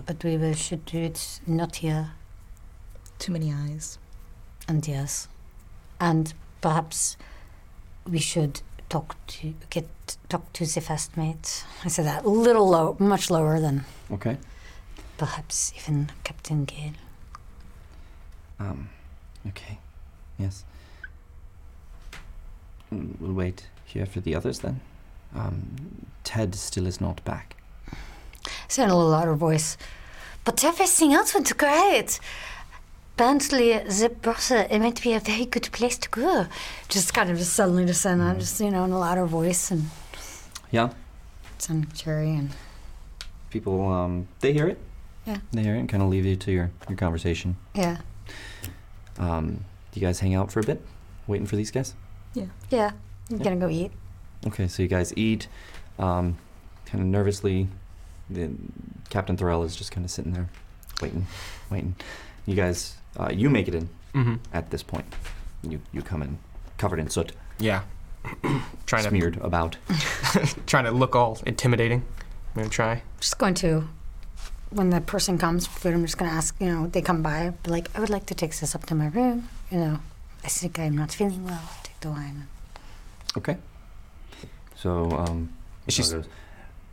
S8: But we will, should do it not here
S6: Too many eyes.
S8: and yes. And perhaps we should talk to get talk to the first mate. I said that a little low, much lower than
S2: Okay.
S8: perhaps even Captain Gale.
S2: Um, okay. Yes. Mm, We'll wait here for the others then. Um, Ted still is not back.
S8: said in a little louder voice. But everything else went great. Apparently, the brother, it might be a very good place to go. Just kind of just suddenly just saying
S3: Mm-hmm.
S8: that, just, you know, in a louder voice and
S2: Yeah.
S8: sanctuary and
S2: people um, they hear it
S8: Yeah.
S2: they hear it and kind of leave you to your, your conversation
S8: yeah.
S2: um, do you guys hang out for a bit waiting for these guys
S6: Yeah.
S8: Yeah. I'm gonna go eat.
S2: okay so you guys eat um, kind of nervously the captain Thorell is just kind of sitting there waiting waiting you guys uh, you make it in
S4: Mhm.
S2: at this point you, you come in covered in soot
S4: Yeah. *clears throat* trying
S2: smeared about
S4: to *laughs* trying to look all intimidating. I'm gonna try.
S8: Just going to, when the person comes for food, I'm just gonna ask, you know, they come by, be like, I would like to take this up to my room. You know, I think I'm not feeling well. Take the wine.
S2: okay so um,
S4: She's-
S2: goes,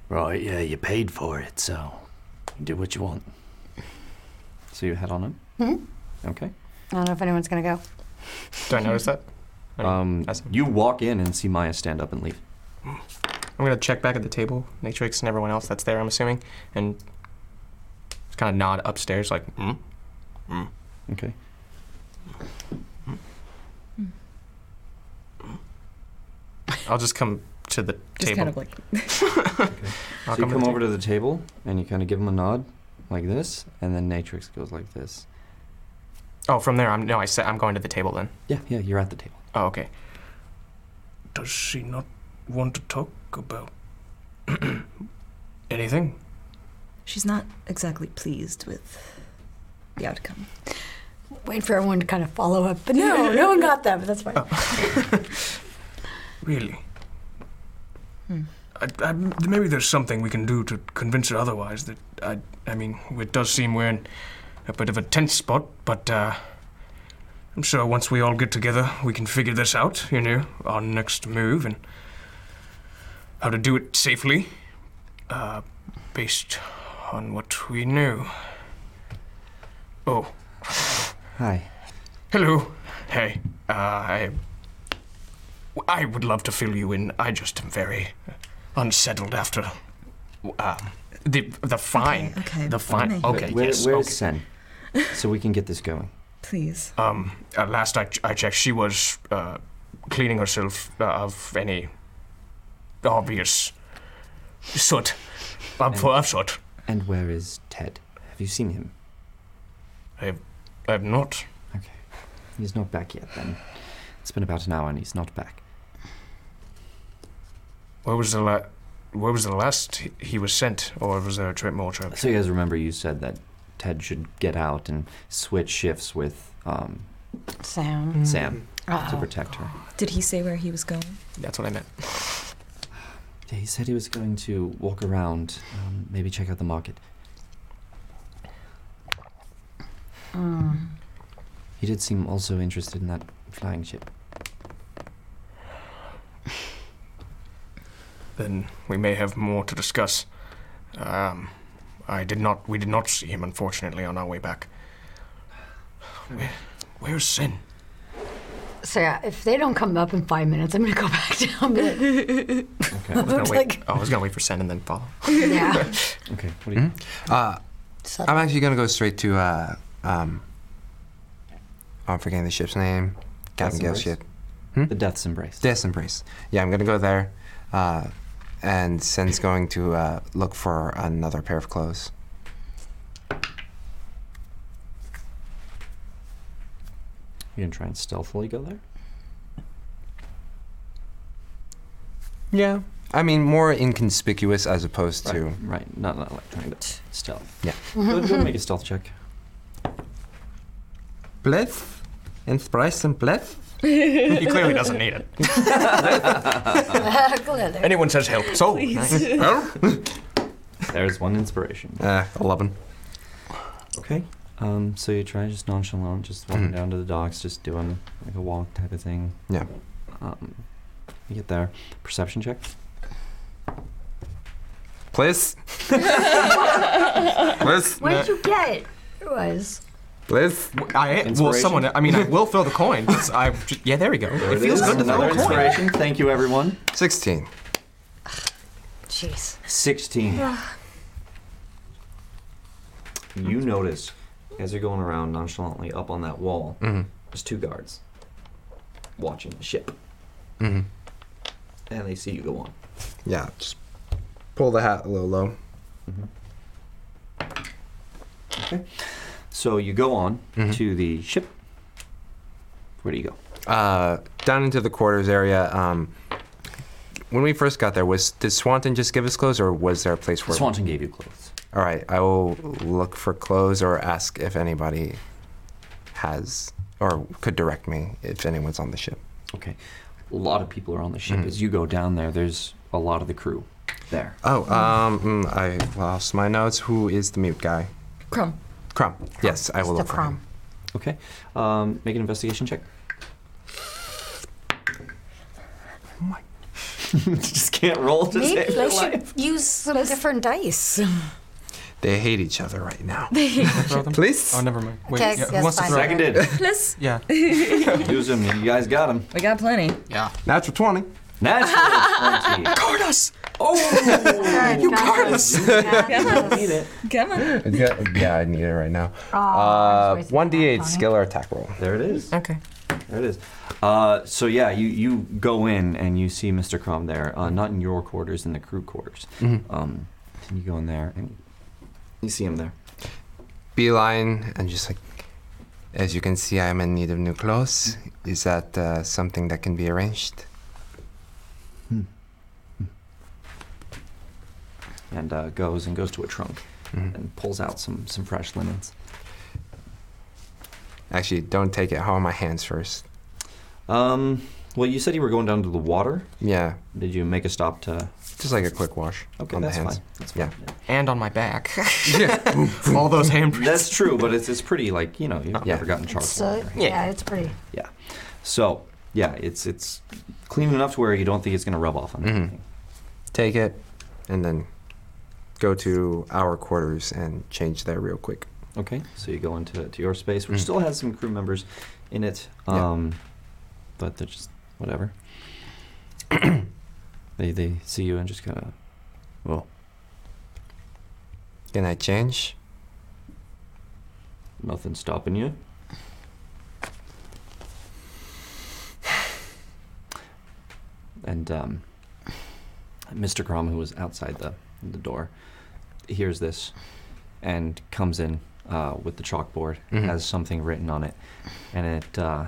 S2: right yeah you paid for it so do what you want so you head on in
S8: hmm
S2: Okay.
S8: I don't know if anyone's gonna go.
S4: Do I notice that?
S2: Um, you walk in and see Maya stand up and leave.
S4: I'm gonna check back at the table, Matrix and everyone else that's there. I'm assuming, and just kind of nod upstairs, like, mm, mm.
S2: Okay.
S4: I'll just come to the
S6: Just
S4: table.
S6: kind of like.
S8: *laughs*
S2: so you
S4: I'll come to
S2: come
S4: the
S2: over to the table and you kind of give him a nod, like this, and then Natrix goes like this.
S4: Oh, from there, I'm no, I said I'm going to the table then.
S2: Yeah, yeah, you're at the table.
S4: Oh, okay.
S11: Does she not want to talk about *clears throat* anything?
S6: She's not exactly pleased with the outcome.
S8: Wait for everyone to kind of follow up, but no, no one got that. But that's fine.
S11: Really?
S6: Hmm.
S11: I, I, maybe there's something we can do to convince her otherwise. That I, I mean, it does seem we're in a bit of a tense spot, but uh, I'm sure once we all get together, we can figure this out. You know, our next move, and how to do it safely, uh, based on what we know. Oh,
S2: Hi.
S11: hello. Hey, uh, I, I would love to fill you in. I just am very unsettled after um, the the fine.
S6: okay,
S11: The fine.
S6: fine.
S11: Okay.
S2: Where,
S11: yes.
S2: where's
S11: okay.
S2: Sen? So we can get this going.
S6: *laughs* Please.
S11: Um, uh, last I, ch- I checked, she was uh, cleaning herself uh, of any obvious soot, of, of soot.
S2: And where is Ted? Have you seen him?
S11: I've, I've not.
S2: Okay. He's not back yet then. It's been about an hour and he's not back.
S11: Where was the la- Where was the last he- he was sent, or was there a trip more trip?
S2: So you guys remember you said that Ted should get out and switch shifts with um,
S8: Sam.
S2: Sam to
S6: Uh-oh.
S2: protect her.
S6: Did he say where he was going?
S11: That's what I meant.
S2: Yeah, he said he was going to walk around, um, maybe check out the market.
S5: Oh.
S8: Mm.
S2: He did seem also interested in that flying ship.
S11: Then we may have more to discuss. Um, I did not. We did not see him, unfortunately, on our way back. Where, where's Sin?
S8: So yeah, if they don't come up in five minutes, I'm gonna go *laughs* back down. okay.
S11: Okay, I was
S8: *laughs*
S11: gonna wait. oh, I was gonna wait for Sen and then follow.
S8: yeah.
S9: *laughs*
S2: Okay. What
S9: do you? Uh, I'm actually gonna go straight to. Uh, um, oh, I'm forgetting the ship's name. Captain
S2: Death's
S9: Gale's
S2: Embrace?
S9: ship. Hmm?
S2: The Death's Embrace.
S9: Death's Embrace. Yeah, I'm gonna go there, uh, and Sen's going to uh, look for another pair of clothes.
S2: You gonna try and stealthily go there?
S5: *laughs*
S9: Yeah. I mean, more inconspicuous as opposed to.
S2: Right. Not not like trying to stealth.
S9: Yeah.
S2: Go, go make a stealth check.
S9: Bless and Spice and Bless.
S11: he clearly doesn't need it. Anyone says help. So
S9: Please.
S11: nice. help.
S2: There's one inspiration.
S11: *laughs*
S9: Uh,
S11: Ah,
S9: 11.
S2: Okay. Um, so you try just nonchalant, just
S11: Mm-hmm.
S2: walking down to the docks, just doing like a walk type of thing.
S9: Yeah.
S2: Um, you get there. Perception check.
S9: Please.
S11: Let's-
S8: What did you get? It was.
S11: Liz? I, well,
S2: Inspiration?
S11: someone, I mean, I will fill the coin. 'cause I, ju- yeah, there we go. it feels good to throw
S2: Another
S11: a coin.
S2: inspiration. Thank you, everyone.
S9: 16.
S8: Jeez.
S2: 16. You notice as you're going around nonchalantly up on that wall,
S11: Mm-hmm.
S9: Mhm.
S2: there's two guards watching the ship,
S9: Mm-hmm.
S2: and they see you go on.
S9: Yeah, just pull the hat a little low.
S2: Mm-hmm. So you go on
S9: Mm-hmm.
S2: to the ship. Where do you go?
S9: Uh, down into the quarters area. Um, when we first got there, was did Swanton just give us clothes, or was there a place where
S2: Swanton gave you clothes?
S9: All right, I will look for clothes or ask if anybody has or could direct me if anyone's on the ship.
S2: Okay, a lot of people are on the ship.
S11: Mm-hmm.
S9: Mhm.
S2: As you go down there, there's a lot of the crew there.
S9: Oh, um, mm, I lost my notes. Who is the mute guy?
S6: Crumb.
S9: Crumb. Yes, I will
S2: Mr.
S9: look for him.
S2: Okay, um, make an investigation check.
S11: Oh
S2: *laughs* just can't roll to
S8: Maybe
S9: save your
S8: I should use some different *laughs* dice.
S9: They hate each other right
S3: *laughs*
S9: now.
S14: Please.
S11: Oh, never mind.
S8: Wait, Okay, yeah, who yes, wants to fine. throw it?
S6: *laughs* Please.
S11: Yeah.
S2: Use him. You guys got him.
S6: We got plenty.
S11: Yeah.
S9: Natural 20.
S2: Natural 20.
S5: *laughs*
S6: Guard us.
S8: Oh, you
S6: guard us.
S9: *laughs*
S6: Come on.
S9: yeah, yeah, I need it right now.
S8: I
S9: Uh, 1d8 skill or attack roll.
S2: There it is.
S9: Okay.
S2: There it is. Uh, so yeah, you, you go in and you see Mr. Crom there, uh, not in your quarters, in the crew quarters.
S9: Mhm.
S2: Um, and you go in there and you see him there.
S9: Beeline, and just like, as you can see, I'm in need of new clothes. Is that uh, something that can be arranged?
S2: Hmm. and uh, goes and goes to a trunk
S9: Mhm.
S2: and pulls out some, some fresh linens.
S9: Actually, don't take it. How are my hands first?
S2: Um, well, you said you were going down to the water.
S9: Yeah,
S2: Did you make a stop to?
S9: just like a quick wash
S2: Okay,
S9: on
S2: that's
S9: the hands.
S2: fine. That's fine. Yeah.
S4: And on my back. *laughs*
S9: *laughs*
S11: All
S2: *laughs*
S11: those handprints.
S2: That's true, but it's, it's pretty like you know you've never gotten charcoal.
S8: So, yeah, it's pretty.
S2: Yeah. So yeah, it's it's clean enough to where you don't think it's going to rub off on anything.
S9: Mm-hmm. Take it, and then go to our quarters and change there real quick.
S2: Okay, so you go into to your space, which
S9: Mm.
S2: still has some crew members in it.
S9: Yeah.
S2: Um, But they're just
S9: *coughs*
S2: whatever. they they see you and just kind of well.
S9: Can I change?
S2: Nothing stopping you. And um, Mr. Crom, who was outside the, the door, hears this and comes in uh, with the chalkboard,
S9: Mm-hmm.
S14: Mhm.
S2: has something written on it, and it uh,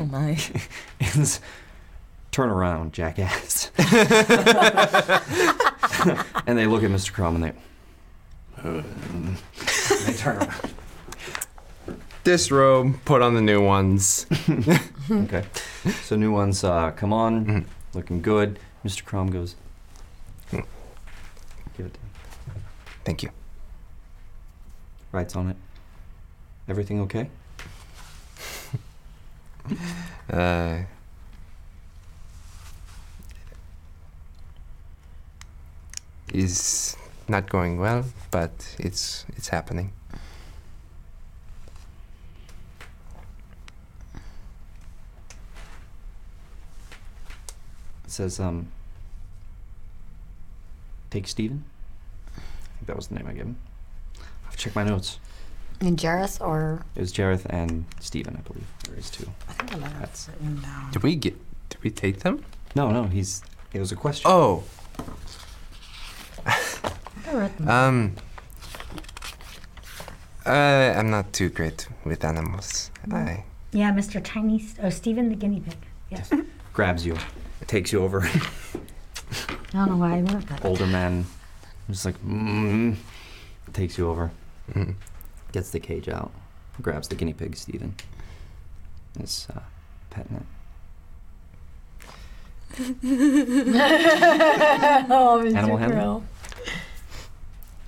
S6: Oh
S8: *laughs*
S6: my.
S2: is turn
S9: *laughs*
S2: around, jackass. and they look at Mr. Crom and they,
S9: *laughs*
S2: they turn around.
S9: Disrobe, put on the new ones.
S2: *laughs* okay. So new ones uh, come on,
S9: Mm-hmm.
S2: looking good. Mr. Crom goes. Give it. to him.
S9: Mm. Thank you.
S2: Writes on it. Everything okay?
S9: *laughs* Uh, is not going well, but it's it's happening.
S2: It says um. Take Steven? I think that was the name I gave him. I've checked my notes.
S8: And Jareth or
S2: It was Jareth and Steven, I believe. There is two.
S8: I think I might have
S2: That's-
S8: written down.
S9: Did we get? Did we take them?
S2: No, no. He's. It was a question.
S9: Oh.
S8: I wrote them.
S9: Um. Uh, I'm not too great with animals.
S3: Mm.
S9: I
S3: Yeah, Mr. Tiny S-
S8: uh,
S3: or Stephen the guinea pig. Yeah.
S2: Grabs you, takes you
S8: *laughs*
S2: over.
S3: I don't know why I wrote that.
S2: older man just like mm, takes you over
S9: Mm-hmm.
S2: gets the cage out grabs the guinea pig Stephen is uh, petting it
S6: oh,
S2: Animal handling?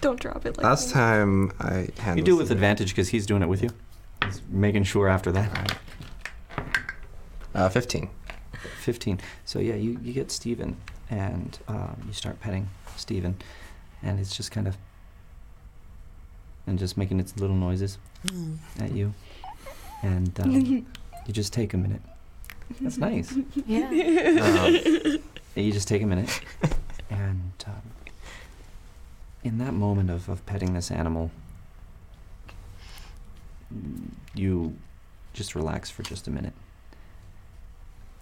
S6: Don't drop it like
S9: last time I handled.
S2: you do it with advantage because he's doing it with you he's making sure after that
S9: uh, fifteen.
S2: 15 so yeah you, you get Stephen and um, you start petting Stephen and it's just kind of and just making its little noises
S6: Mm.
S2: at you and
S6: *laughs*
S2: um, you just take a minute that's nice Um, you just take a minute, and um, in that moment of, of petting this animal, you just relax for just a minute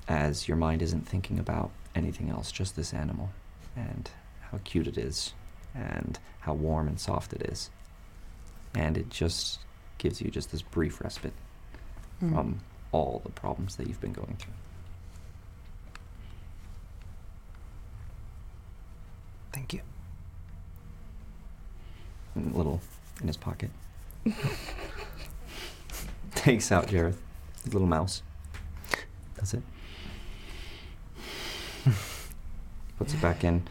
S2: as your mind isn't thinking about anything else, just this animal and how cute it is, and how warm and soft it is. And it just gives you just this brief respite
S8: Mm.
S2: from all the problems that you've been going through.
S9: Thank you.
S2: and a little in his pocket. Takes out Jareth, his little mouse. That's it. Puts it back in,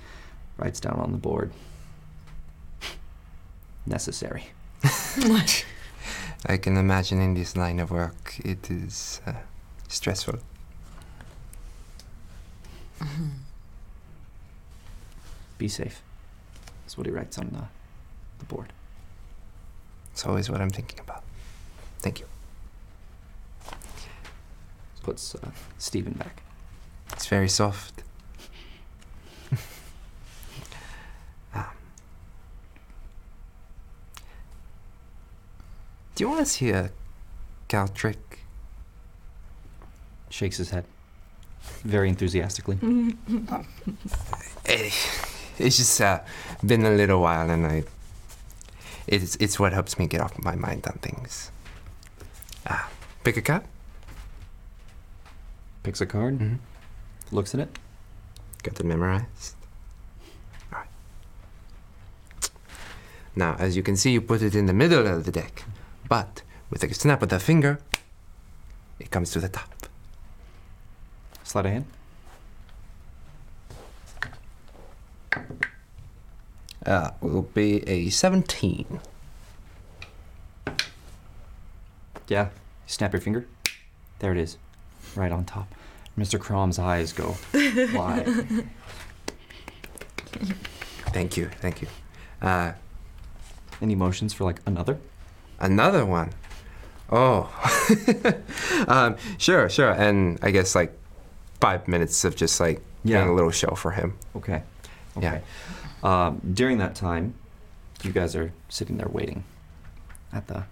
S2: writes down on the board. Necessary.
S9: *laughs* I can imagine in this line of work, it is uh, stressful.
S2: Be safe. That's what he writes on the, the board.
S9: It's always what I'm thinking about. Thank you.
S2: Puts uh, Stephen back.
S9: It's very
S2: *laughs*
S9: soft. um, do you want to see a cow trick?
S2: Shakes his head very enthusiastically.
S9: Eh, It's just uh, been a little while, and I. It's it's what helps me get off my mind on things. Ah, pick a cat.
S2: Picks a card, looks at it.
S9: Mm-hmm. Got it memorized. Alright. Now, as you can see, you put it in the middle of the deck, but with a snap of the finger, it comes to the top.
S2: Slide a hand.
S9: Uh, will be a 17.
S2: Yeah. Snap your finger. There it is. Right on top. Mr. Crom's eyes go wide.
S9: Thank you, thank you. Uh,
S2: Any motions for like another?
S9: Another one. Oh, *laughs* um, sure, sure. And I guess like five minutes of just like getting a little show for him.
S2: Okay. Okay. Um, during that time, you guys are sitting there waiting at the,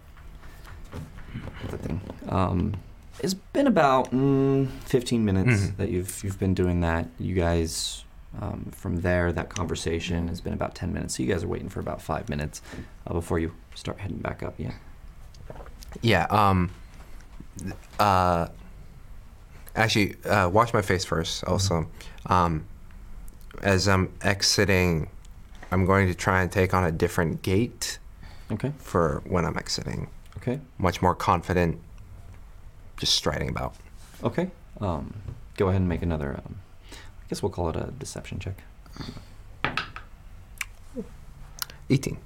S2: at the thing. Um, it's been about mm, 15 minutes that you've you've been doing that. You guys, um, from there, that conversation has been about 10 minutes. So you guys are waiting for about five minutes uh, before you start heading back up. Yeah.
S9: Yeah. Um. th- Uh. Actually, uh, wash my face first. Also,
S2: Mm-hmm.
S9: um, as I'm exiting, I'm going to try and take on a different gait.
S2: Okay.
S9: For when I'm exiting.
S2: Okay.
S9: Much more confident. Just striding about.
S2: Okay. Um, go ahead and make another. Um, I guess we'll call it a deception check.
S9: 18.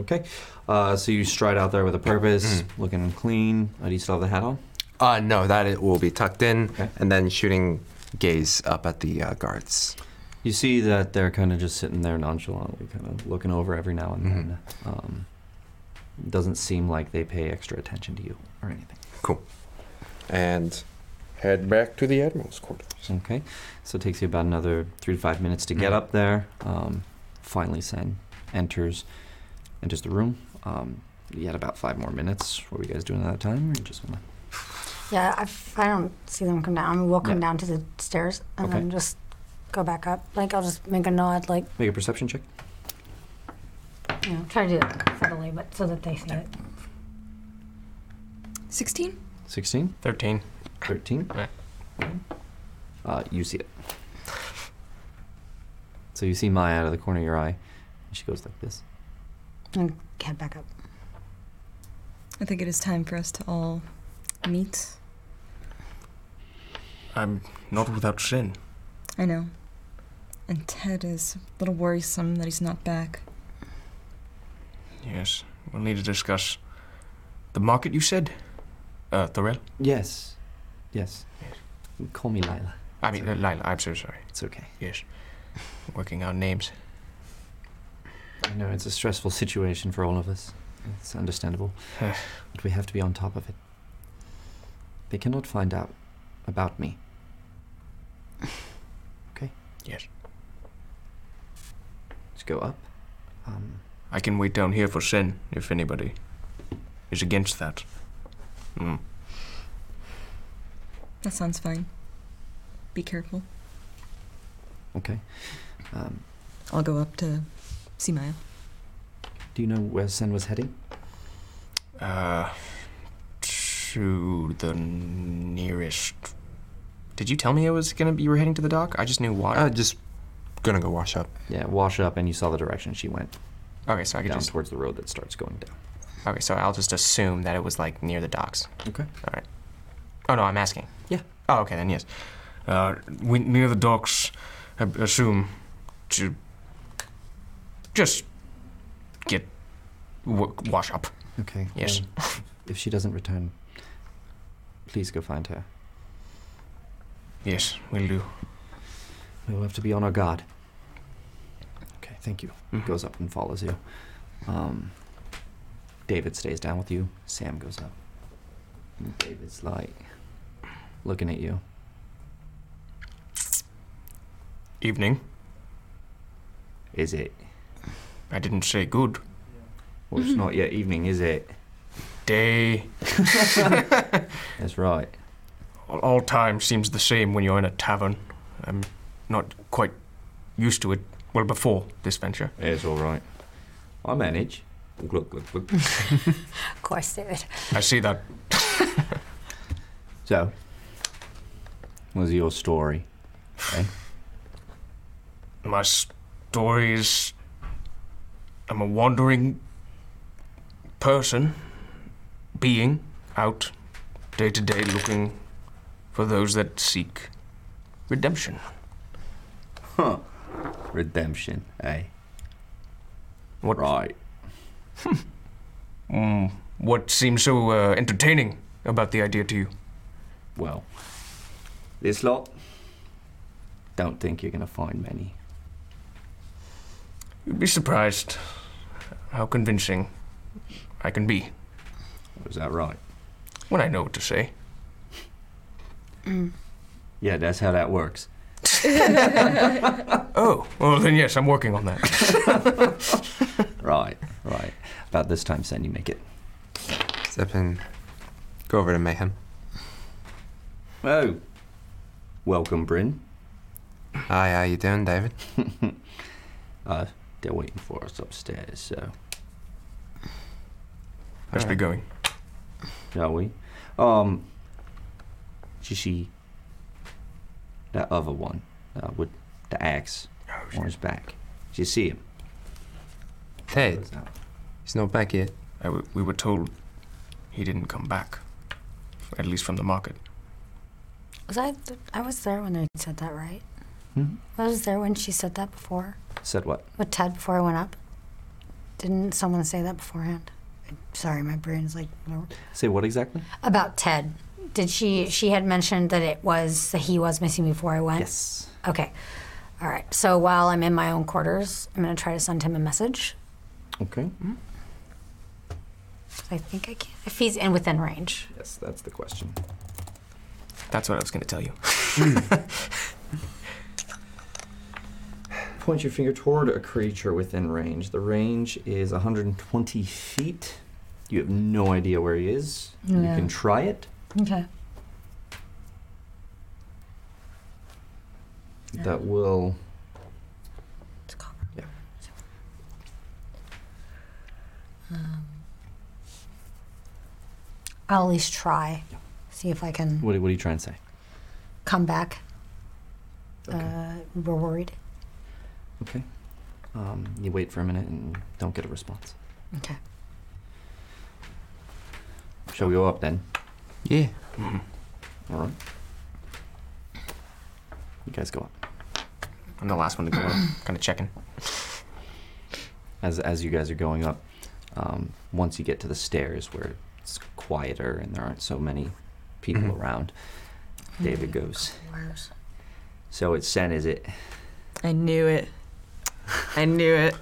S2: Okay. Uh, so you stride out there with a purpose, looking clean. Uh, do you still have the hat on?
S9: Mm. Uh, no, that it will be tucked in, and then shooting gaze up at the uh, guards.
S2: You see that they're kind of just
S9: *laughs*
S2: sitting there nonchalantly, kind of looking over every now and then.
S14: Mm-hmm.
S2: Um, doesn't seem like they pay extra attention to you or anything.
S9: Cool.
S2: And
S14: Head back to the admiral's quarters.
S2: okay, so it takes you about another three to five minutes to
S14: Mm-hmm.
S2: get up there. Um, finally, Sen enters enters the room. Um, you had about five more minutes. What were you guys doing at that time? Or you just wanna...
S8: Yeah, I've, I don't see them come down. I mean, we'll come
S2: Yeah.
S8: down to the stairs and
S2: Okay.
S8: then just go back up. Like, I'll just make a nod, like,
S2: make a perception check.
S8: you know, try to do it subtly, but so that they see it.
S6: 16?
S2: 16? 13. 13?
S8: Mm-hmm.
S2: Uh, you see it. So you see Maya out of the corner of your eye, and she goes like this.
S6: And
S8: head back up.
S6: I think it is time for us to all meet.
S11: I'm not without sin.
S6: I know. And Ted is a little worrisome that he's not back.
S11: Yes, we'll need to discuss the market. You said, uh, Thorel.
S2: Yes, yes. Call me Lila.
S11: I mean, uh, Lila. I'm so sorry.
S2: It's okay.
S11: Yes, working out names.
S2: I know it's a stressful situation for all of us. It's understandable. but we have to be on top of it. They cannot find out about me. Okay?
S11: Yes.
S2: Let's go up. Um,
S11: I can wait down here for Sen if anybody is against that. Mm.
S6: That sounds fine. Be careful.
S2: Okay. Um,
S6: I'll go up to see Maya.
S2: do you know where Sen was heading?
S11: Uh, to the nearest. Did you tell me it was gonna be? You were heading to the dock. I just knew why.
S9: Uh, just gonna go wash up.
S2: Yeah, wash up, and you saw the direction she went.
S11: Okay, so I could
S2: down
S11: just
S2: towards the road that starts going down.
S11: Okay, so I'll just assume that it was like near the docks.
S2: Okay.
S11: All right. Oh no, I'm asking.
S2: Yeah.
S11: Oh, okay then. Yes. Uh, went near the docks. I assume to just get w- wash up.
S2: Okay.
S11: Yes.
S2: well, if she doesn't return, please go find her.
S11: Yes, we'll do.
S2: We will have to be on our guard. Okay, thank you.
S11: Mm-hmm.
S2: Goes up and follows you. Um, David stays down with you. Sam goes up. And David's like looking at
S11: *laughs*
S2: you.
S11: Evening.
S2: Is it?
S11: I didn't say good.
S2: Well, it's not yet evening, is it?
S11: Day.
S2: *laughs* That's right.
S11: All, all time seems the same when you're in a tavern. I'm not quite used to it. Well, before this venture.
S2: It's all right. I manage. Look, look, look.
S8: Of course, David.
S11: I see that.
S2: *laughs* So, was your story? eh? Okay.
S11: My story is I'm a wandering person, being out day to day looking for those that seek redemption.
S2: *laughs* Huh. Redemption, eh?
S11: What? *laughs*
S2: Right.
S11: Mm, what seems so uh, entertaining about the idea to you?
S2: Well, this lot. Don't think you're gonna find many.
S11: You'd be surprised how convincing I can be.
S2: Is that right?
S11: When I know what to say.
S2: Mm. Yeah, that's how that works.
S11: Oh, well then yes, I'm working on that.
S2: *laughs* Right, right. About this time, Sen, you make it.
S9: Step in. Go over to Mayhem.
S2: Oh. Welcome, Bryn.
S9: Hi, how you doing, David?
S2: *laughs* uh, they're waiting for us upstairs, so.
S11: I should be going.
S2: Shall we? Um, she, she, that other one uh, with the axe on his back. Did you see him?
S9: Hey, he's not back yet.
S11: I w- Uh, we were told he didn't come back, at least from the market.
S8: Was I? I was there when they said that, right?
S3: Hmm?
S2: Mhm.
S8: I was there when she said that before
S2: Said what?
S8: with Ted before I went up. Didn't someone say that beforehand? Sorry, my brain's like
S2: Say what exactly?
S8: about Ted. Did she? She had mentioned that it was that he was missing before I went.
S2: Yes.
S8: Okay. All right. So while I'm in my own quarters, I'm gonna try to send him a message.
S2: Okay.
S8: I think I can. If he's in within range.
S2: Yes, that's the question.
S4: That's what I was going to tell you.
S11: *laughs*
S2: Point your finger toward a creature within range. The range is 120 feet. You have no idea where he is. You
S6: Yeah.
S2: can try it.
S6: Okay.
S2: That will.
S8: Um, I'll at least try. See if I can
S2: What, what are you trying to say?
S8: come back. Uh, we're worried.
S2: Okay. Um, you wait for a minute and don't get a response.
S8: Okay.
S2: Shall we go up then? Mm-hmm.
S9: Yeah.
S2: All right. You guys go up.
S4: I'm the last one to
S2: *clears throat*
S4: go up, kind of checking.
S2: As as you guys are going up, um, once you get to the stairs where it's quieter and there aren't so many people
S6: Mhm.
S2: around, David goes.
S6: Where's?
S2: So it's Sen, is it?
S6: I knew it. I knew *laughs* it.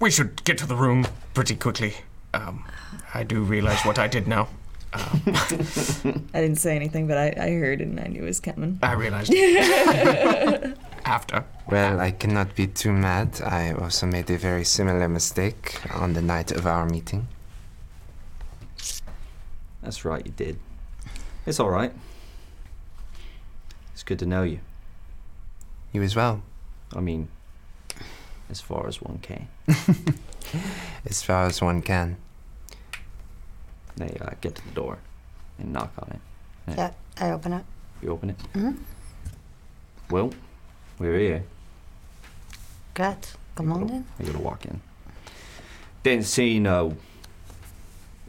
S11: We should get to the room pretty quickly. Um, I do realize what I did
S9: *laughs*
S11: now.
S6: I didn't say anything, but I, I heard it and I knew it was coming.
S11: I realized after.
S9: Well, I cannot be too mad. I also made a very similar mistake on the night of our meeting.
S2: That's right, you did. It's all right. It's good to know you.
S9: You as well.
S2: I mean, as far as one can.
S9: *laughs* As far as one can.
S2: They uh, get to the door and knock on it. And
S8: Yeah, I open it.
S2: You open it.
S8: Mhm.
S2: Well, we're here.
S8: Good. Come on then.
S2: I gotta walk in. Didn't see no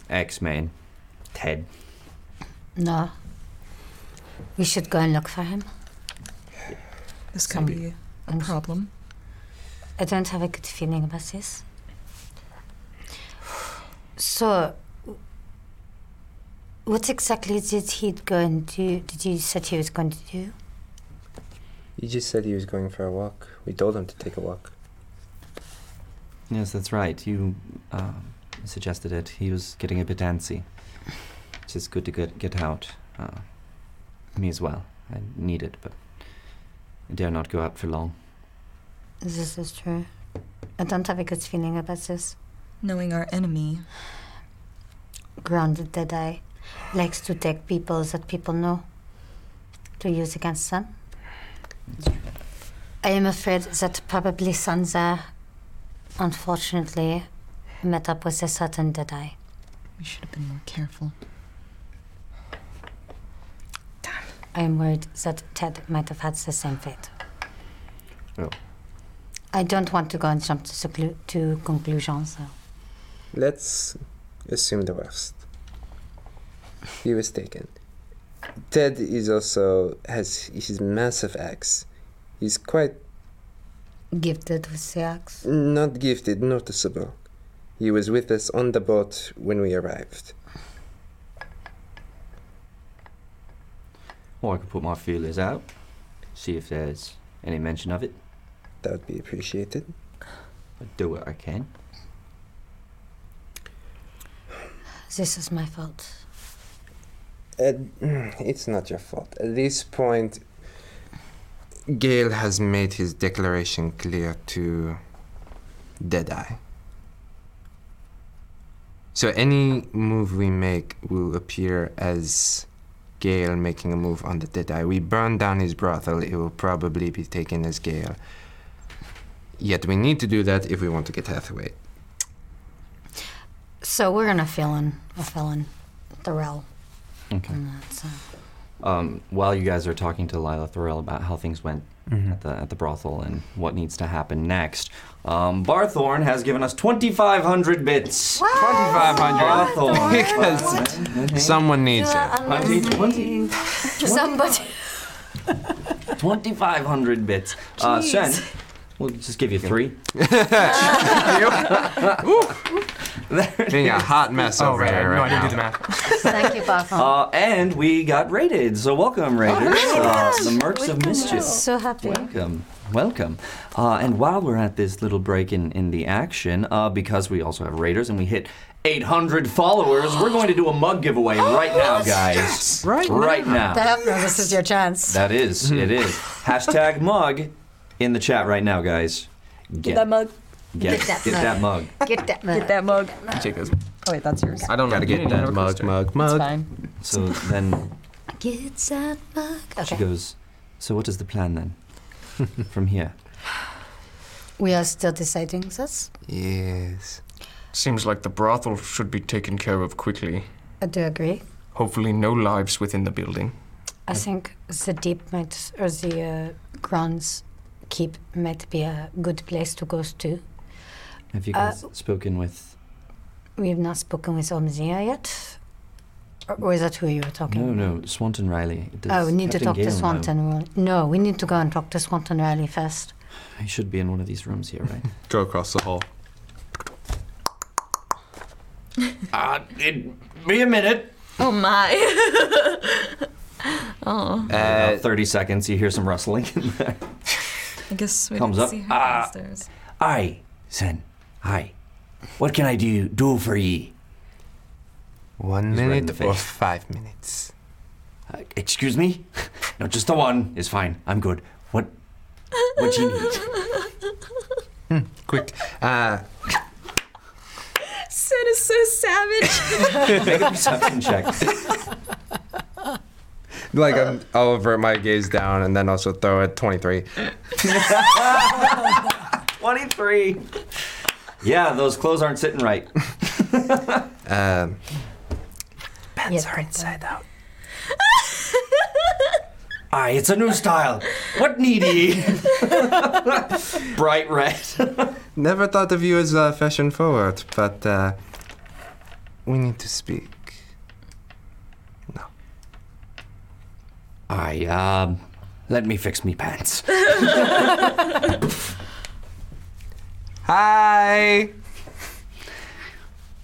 S2: X Men. Ted.
S8: No. We should go and look for him.
S6: This could be a problem.
S8: I don't have a good feeling about this. So, what exactly did he go and do? Did you said he was going to do?
S9: He just said he was going for a walk. We told him to take a walk.
S2: Yes, that's right. You um, suggested it. He was getting a bit antsy. It's just good to get get out. Uh, me as well. I need it, but I dare not go out for long.
S8: This is true. I don't have a good feeling about this.
S6: Knowing our enemy.
S8: Grounded Dead Eye likes to take people that people know to use against them. I am afraid that probably Sansa, unfortunately, met up with a certain Dead Eye.
S6: We should have been more careful.
S8: I am worried that Ted might have had the same fate.
S2: Oh.
S8: I don't want to go and jump to, seclu- to conclusions. though.
S9: Let's assume the worst. He was taken. Ted is also has his massive axe. He's quite
S8: Gifted with the axe.
S9: not gifted, noticeable. He was with us on the boat when we arrived.
S2: Or I could put my feelers out, see if there's Any mention of it?
S13: That would be appreciated.
S2: I do what I can.
S8: This is my fault.
S9: *clears throat*
S13: At, it's not your fault.
S9: At this point, Gale has made his declaration clear to Deadeye. So any move we make will appear as Gale making a move on the Deadeye. We burn down his brothel, it will probably be taken as Gale. Yet we need to do that if we want to get Hathaway.
S8: So we're gonna fill in a felon, Darrell.
S2: Okay.
S8: And that's, uh,
S2: Um, while you guys are talking to Lila Thorell about how things went
S9: Mm-hmm.
S8: Mhm.
S2: at the at the brothel and what needs to happen next, um, Barthorn has given us 2,500 bits.
S9: 2,500.
S2: *laughs* Barthorn.
S9: Because someone needs it.
S8: Somebody.
S2: 2,500 bits. Uh,
S8: Jeez.
S2: Shen, we'll just give you
S9: *laughs*
S2: *laughs* three.
S9: Being a hot mess
S2: Oh,
S9: over
S2: right,
S9: here
S2: no, I
S9: right
S2: didn't
S9: now.
S2: do the
S8: *laughs* Thank you, Buffon.
S2: Uh, and we got raided, so welcome, raiders. Uh,
S8: *laughs*
S2: the Mercs of Mischief.
S8: So happy.
S2: Welcome, welcome. Uh, and while we're at this little break in, in the action, uh, because we also have Raiders and we hit 800 followers, we're going to do a mug *gasps* giveaway right now, guys. Right, now. Mm-hmm.
S8: Damn, this is your chance.
S2: That is, it is. *laughs* Hashtag mug in the chat right now, guys.
S6: *laughs*
S2: Get,
S6: mug.
S2: get, get, that, mug.
S8: Get that mug.
S6: Get that mug.
S2: Take this.
S6: Oh, wait, that's yours.
S2: I don't know how to get that mug, mug,
S6: It's fine.
S2: So then
S8: Get that mug.
S2: She
S8: Okay.
S2: goes, So what is the plan *laughs* then? From here.
S8: We are still deciding this.
S11: Yes. Seems like the brothel should be taken care of quickly.
S8: I do agree.
S11: Hopefully, no lives within the building.
S8: I think the deep might, or the uh, grounds keep might be a good place to go to.
S2: Have you
S8: Uh,
S2: guys spoken with
S8: We have not spoken with Omnia yet. Or, or is that who you were talking
S2: No no, Swanton Riley. Does
S8: Oh, we need to
S2: Captain
S8: talk
S2: Gale
S8: to
S2: know?
S8: Swanton. Riley. No, we need to go and talk to Swanton Riley first.
S2: He should be in one of these rooms here, right?
S9: *laughs* Go across the hall.
S2: uh, it be a minute.
S6: Oh my.
S2: *laughs*
S6: oh.
S2: About Uh, thirty seconds, you hear some rustling in there.
S6: I guess we
S2: Comes
S6: didn't
S2: up.
S6: see her
S2: Ah.
S6: downstairs.
S2: Aye, Sen. Aye. What can I do do for ye?
S9: One
S2: He's red in
S9: minute
S2: the
S9: or
S2: face.
S9: five minutes?
S2: Uh, excuse me? *laughs* No, just the one is fine. I'm good. What what you need?
S9: Hmm, Quick. Uh,
S6: Sin is so savage.
S2: Make a perception *laughs* check.
S9: like I'm, I'll avert my gaze down and then also throw at 23.
S2: 23. Yeah, those clothes aren't sitting
S9: *laughs*
S2: right.
S9: Um,
S8: Pants are inside out.
S2: Aye, it's a new style. What need
S9: *laughs*
S2: ye? Bright red.
S9: never thought of you as uh, fashion forward, but uh, we need to speak.
S2: Aye, um, let me fix me
S9: *laughs*
S2: pants.
S9: Hi!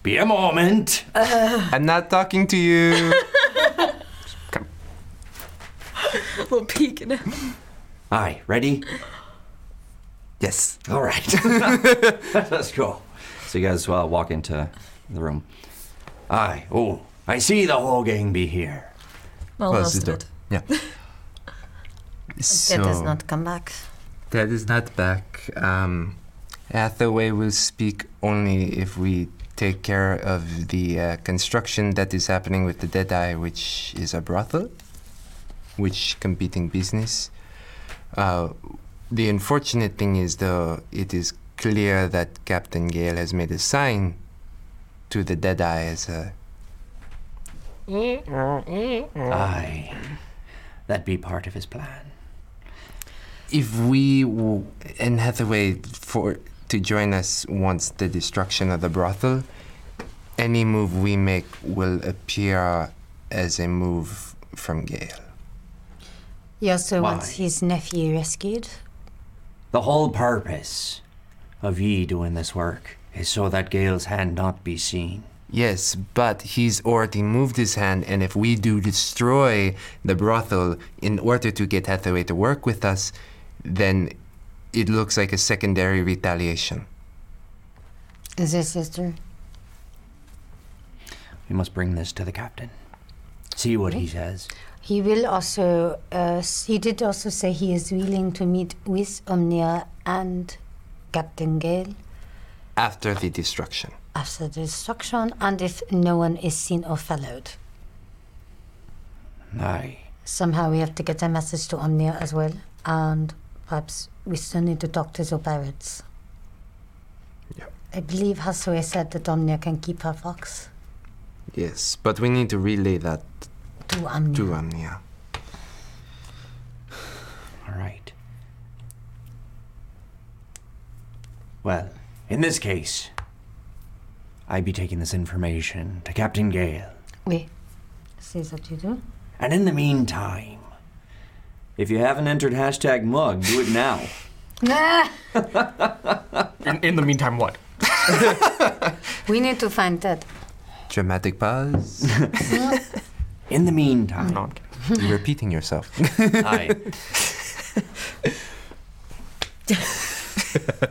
S2: Be a moment.
S9: I'm not talking to you.
S6: little peek in it.
S2: Aye, ready?
S9: Yes.
S2: All right. Let's go. So you guys uh, walk into the room. Aye, oh, I see the whole gang be here.
S6: Well,
S9: Close
S6: most
S9: the
S6: of it.
S9: Yeah.
S8: That does
S9: So-
S8: not come back.
S9: That is not back. Um, Hathaway will speak only if we take care of the uh, construction that is happening with the Deadeye, which is a brothel, which competing business. Uh, the unfortunate thing is, though, it is clear that Captain Gale has made a sign to the Deadeye as a
S2: *laughs* Aye, that be part of his plan.
S9: if we w- and Hathaway for to join us once the destruction of the brothel, any move we make will appear as a move from Gale.
S8: He also
S2: Why?
S8: wants his nephew rescued.
S2: The whole purpose of ye doing this work is so that Gale's hand not be seen.
S9: Yes, but he's already moved his hand, and if we do destroy the brothel in order to get Hathaway to work with us, then it looks like a secondary retaliation.
S8: Is this sister?
S15: We must bring this to the captain. See what he says.
S8: He will also. Uh, s- he did also say he is willing to meet with Omnia and Captain Gale
S9: After the destruction.
S8: after the destruction, and if no one is seen or followed.
S15: Aye.
S8: Somehow we have to get a message to Omnia as well, and perhaps we still need to talk to the pirates. I believe Hasue said that Omnia can keep her fox.
S9: Yes, but we need to relay that
S8: To Omnia.
S9: to uh, Amnia.
S15: *sighs* All right. Well, in this case, I'd be taking this information to Captain Gale.
S8: We see that you do.
S15: And in the meantime, if you haven't entered hashtag mug, do it now.
S8: Ah,
S11: In, in the meantime, what?
S8: we need to find that.
S9: Dramatic pause.
S15: *laughs* in the meantime.
S9: No, I'm kidding. You're repeating
S15: *laughs*
S9: yourself.
S15: Aye.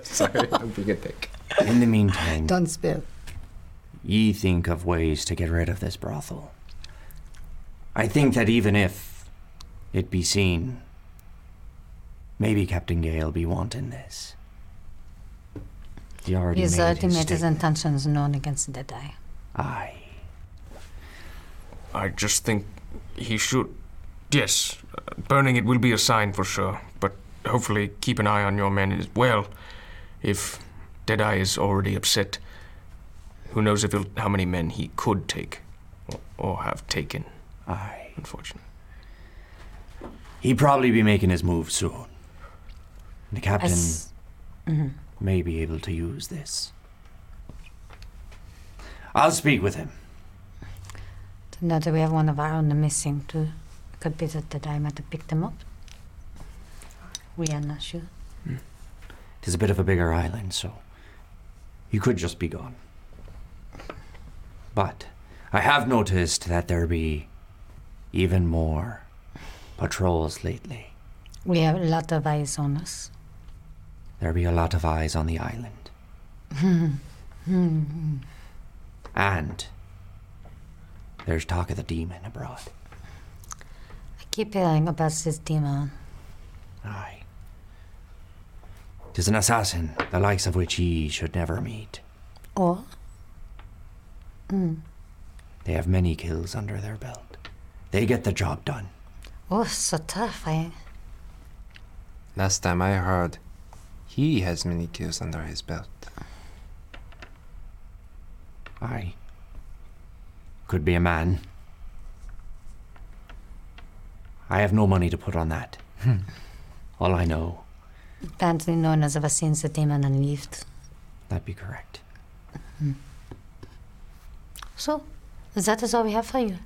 S9: Sorry, I'm being a dick.
S15: In the
S5: *laughs*
S15: meantime,
S8: Don't spill.
S15: ye think of ways to get rid of this brothel. I think that even if it be seen, maybe Captain Gale be wanting this. He already
S8: *laughs*
S15: made
S8: His
S15: his
S8: ultimate his
S15: statement.
S8: intentions known against the die.
S15: Aye.
S11: I just think he should. Yes, uh, burning it will be a sign for sure, but hopefully keep an eye on your men as well. If Deadeye is already upset, who knows if he'll, how many men he could take or, or have taken.
S15: Aye.
S11: Unfortunately.
S15: He probably be making his move soon. The captain
S8: s- Mhm.
S15: may be able to use this. I'll speak with him.
S8: To know that we have one of our own missing too. It could be that the die might have picked them up. We are not sure.
S15: Tis a bit of a bigger island, so you could just be gone. But I have noticed that there be even more patrols lately.
S8: We have a lot of eyes on us.
S15: There be a lot of eyes on the island.
S8: Hmm.
S15: And there's talk of the demon abroad.
S8: I keep hearing about this demon.
S15: Aye. Tis an assassin, the likes of which ye should never meet.
S8: Or? Hmm.
S15: They have many kills under their belt. They get the job done.
S8: Oh, so terrifying.
S9: Last time I heard, he has many kills under his belt.
S15: Aye. Could be a man. I have no money to put on that. *laughs* All I know,
S8: Apparently, no one has ever seen the demon and lived.
S15: that be correct.
S8: So, that is all we have for you.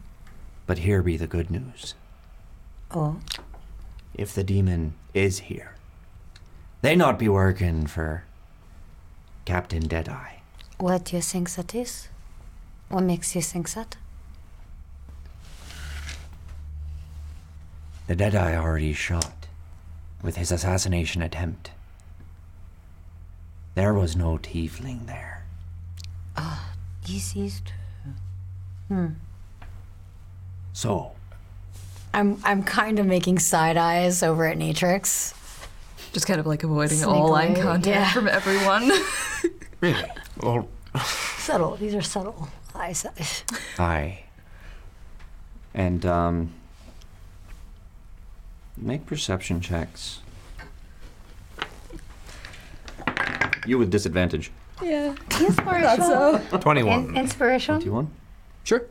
S15: But here be the good news.
S8: Oh,
S15: If the demon is here, they not be working for Captain Deadeye.
S8: what do you think that is? What makes you think that?
S15: The Deadeye already shot with his assassination attempt. There was no tiefling there.
S8: Ah, This is true. Hmm.
S15: So,
S8: I'm I'm kind of making side eyes over at Natrix.
S6: Just kind of like avoiding
S8: Sneak
S6: all eye
S8: away,
S6: contact
S8: yeah.
S6: from *laughs* everyone. *laughs*
S11: Really? Well,
S8: *laughs* Subtle. These are subtle eyes.
S15: Aye. And um, make perception checks. You with disadvantage.
S3: Yeah.
S8: Inspiration.
S3: Thought
S8: so.
S15: 21.
S8: inspiration.
S15: 21? Sure.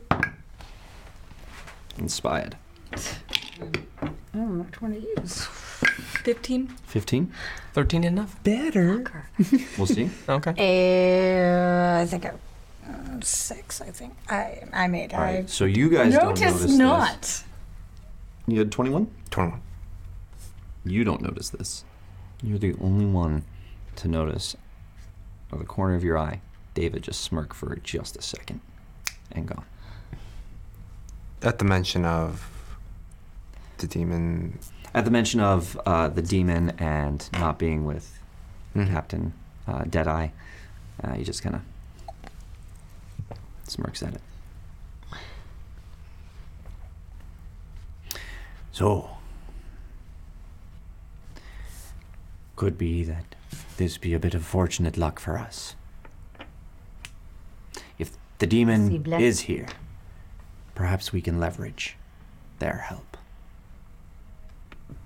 S15: Inspired.
S3: I don't know which one to use.
S6: 15.
S15: 15?
S2: 13 enough.
S6: Better.
S15: We'll see.
S2: Okay.
S8: Eh,
S3: Uh, I think I, uh,
S8: mm,
S3: six. I think I I made.
S15: All right,
S3: I
S15: so you guys don't
S3: notice
S15: notice this.
S3: not.
S15: You had 21? 21. You don't notice this. You're the only one to notice out of the corner of your eye. David just smirked for just a second and gone.
S9: At the mention of the demon,
S2: At the mention of uh, the demon and not being with
S15: Mm-hmm.
S2: Captain uh, Deadeye, uh, he just kind of smirks at it.
S15: So, could be that this be a bit of fortunate luck for us. If the
S8: See
S15: demon
S8: black.
S15: is here, perhaps we can leverage their help.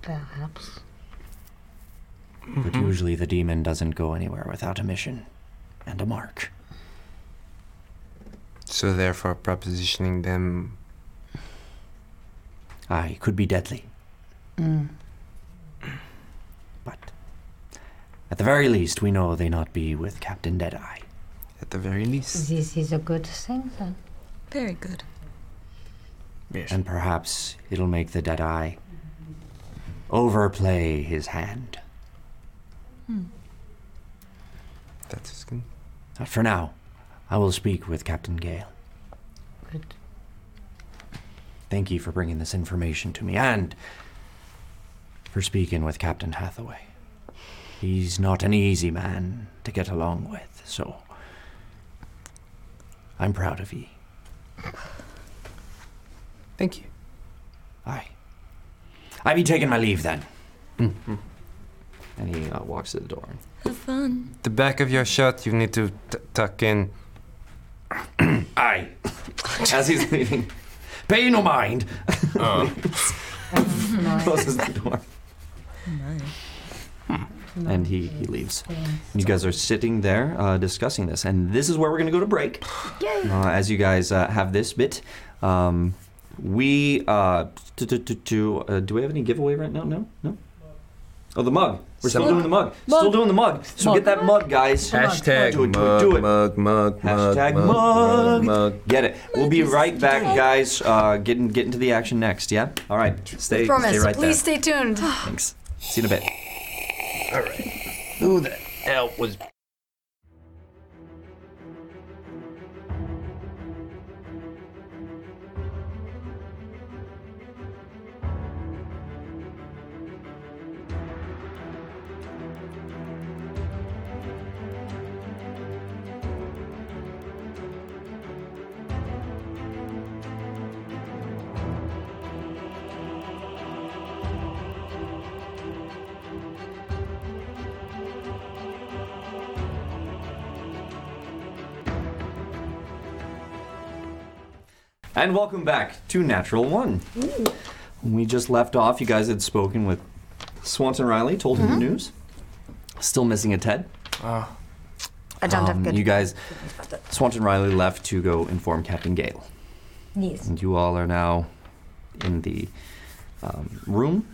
S8: Perhaps.
S15: But
S9: Mm-hmm.
S15: usually the demon doesn't go anywhere without a mission and a mark.
S9: So therefore, propositioning them.
S15: Aye, could be deadly.
S8: Mm.
S15: At the very least, we know they not be with Captain Deadeye.
S9: At the very least.
S8: This is a good thing then.
S6: Very good.
S15: And perhaps it'll make the Deadeye overplay his hand.
S6: Hmm.
S9: That's good.
S15: But for now, I will speak with Captain Gale.
S8: Good.
S15: Thank you for bringing this information to me and for speaking with Captain Hathaway. He's not an easy man to get along with, so I'm proud of ye.
S9: Thank you.
S15: Aye. I be taking my leave then.
S2: And he uh, walks to the door.
S6: Have fun.
S9: The back of your shirt, you need to t- tuck in.
S15: Aye. As he's leaving. Pay no mind.
S2: Closes the door.
S3: Hmm.
S2: And he, he leaves. You guys are sitting there uh, discussing this, and this is where we're going to go to
S3: *sighs*
S2: break. Uh, as you guys uh, have this bit, um, we uh, do, do, do, do, uh, do we have any giveaway right now? No, no. Oh, the mug. We're still
S9: Mug.
S2: doing the mug. Still doing the mug. So get that mug, guys.
S9: Hashtag
S2: do it, do it,
S9: mug,
S2: do it.
S9: mug, mug, mug,
S2: Hashtag
S9: mug,
S2: mug.
S9: mug.
S2: Get it. We'll be right back, guys. Uh, getting getting to the action next. Yeah. All right. Stay. Stay
S3: Promise.
S2: right
S3: Please
S2: there.
S3: stay tuned.
S2: Thanks. See you in a bit.
S15: All right. Who the hell was
S2: And welcome back to Natural One. When we just left off, you guys had spoken with Swanson Riley, told him the news. Still missing a Ted.
S3: I don't have
S2: Um,
S3: good.
S2: You guys, Swanson Riley left to go inform Captain Gale.
S3: Yes.
S2: And you all are now in the um, room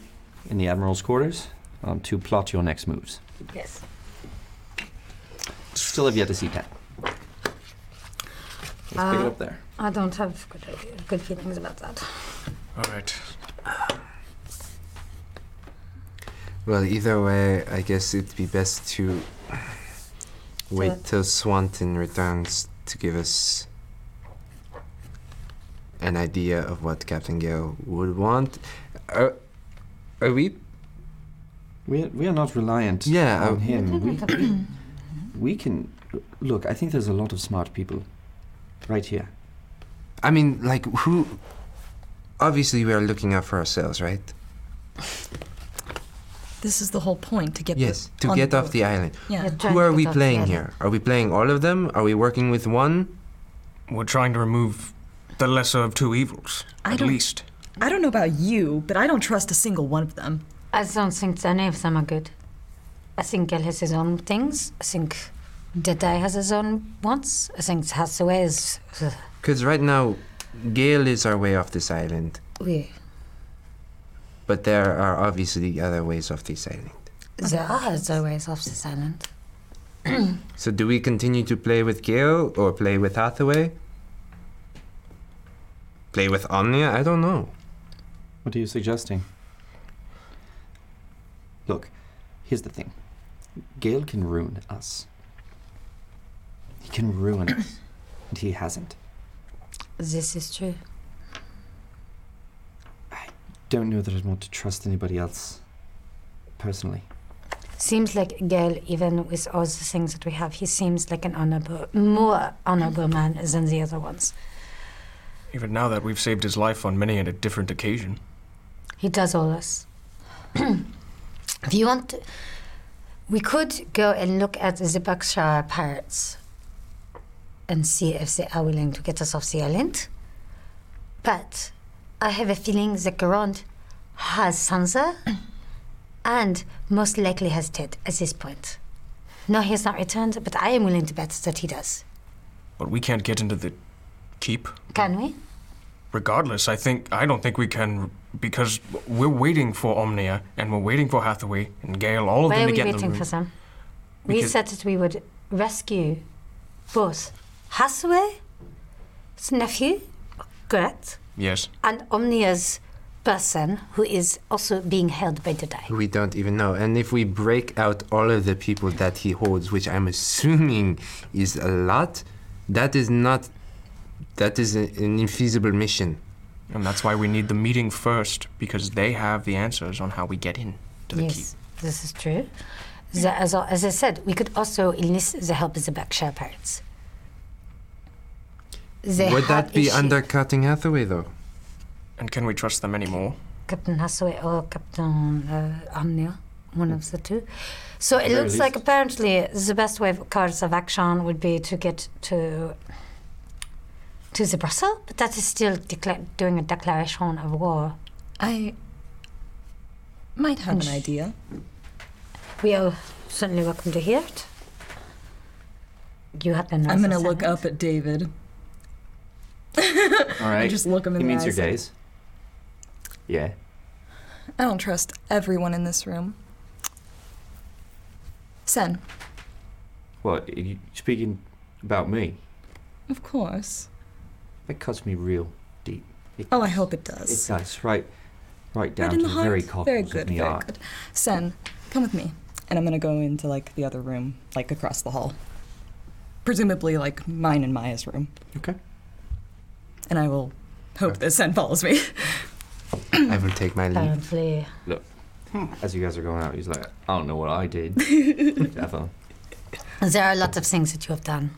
S2: in the Admiral's quarters um, to plot your next moves.
S3: Yes.
S2: Still have yet to see Pat. Let's pick it
S3: Uh,
S2: up there.
S3: I don't have good, good feelings about that.
S11: All right.
S9: Well, either way, I guess it'd be best to wait till Swanton returns to give us an idea of what Captain Gale would want. Are, are we?
S2: We we are not reliant
S9: yeah, uh,
S2: on
S6: *clears throat*
S2: him. We, we can look. I think there's a lot of smart people right here.
S9: I mean, like who? Obviously, we are looking out for ourselves, right?
S6: This is the whole point to get
S9: Yes,
S6: the,
S9: to
S6: on
S9: get
S6: the
S9: off the island.
S6: Yeah. Yeah,
S9: Who
S6: try to
S9: are
S6: get
S9: we
S6: off the
S9: playing
S6: island.
S9: here? Are we playing all of them? Are we working with one?
S11: We're trying to remove the lesser of two evils,
S6: I
S11: at
S6: don't-
S11: least.
S6: I don't know about you, but I don't trust a single one of them.
S3: I don't think any of them are good. I think Gil has his own things. I think Deadeye has his own wants. I think Hathaway is.
S9: Because right now, Gale is our way off this island,
S3: We,
S9: but there are obviously other ways off this island.
S3: there are other ways off this island.
S9: So, do we continue to play with Gale or play with Hathaway? Play with Omnia? I don't know.
S2: What are you suggesting? Look, here's the thing. Gale can ruin us. He can ruin us, *coughs* and he hasn't.
S3: This is true.
S13: don't know that I'd want to trust anybody else personally.
S8: Seems like Gail, even with all the things that we have, he seems like an honorable, more honorable man than the other ones.
S11: Even now that we've saved his life on many and a different occasion.
S8: He does all this. *clears throat* if you want, to, we could go and look at the Berkshire pirates and see if they are willing to get us off the island. But I have a feeling that Garand has Sansa *clears throat* and most likely has Ted at this point. No, he has not returned, but I am willing to bet that he does.
S11: But we can't get into the keep.
S8: Can we?
S11: Regardless, I think I don't think we can because we're waiting for Omnia and we're waiting for Hathaway and Gale, all of
S8: Why
S11: them
S8: are
S11: to
S8: we
S11: get in the
S8: waiting
S11: room.
S8: for them? we
S11: Because-
S8: said that we would rescue both Hathaway's nephew, Gret,
S11: Yes.
S8: and Omnia's person, who is also being held by the die.
S9: We don't even know. And if we break out all of the people that he holds, which I'm assuming is a lot, that is not. That is a- an infeasible mission.
S4: And that's why we need the meeting first, because they have the answers on how we get in to the keep.
S8: Yes, this is true. The, as, I- as I said, we could also enlist the help of the Berkshire Pirates. They
S9: Would
S8: have
S9: that be
S8: issue-
S9: undercutting Hathaway, though?
S11: And can we trust them anymore?
S8: Captain Hathaway or Captain uh, Omnia, one of the two. So
S11: At
S8: it
S11: the very
S8: looks
S11: least.
S8: like apparently the best way of course of action would be to get to to the Brussels, but that is still decla- doing a declaration of war.
S6: I might have an
S8: Inch.
S6: idea.
S8: We are certainly welcome to hear it. You happen.
S6: I'm gonna look up at David.
S2: All right.
S6: just look 'em in
S2: He
S6: the
S2: meets your
S6: eyes.
S2: gaze. Yeah.
S6: I don't trust everyone in this room. Sen,
S2: What? Are you speaking about me?
S6: of course.
S2: That cuts me real deep. It,
S6: Oh, I hope it does.
S2: It does. Right, right down
S6: Right in
S2: to
S6: the
S2: the,
S6: heart.
S2: very cockles
S6: Very good.
S2: of me
S6: Very
S2: art.
S6: good. Sen, come with me, and I'm gonna go into like the other room, like across the hall, presumably like mine and Maya's room.
S2: Okay.
S6: And I will hope that Sen follows me.
S9: I will take my
S8: Um,
S9: leave.
S6: *laughs*
S8: Apparently,
S2: Look,
S8: hmm.
S2: as you guys are going out, he's like, I don't know what I
S8: *laughs*
S2: did. Ever.
S8: there are a lot of things that you have done.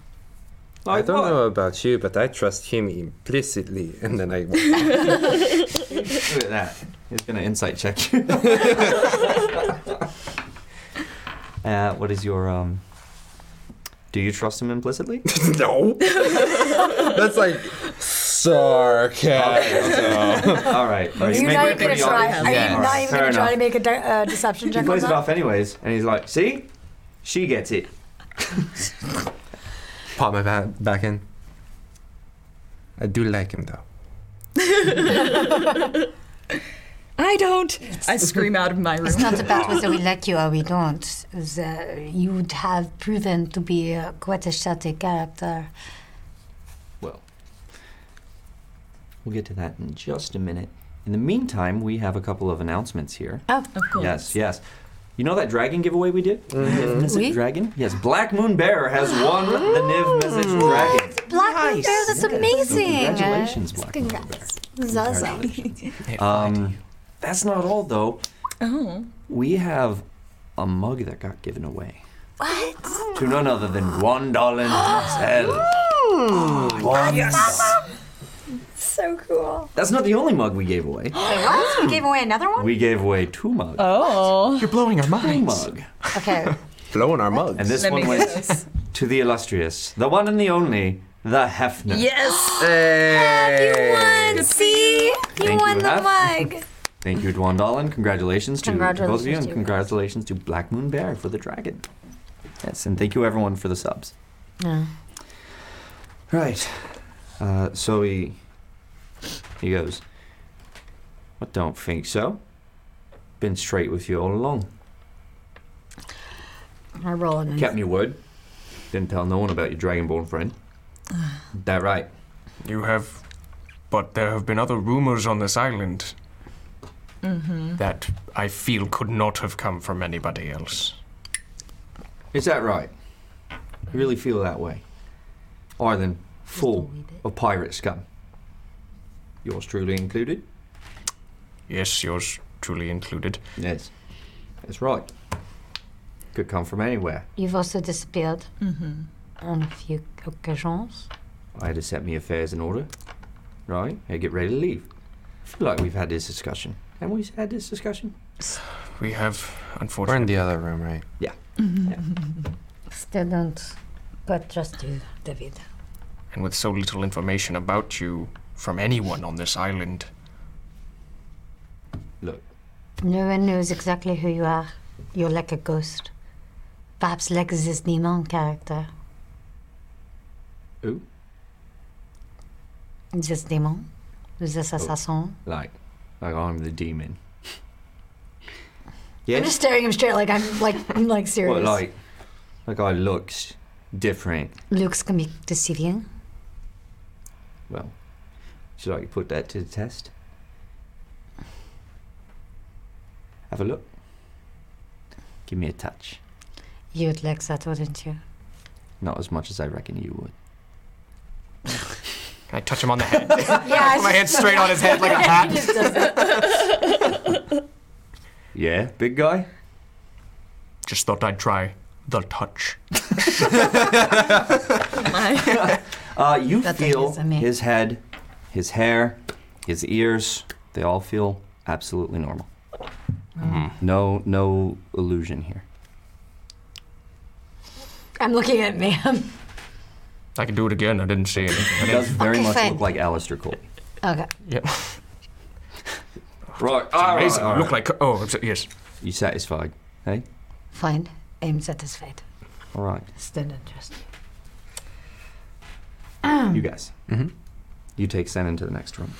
S9: I don't know about you, but I trust him implicitly. *laughs* And then I.
S2: *laughs* Look at that. He's going to insight check you. uh, what is your um? Do you trust him implicitly?
S14: no.
S9: That's like sarcasm.
S2: *laughs* All right. all right,
S8: You're
S2: make
S8: not
S2: it
S8: even gonna
S2: pretty
S8: try.
S2: obvious.
S8: Are
S2: Yeah,
S8: you
S2: all
S8: not
S2: right,
S8: even
S2: fair
S8: gonna try
S2: enough.
S8: to make a de- uh, deception
S2: He
S8: check?
S2: plays
S8: on
S2: it
S8: that?
S2: off anyways, and he's like, "See, she gets it."
S9: Pop my ba- back in. I do like him, though.
S6: I don't. I scream out of my room.
S8: It's not about whether
S6: *laughs*
S8: we like you or we don't. The, you would have proven to be uh, quite a shitty character.
S2: Well, we'll get to that in just a minute. In the meantime, we have a couple of announcements here.
S8: Oh, of
S2: Yes, yes. You know that dragon giveaway we did? Niv Mizzet
S8: We? Oh.
S2: dragon? Yes, Black Moon Bear has won the Niv Mizzet dragon.
S8: Black nice. Bear, that's amazing.
S2: Congratulations, Black
S8: Congrats. *laughs* Zaza.
S2: Um, that's not all, though.
S6: Oh.
S2: We have a mug that got given away
S8: What?
S2: to none other than Juan Dolan himself. *gasps* Juan-
S8: *laughs* So
S6: *gasps*
S8: cool.
S2: That's not the only mug we gave away. *gasps*
S8: Wait, what? We gave away another one?
S2: We gave away two mugs.
S6: Oh.
S2: You're blowing our minds. Mug.
S8: Okay.
S2: Blowing our mugs. And this
S6: Let
S2: one
S6: me
S2: went
S6: guess.
S2: to the illustrious, the one and the only, the Hefner.
S6: Yes.
S2: Hey.
S8: And see, you
S2: Thank
S8: won
S2: you,
S8: the
S2: Hef.
S8: mug.
S2: Thank you, Dwan Dolan. Congratulations, to both of you,
S8: Congratulations
S2: and
S8: to you.
S2: congratulations to Black Moon Bear for the dragon. Yes, and thank you everyone for the subs.
S8: Yeah.
S2: Right. Uh, so he he goes. I don't think so. Been straight with you all along.
S8: *gasps* I roll an
S2: Kept me word. Didn't tell no one about your dragonborn
S8: *sighs*
S2: friend. that right?
S11: You have, but there have been other rumors on this island
S6: Mm-hmm.
S11: that I feel could not have come from anybody else.
S2: Is that right? You really feel that way? Ireland full of pirate scum. Yours truly included.
S11: Yes, yours truly included.
S2: Yes. That's right. Could come from anywhere.
S8: You've also disappeared on a few occasions.
S2: I had to set me affairs in order. Right? I get ready to leave. I feel like we've had this discussion. And we had this discussion?
S11: We have, unfortunately.
S9: We're in the other room, right?
S2: Yeah.
S8: Still don't quite trust you, David.
S11: And with so little information about you from anyone on this island,
S8: No one knows exactly who you are. You're like a ghost. Perhaps like this demon character.
S2: Who?
S8: This demon. This
S2: Oh.
S8: assassin.
S2: Like, like I'm the demon. *laughs*
S8: I'm
S2: Yes?
S8: just staring him straight like I'm like I'm like serious.
S2: Well, like, like I looks different.
S8: Looks can be deceiving.
S2: Well, should I put that to the test? Have a look. Give me a touch.
S8: You'd like that, wouldn't you?
S2: Not as much as I reckon you would.
S11: Can I touch him on the head?
S8: yeah,
S11: Put my hand straight on his head
S8: *laughs*
S11: like a hat.
S2: Yeah, big guy.
S11: Just thought I'd try the touch.
S2: Uh, you feel his head, his hair, his ears. They all feel absolutely normal. Mm-hmm. No, no illusion here.
S8: I'm looking at ma'am.
S11: I can do it again. I didn't see anything.
S2: It does very
S8: Okay,
S2: much
S8: fine.
S2: look like Alistair Cole.
S8: Okay.
S11: Yep.
S2: Right.
S11: amazing. Look like oh I'm so- yes.
S2: You satisfied? Hey.
S8: Fine. I'm satisfied.
S2: All right.
S8: Still don't trust you.
S3: Um,
S2: You guys. Mm-hmm. You take Sen into the next room.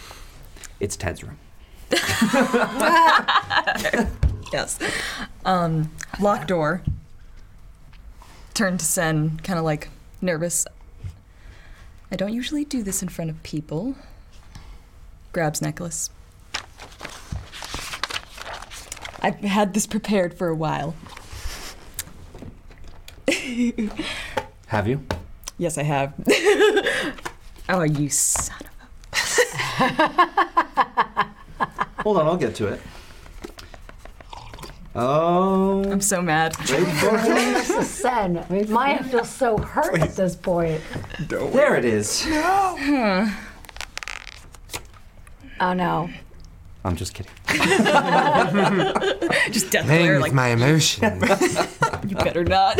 S2: It's Ted's room.
S6: *laughs* yes. Um, locked door. Turn to Sen, kind of like nervous. I don't usually do this in front of people. Grabs necklace. I've had this prepared for a while.
S2: *laughs*
S6: *laughs*
S2: Have you?
S6: yes, I have. *laughs* oh, you son of
S2: Hold on, I'll get to it. Oh.
S6: I'm so mad. *laughs*
S8: this is sad. Maya feels so hurt at this point.
S2: Oh, There it is.
S8: No. Oh no.
S2: I'm just *laughs* kidding.
S6: Just death
S2: Playing
S6: glare,
S2: with
S6: like
S2: my emotions.
S6: you better not.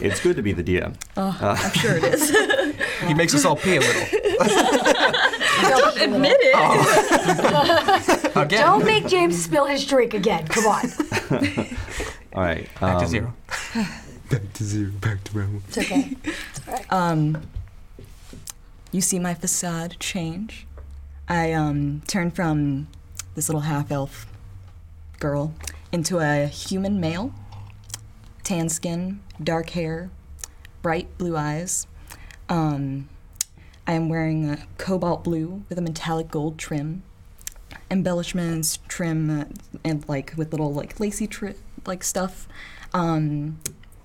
S2: it's good to be the DM.
S6: Oh,
S2: Uh,
S11: *laughs*
S6: I'm sure it is.
S2: he makes us all pee a little.
S6: *laughs* Don't admit it.
S2: Again.
S8: *laughs* Don't make James spill his drink again. Come on.
S2: *laughs* All right.
S10: Back to
S2: um,
S10: zero.
S2: Back to zero. Back to round
S6: *laughs*
S8: It's okay.
S6: Um, you see my facade change. I um, turn from this little half elf girl into a human male. Tan skin, dark hair, bright blue eyes. Um, I am wearing a cobalt blue with a metallic gold trim. Embellishments, trim, uh, and like with little like lacy tri- like stuff. Um,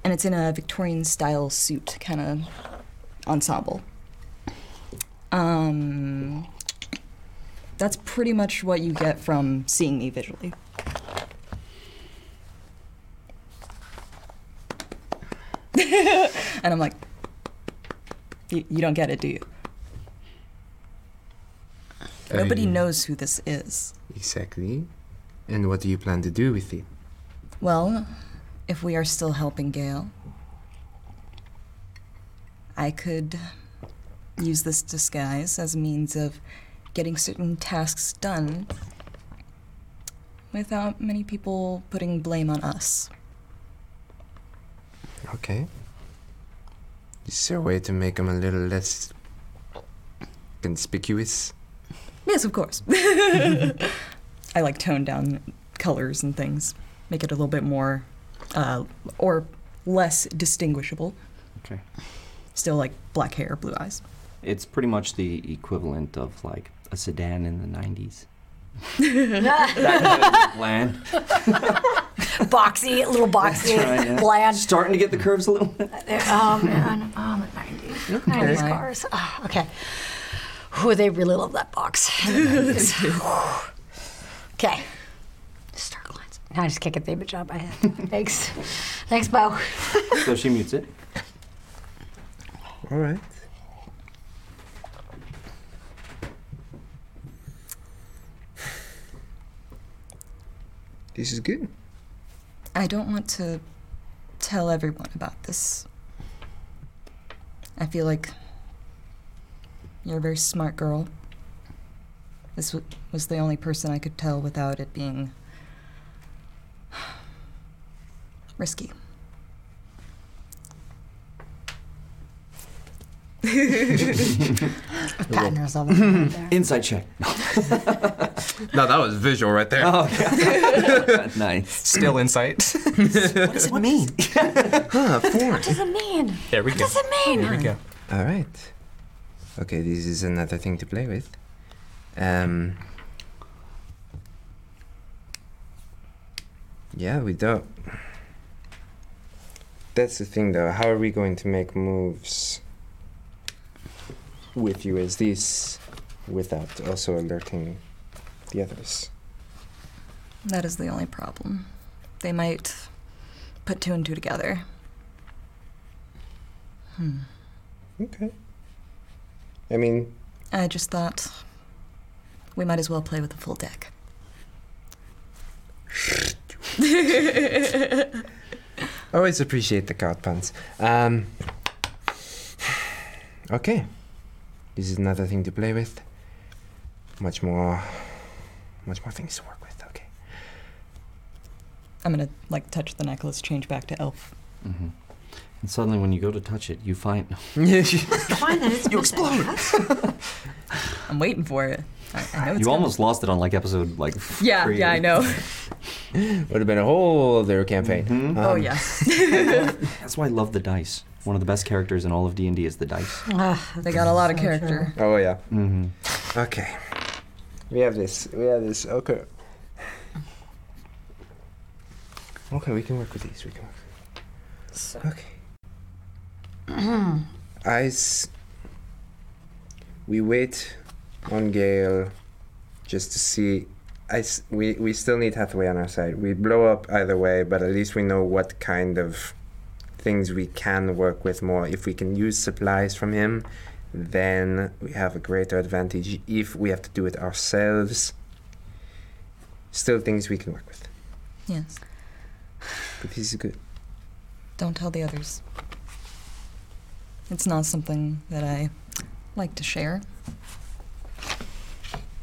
S6: and it's in a Victorian style suit kind of ensemble. Um, that's pretty much what you get from seeing me visually. *laughs* and I'm like, you, you don't get it, do you? *laughs* Nobody
S9: Uh,
S6: knows who this is.
S9: Exactly. And what do you plan to do with it?
S6: Well, if we are still helping Gail, I could use this disguise as a means of getting certain tasks done without many people putting blame on us.
S9: Okay. Is there a way to make him a little less conspicuous?
S6: Yes, of course. *laughs* I like tone down colors and things, make it a little bit more uh, or less distinguishable.
S2: Okay.
S6: Still like black hair, blue eyes.
S2: It's pretty much the equivalent of like a sedan in the 90s. Bland.
S8: boxy, little boxy,
S2: Trying to-
S8: bland.
S2: Starting to get the curves a little bit.
S3: um,
S8: Oh man, oh the 90s, 90s cars.
S3: Ah,
S8: Oh, okay. Who they really love that box.
S3: Okay. Star Glance. Now I just can't get the image out of my head. Thanks. Thanks, Bo.
S2: so she mutes it.
S9: All right. This is good.
S6: I don't want to tell everyone about this. I feel like you're a very smart girl. This w- was the only person I could tell without it being *sighs* risky. *laughs*
S3: Patterns all over there.
S2: Inside check.
S14: No, that was visual right there.
S2: Oh, yeah. nice.
S4: Still insight.
S14: what does it mean?
S9: Huh, four.
S3: What does it mean?
S4: There we
S3: What does it mean?
S4: There we
S8: *laughs*
S4: go.
S9: All right. Okay, this is another thing to play with. Um. Yeah, we don't. That's the thing, though. How are we going to make moves with you as this without also alerting the others?
S6: That is the only problem. They might put two and two together. Hmm.
S9: Okay. I mean,
S6: I just thought we might as well play with the full deck.
S9: always appreciate the card puns. Um, okay. This is another thing to play with. Much more. Much more things to work with. Okay.
S6: I'm gonna like touch the necklace, change back to elf.
S2: hmm And suddenly, when you go to touch it, you find. *laughs*
S6: Fine, then it's *laughs* you explode. *laughs* I'm waiting for it. I, I know it's
S2: you
S6: coming.
S2: almost lost it on like episode like.
S6: Yeah,
S2: three.
S6: yeah, I
S2: *laughs*
S6: know.
S9: Would have been a whole other campaign.
S6: oh
S9: Um,
S6: yeah.
S2: Mm-hmm. *laughs* That's why I love the dice. One of the best characters in all of D and D is the dice.
S6: Ah, they got a lot of character.
S9: Oh yeah.
S2: Mm-hmm.
S9: Okay. We have this. We have this. Okay. Okay, we can work with these. We can work.
S8: Mm-hmm.
S3: Mm.
S9: with I. S- we wait on Gale just to see. I s- we we still need Hathaway on our side. We blow up either way, but at least we know what kind of things we can work with more. If we can use supplies from him, then we have a greater advantage. If we have to do it ourselves, still things we can work with.
S6: Yes.
S9: But this is good.
S6: Don't tell the others. It's not something that I like to share.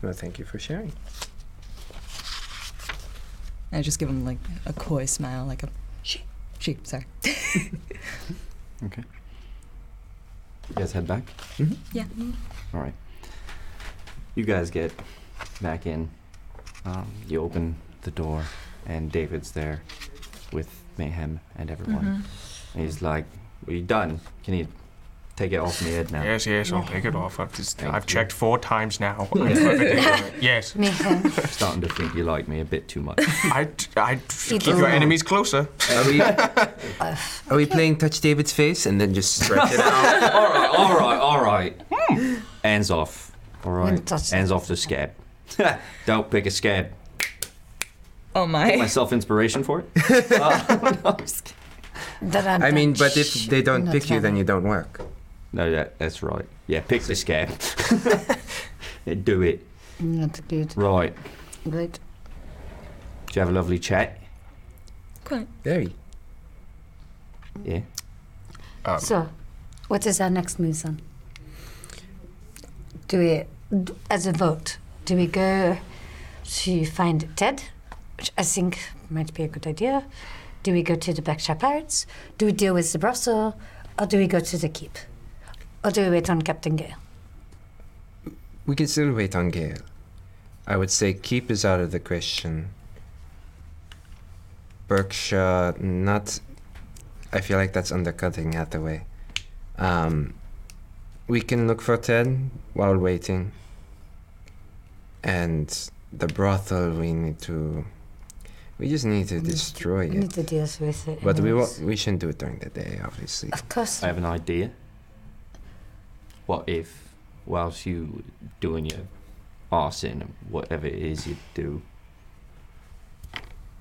S9: Well, thank you for sharing.
S6: I just give him like a coy smile, like a she. She,
S8: *laughs*
S6: sorry.
S2: Okay. You guys head back.
S9: Mm-hmm.
S6: yeah.
S8: Mm-hmm.
S2: All right. You guys get back in. Um, you open the door, and David's there with Mayhem and everyone.
S3: Mm-hmm.
S2: And he's like, "We done? Can you take it off my head now?"
S11: Yes, yes, I'll take it off. I've, just,
S2: Thank
S11: I've
S2: you.
S11: checked four
S2: *laughs*
S11: times now.
S2: Yeah.
S11: I'm perfectly aware.
S3: *laughs*
S11: yes.
S3: Mayhem.
S2: Starting to think you like me a bit too much. Oh,
S11: I, I
S3: You
S11: keep
S3: do.
S11: your enemies closer.
S9: Are
S11: *laughs*
S9: we, are we playing Touch David's Face and then just stretch it out?
S2: *laughs* all right, all right, all right.
S9: Hmm.
S2: Hands off. All
S3: Wouldn't
S2: right.
S3: touch
S2: Hands off the scab. *laughs* Don't pick a scab.
S6: Oh
S2: Get
S6: my.
S2: myself inspiration for it.
S9: I mean, but if they don't pick you, then you don't work.
S2: No, that, that's right. Yeah, pick the scab. Yeah, *laughs* Do it.
S3: Not good.
S2: Right.
S3: Good.
S2: Did you have a lovely chat?
S6: Quite.
S9: Very.
S2: Yeah.
S9: Um,
S3: So, what is our next move, son? Do we, d- as a vote, do we go to find Ted, which I think might be a good idea? Do we go to the Backshire Pirates? Do we deal with the brothel? Or do we go to the keep? Or do we wait on Captain Gale?
S9: We can still wait on Gale. I would say keep is out of the question. Berkshire, not. I feel like that's undercutting Hathaway. Um, we can look for Ted while waiting. And the brothel, we need to. We just need to destroy
S3: We need
S9: it.
S3: to deal with it.
S9: But we
S3: anyways.
S9: won't, we shouldn't do it during the day, obviously.
S3: Of course.
S2: I have an idea. What if, whilst you doing your arson and whatever it is you do,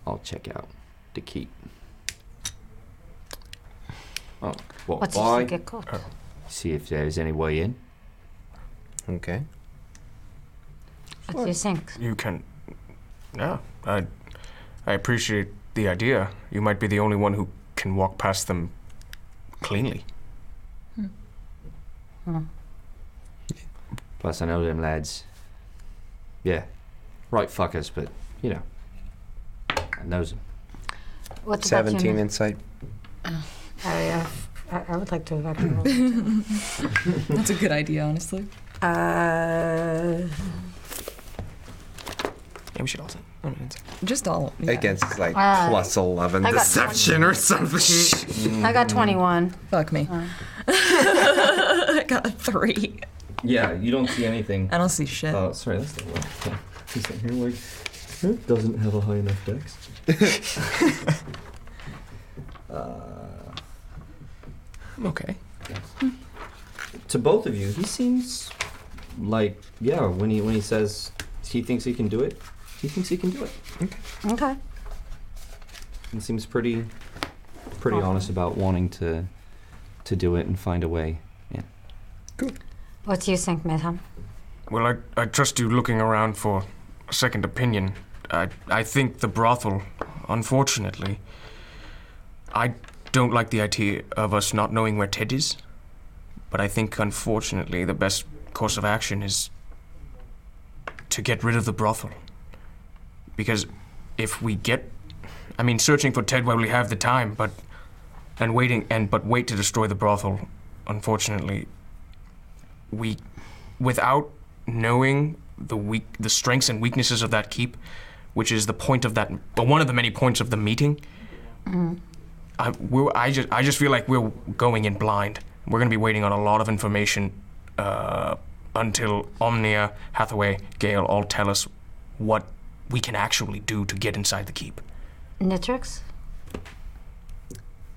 S2: I'll check out the key. Oh, well,
S8: What if
S2: I
S8: you get caught?
S2: see if there's any way in.
S9: Okay.
S8: What do you think?
S11: You can. Yeah, I, I appreciate the idea. You might be the only one who can walk past them cleanly.
S8: Hmm.
S2: Plus, I know them lads. Yeah, right fuckers, but you know, I knows them.
S8: What about
S9: Seventeen
S8: you?
S9: insight.
S8: I, uh, I, I would like to have roll.
S6: *laughs* That's a good idea, honestly.
S8: Uh,
S4: Yeah, we should also. I mean, it's-
S6: Just all.
S9: I guess it's like
S8: Uh,
S9: plus eleven
S8: I got
S9: deception or something.
S8: I got
S9: *laughs*
S8: Uh. 21.
S6: Fuck me. *laughs* I got a three.
S2: Yeah, you don't see anything.
S6: I don't see shit.
S2: Oh, sorry, that's the one. Yeah. He's sitting here like, "That doesn't have a high enough dex. *laughs* uh,
S4: I'm okay.
S2: to both of you, he seems like yeah. When he when he says he thinks he can do it, he thinks he can do it.
S8: Okay.
S2: And seems pretty pretty
S8: Awesome.
S2: honest about wanting to to do it and find a way. Yeah.
S8: What do you think, madam?
S11: Well, I, I trust you looking around for a second opinion. I, I think the brothel, unfortunately, I don't like the idea of us not knowing where Ted is, but I think, unfortunately, the best course of action is to get rid of the brothel. Because if we get. I mean, searching for Ted while we have the time, but. And waiting, and but wait to destroy the brothel, unfortunately, we without knowing the weak the strengths and weaknesses of that keep which is the point of that well, one of the many points of the meeting
S8: Mm.
S11: I, we're, I just I just feel like we're going in blind we're going to be waiting on a lot of information uh, until Omnia Hathaway Gale all tell us what we can actually do to get inside the keep
S8: Nitrix?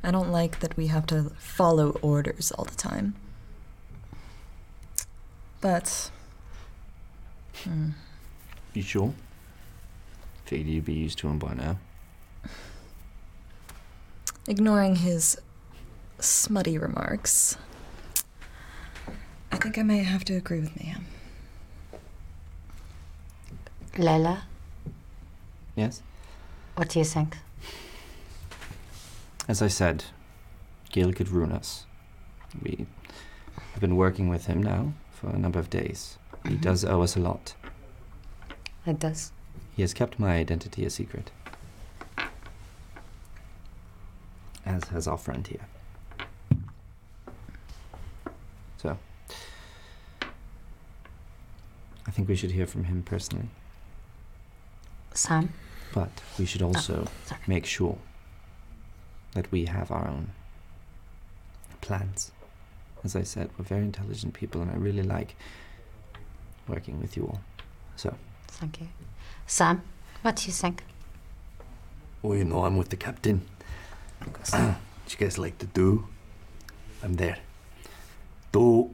S6: I don't like that we have to follow orders all the time. But hmm,
S2: You sure? Figured you'd be used to him by now.
S6: ignoring his smutty remarks, I think I may have to agree with Mayhem.
S8: Leila,
S2: Yes.
S8: what do you think?
S2: As I said, Gil could ruin us. We have been working with him now for a number of days. He does owe us a lot.
S8: It does.
S2: He has kept my identity a secret. As has our friend here. So, I think we should hear from him personally.
S8: Sam?
S2: But we should
S8: Oh,
S2: also make sure that we have our own plans. As I said, we're very intelligent people, and I really like working with you all. So,
S8: Thank you. Sam, what do you think?
S7: Oh, you know, I'm with the captain. *clears throat* what you guys like to do, I'm there. Though,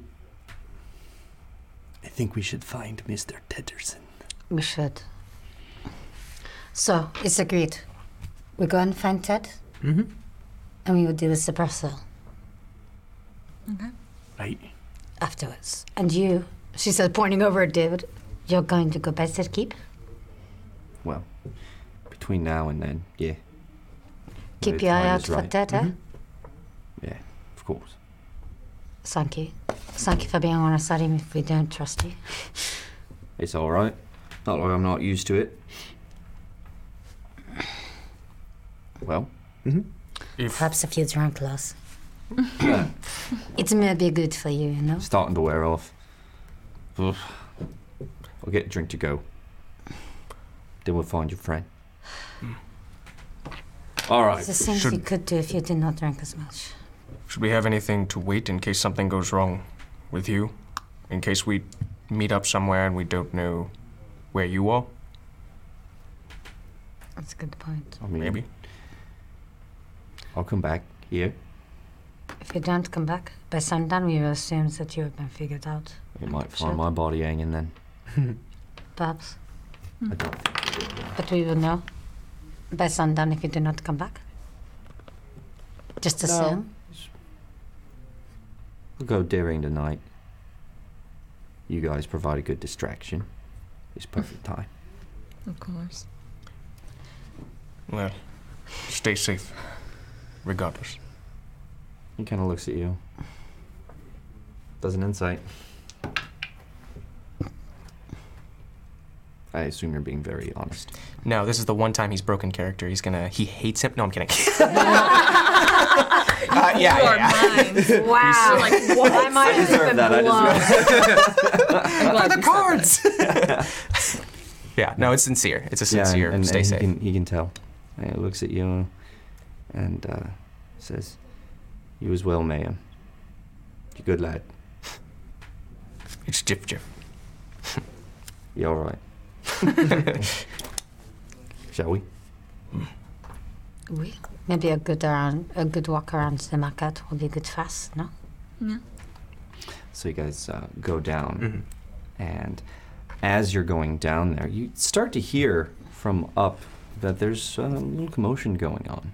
S7: I think we should find Mr. Tedderson.
S8: We should. So, it's agreed. We go and find Ted,
S7: Mm-hmm.
S8: and we will deal with the brothel
S7: Right.
S8: afterwards. And you, she said, pointing over at David, you're going to go by the keep?
S2: well, between now and then, yeah.
S8: Keep
S2: Whatever
S8: your eye
S2: time
S8: out
S2: is
S8: for
S2: right. Mm-hmm.
S8: Ted, eh?
S2: Yeah, of course.
S8: Thank you. Thank you for being honest. Sorry if we don't trust you.
S2: It's all right. Not like I'm not used to it. Well,
S8: Perhaps a few drunk laws. it may be good for you, you know?
S2: starting to wear off. Ugh. I'll get a drink to go. Then we'll find your friend. All
S11: right
S8: The things you could do if you did not drink as much.
S11: Should we have anything to wait in case something goes wrong with you? In case we meet up somewhere and we don't know where you are?
S8: That's a good point.
S2: I mean, maybe. I'll come back here.
S8: If you don't come back by sundown, we will assume that you have been figured out.
S2: You might find
S8: Sure.
S2: my body hanging then.
S8: Perhaps. Mm.
S2: I don't.
S8: But we will know. by sundown if you do not come back? Just
S2: No.
S8: assume.
S2: We'll go during the night. You guys provide a good distraction. It's perfect time.
S12: Of course.
S11: Well, stay safe, regardless.
S2: He kind of looks at you. Does an insight. I assume you're being very honest.
S4: No, this is the one time he's broken character. He's gonna. He hates him. No, I'm
S8: *laughs*
S4: kidding. *laughs*
S8: Uh,
S4: yeah, You are
S5: *laughs*
S8: Wow. like, what? I
S4: *laughs*
S8: might have been
S4: For the cards. *laughs* yeah, no, it's sincere. It's a sincere.
S2: and, and
S4: stay safe.
S2: He can, he can tell. And he looks at you and uh, says, You as well, Mayhem. You good lad.
S4: It's Jif Jif.
S2: You alright?
S10: *laughs*
S2: Shall we?
S8: Oui. Maybe a good around, a good walk around the market will be good for us, no?
S2: So you guys uh, go down, and as you're going down there, you start to hear from up that there's um, a little commotion going on,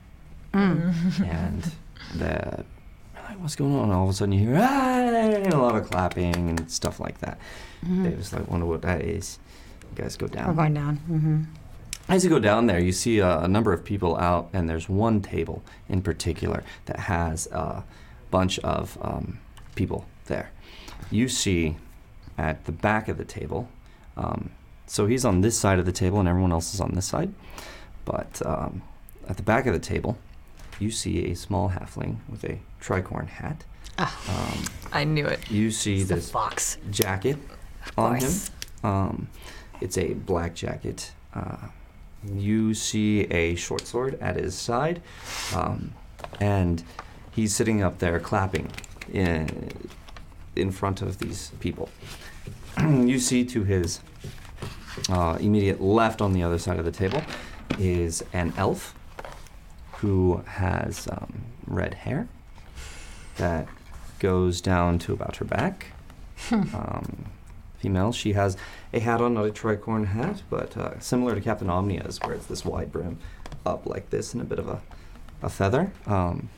S8: Mm.
S2: and that like, what's going on? And all of a sudden, you hear ah, and a lot of clapping and stuff like that.
S8: Mhm.
S2: They just like wonder what that is. You guys go down.
S8: We're going down. *laughs* Mm-hmm.
S2: As you go down there, you see a, a number of people out, and there's one table in particular that has a bunch of um, people there. You see at the back of the table, um, so he's on this side of the table, and everyone else is on this side. But um, at the back of the table, you see a small halfling with a tricorn hat. Um,
S6: Ah, I knew it.
S2: you see
S6: the
S2: this
S6: fox.
S2: jacket on him.
S6: course.
S2: Um, it's a black jacket. Uh, you see a short sword at his side, um, and he's sitting up there clapping in, in front of these people. *clears throat* you see to his uh, immediate left on the other side of the table is an elf who has um, red hair that goes down to about her back. um, female, she has a hat on, not a tricorn hat, but uh, similar to Captain Omnia's, where it's this wide brim up like this and a bit of a, a feather. Um,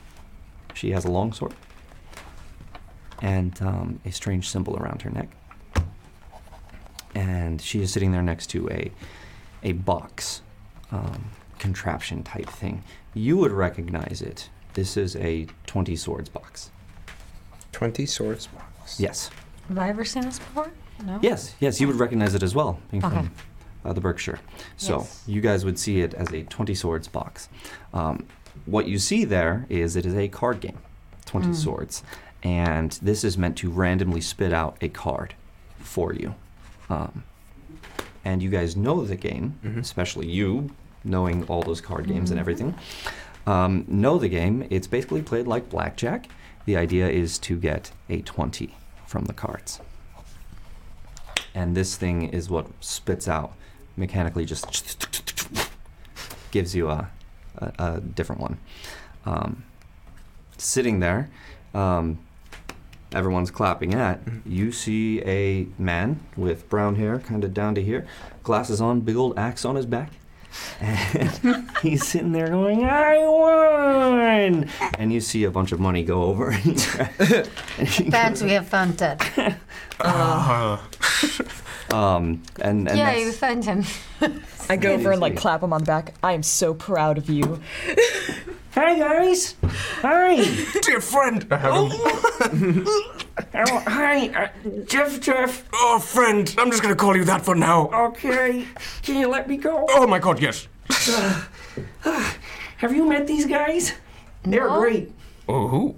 S2: she has a long sword and um, a strange symbol around her neck. And she is sitting there next to a, a box um, contraption type thing. You would recognize it. This is a 20 swords box.
S9: 20 swords box.
S2: Yes.
S8: Have I ever seen this before? No.
S2: Yes, yes, you would recognize it as well, being
S8: Okay.
S2: from uh, the Berkshire. So
S8: Yes.
S2: you guys would see it as a 20 swords box. Um, what you see there is it is a card game, 20
S8: Mm.
S2: swords. And this is meant to randomly spit out a card for you. Um, and you guys know the game, especially you, knowing all those card games and
S10: Mhm.
S2: everything. Um, know the game. It's basically played like blackjack. The idea is to get a 20 from the cards and this thing is what spits out mechanically just gives you a, a, a different one um, sitting there um, everyone's clapping at you see a man with brown hair kind of down to here glasses on big old axe on his back and he's sitting there going, I won! And you see a bunch of money go over. *laughs*
S8: Perhaps we have found Ted.
S2: um, and, and
S6: Yeah,
S2: that's-
S6: you
S8: Find him.
S6: I go over and like
S2: Seriously.
S6: clap him on the back. I am so proud of you.
S16: Hi guys. Hi.
S11: Dear friend.
S16: *laughs* Oh, hi, uh, Jeff. Jeff.
S11: Oh, friend, I'm just gonna call you that for now.
S16: Okay. Can you let me go?
S11: Oh my god,
S16: *sighs*
S11: yes.
S16: Have you met these guys?
S8: *laughs*
S16: They're
S2: *laughs*
S8: No.
S16: great. *gasps*
S11: Oh, who?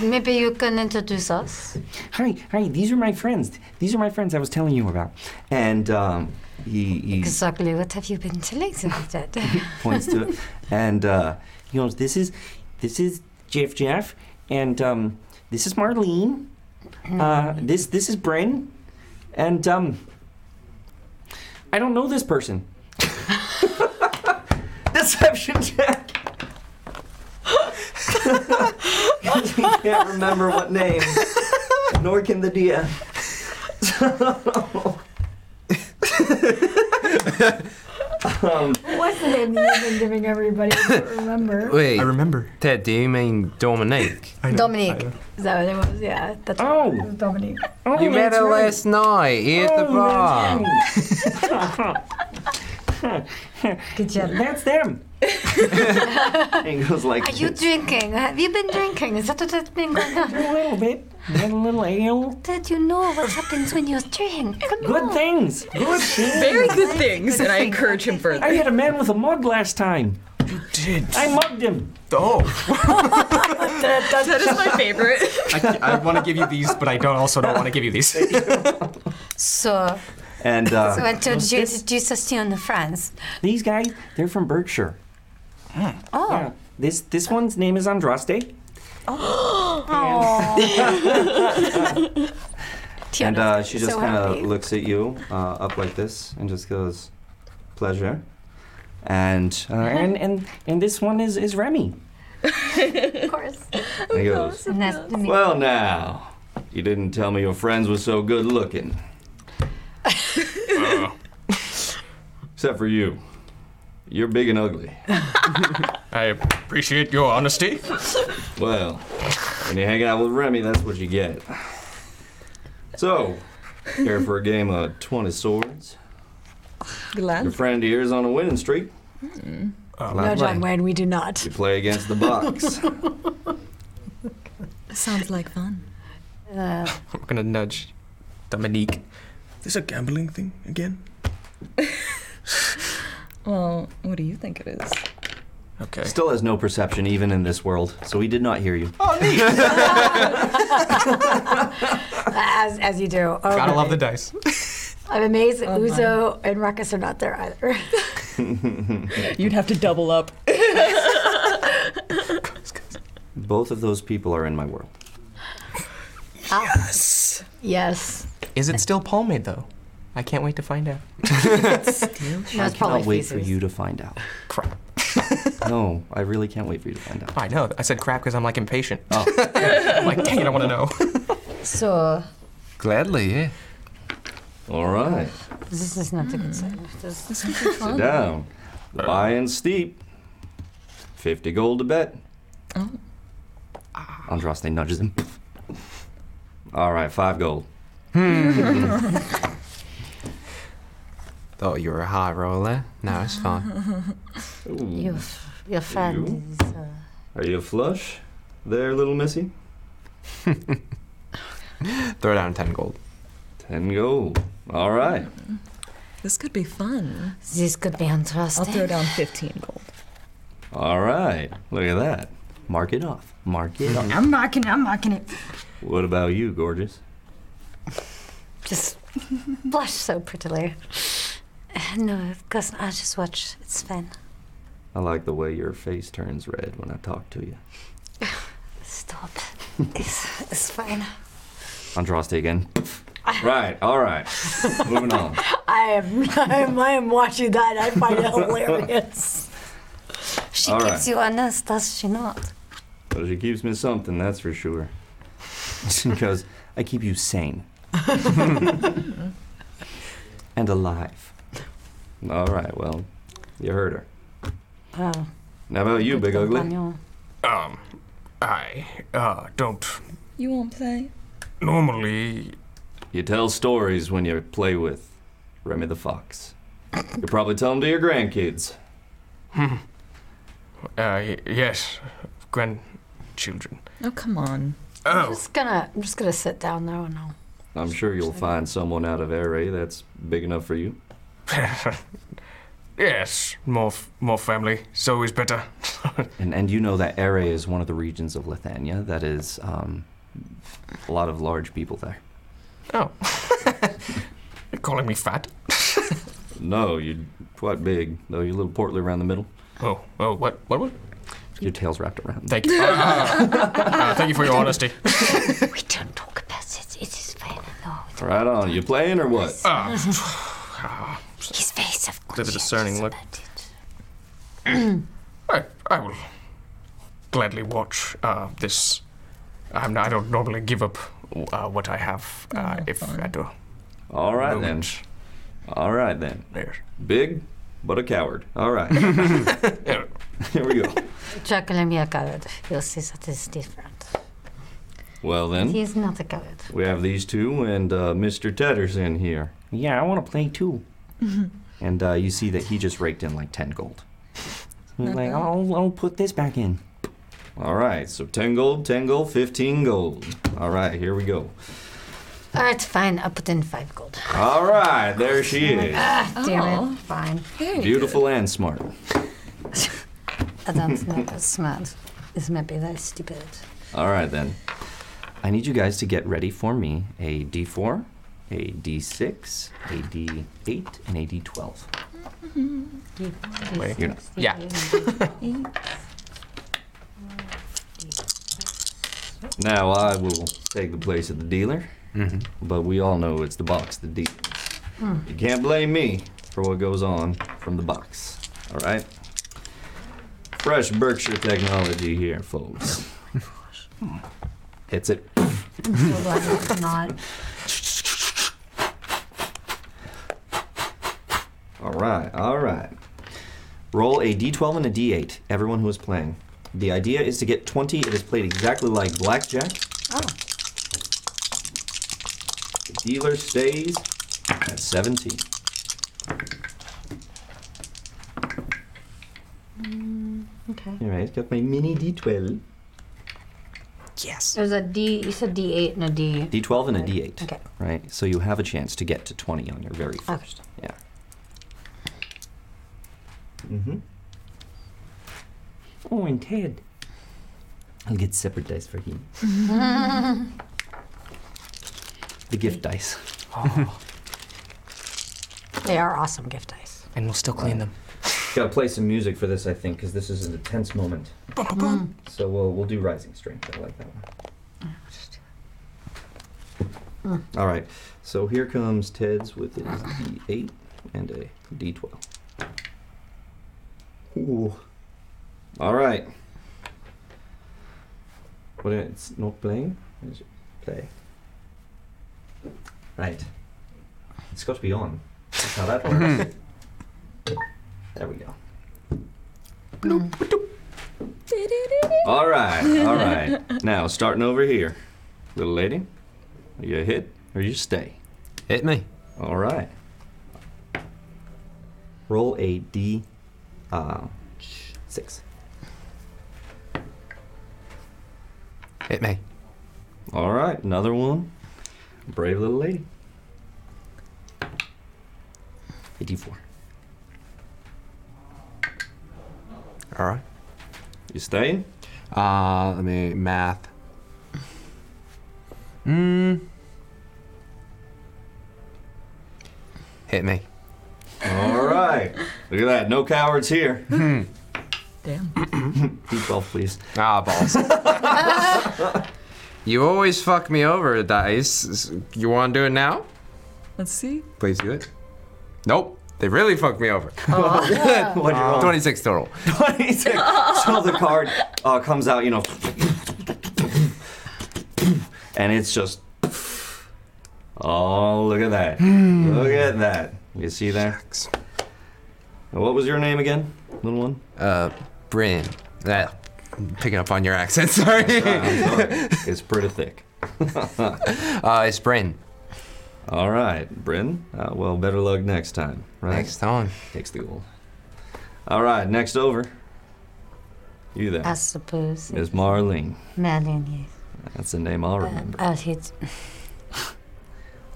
S8: Maybe you can introduce us.
S2: Hi, hi. These are my friends. These are my friends I was telling you about. And um, he, he
S8: Exactly. What have you been telling them, Ted?
S2: points
S8: *laughs*
S2: to it, and uh, he goes, "This is, this is Jeff, Jeff, and um, this is Marlene. Uh, this, this is Bren, and um, I don't know this person. Deception check.
S10: *laughs*
S2: he can't remember what name, nor can the DM.
S10: Um,
S3: What's the name that you've been giving everybody? I don't remember.
S9: Wait. I remember. Ted, do you mean Dominique?
S3: Dominique. Is that what it was? Yeah, that's oh. it was Dominique.
S8: Oh,
S9: you met her last night here at the
S3: Oh,
S9: bar.
S3: *laughs*
S2: Good job. That's them.
S10: *laughs* and goes like
S8: Are you drinking? Have you been drinking? Is that what has been going on?
S2: *laughs* A little bit. Had a little ale.
S8: Did you know what happens when you drink? Come
S2: Good
S8: on.
S2: things.
S8: *laughs*
S2: Good things.
S8: Very good things,
S5: and I encourage him further.
S2: I hit a man with a mug last time. You
S4: did.
S2: I mugged him.
S4: Oh.
S2: uh,
S5: that is my favorite.
S4: *laughs* I, want to give you these, but I don't also don't want to give
S2: *laughs*
S4: you these.
S8: So,
S10: And
S8: uh,
S10: uh,
S8: so introduce us to France.
S2: These guys, they're from Berkshire.
S8: Oh.
S2: Yeah. This this one's name is Andraste. *laughs*
S8: *laughs*
S10: and uh, she just
S2: so
S10: kind of
S2: happy.
S10: looks at you uh, up like this and just goes, "Pleasure." And uh,
S2: And
S10: and
S2: and and this one is is Remy.
S3: of course.
S10: he goes,
S8: Nice to meet
S10: "Well, now, you didn't tell me your friends were so good looking."
S11: Uh.
S10: Except for you, you're big and ugly.
S11: I appreciate your honesty.
S10: Well, when you hang out with Remy, that's what you get. So, here for a game of 20 swords. Your
S3: Glad.
S10: friend here is on a winning streak.
S3: Mm-hmm. No, John Wayne, we do not.
S10: You play against
S5: *laughs*
S10: the
S3: *laughs*
S10: box.
S17: Sounds like fun.
S8: Uh,
S4: I'm gonna nudge Dominique.
S11: Is this a gambling thing again?
S6: Well, what do you think it is?
S10: okay. Still has no perception, even in this world, so he did not hear you.
S3: as, as you do. Oh,
S10: Gotta love the
S2: *laughs*
S10: dice.
S3: I'm amazed
S5: Oh
S3: that Uzo and Ruckus are not there either.
S5: *laughs* You'd have to double
S3: *laughs*
S5: up.
S10: *laughs* Both of those people are in my world.
S3: yes. Yes.
S4: Is it still pomade though? I can't wait to find out. *laughs*
S3: No,
S10: I
S3: it's
S10: cannot
S3: probably
S10: wait for
S3: feces.
S10: you to find out. Crap. *laughs* no, I really can't wait for you to find out. Oh.
S4: I know. I said crap because I'm like impatient. *laughs* I'm like, dang it, I want to know.
S8: So,
S9: Gladly, yeah.
S10: All right.
S8: this is not a good sign. This, this is
S10: Sit down.
S9: Uh.
S10: The buy-in's steep. 50 gold to bet.
S6: Oh.
S10: Andraste nudges him. All right, five gold.
S9: Hmm. *laughs* Thought you were a high roller. No, it's fine.
S8: *laughs* Your, f- your friend is. Uh,
S10: Are you flush there, little missy?
S9: *laughs* Throw down 10 gold.
S10: 10 gold. All right.
S6: This could be fun.
S8: This could be interesting.
S6: I'll throw down 15 gold.
S10: All right. Look at that. Mark it off. Mark it off.
S3: Mm-hmm.
S17: I'm marking it, I'm marking it.
S10: What about you, gorgeous?
S8: just blush so prettily. *sighs* Uh, No, of course, I just watch. It's fun.
S10: I like the way your face turns red when I talk to you.
S8: Stop. it's, it's fine.
S10: Andraste again. right. All right. Moving on.
S3: I am, *laughs* I am, I am watching that. I find it
S5: *laughs*
S3: hilarious.
S8: She
S10: All
S8: keeps
S10: right.
S8: you honest, does she not?
S10: Well, she keeps me something, that's for sure. she goes, I keep you sane. and alive. All right, well, you heard her.
S8: Oh,
S10: Now about you, Big Ugly?
S11: Um, I uh, don't
S6: You won't play?
S11: normally.
S10: You tell stories when you play with Remy the Fox. You probably tell them to your grandkids.
S11: Hmm. Uh, y- yes, grandchildren.
S6: Oh, come on.
S11: Oh.
S3: I'm just gonna, I'm just gonna sit down though and I'll
S10: I'm sure you'll find someone out of Array that's big enough for you.
S11: *laughs* yes, more f- more family. It's always better.
S10: And, and you know that Array is one of the regions of Lithania that is um, a lot of large people there.
S11: Oh, *laughs* you're calling me fat?
S10: No, you're quite big, though you're a little portly around the middle.
S11: Oh, oh, what, what, what?
S10: Your tail's wrapped around. *laughs*
S11: Thank you. Uh, uh, thank you for your honesty.
S8: we don't talk about it. It is fine. No,
S10: Right on. You playing or what?
S11: Ah, Uh,
S8: his face, of
S11: With a discerning look. I, I will gladly watch uh, this. I'm, I don't normally give up uh, what I have uh, if I do.
S10: All right then. All right then. Big, but a coward. All
S11: *laughs*
S10: right. Here we go.
S8: Jack and me a coward. You'll see that is different.
S10: Well then,
S8: He is not a coward.
S10: we have these two, and uh, Mr. Tedder's in here.
S2: Yeah, I want to play too.
S6: Mm-hmm.
S10: And uh, you see that he just raked in like 10 gold.
S2: You're like, I'll, I'll put this back in.
S10: All right, so 10 gold, 10 gold, 15 gold. All right, here we go.
S8: All right, fine. I'll put in five gold.
S10: All right, there she is.
S8: Ah,
S6: Oh.
S8: damn it. Fine.
S10: Beautiful and smart.
S8: I don't know. That's smart. This might be very stupid.
S10: All right, then. I need you guys to get ready for me a d4, a d6, a d8, and a d12. Wait, you're not.
S5: Yeah.
S10: Now I will take the place of the dealer, but we all know it's the box that deals.
S8: Hmm.
S10: You can't blame me for what goes on from the box. All right? Fresh Berkshire technology here, folks. Hits it.
S8: not.
S10: All right, all right. Roll a d12 and a d8, everyone who is playing. The idea is to get 20. It is played exactly like blackjack.
S8: Oh.
S10: The dealer stays at 17.
S3: Mm,
S8: okay.
S10: All right, got my mini d12.
S8: Yes. There's a D. You said D8 and a D.
S10: d12 and a d8.
S8: Okay.
S10: Right, so you have a chance to get to 20 on your very first. Yeah. Mm-hmm.
S2: Oh, and Ted.
S10: I'll get separate dice for him. The gift dice.
S8: They are awesome gift dice.
S10: And we'll still clean them. Gotta play some music for this, I think, because this is an intense moment. So we'll we'll do Rising Strength. I like that one. All right. So here comes Ted's with his D8 and a D12. Ooh. All right. What? It's not playing. Is it play? Right. It's got to be on. That's how that works. there we go. All right, all right. Now, starting over here. Little lady, are you a hit or you stay? Hit me. All right. Roll a D uh, six. Hit me. All right, another one. Brave little lady. A D4.
S9: All right.
S10: You staying?
S9: Uh, let me math. Mm. Hit me.
S10: All right. Look at that. No cowards here.
S5: *laughs*
S10: *laughs*
S18: Damn.
S10: D12, please.
S9: Ah, balls. you always fuck me over, dice. You want to do it now?
S6: Let's see.
S9: Please do it. Nope. They really fucked me
S16: *laughs*
S9: over.
S6: Aw.
S10: What'd you roll?
S9: 26 total.
S10: so the card uh, comes out, you know, and it's just. Oh, look at that.
S9: Hmm.
S10: Look at that. You see that? And What was your name again, little one?
S9: Uh, Bryn. Uh, picking up on your accent, *laughs* sorry.
S10: it's pretty thick.
S9: *laughs* uh, it's Bryn.
S10: All right, Bryn. Uh, well, better luck next time, right?
S9: Next time.
S10: Takes the gold. All right, next over. You there.
S8: I suppose.
S10: Miss Marling.
S8: Madeline, yes.
S10: That's a name I'll remember.
S8: Uh, I'll hit.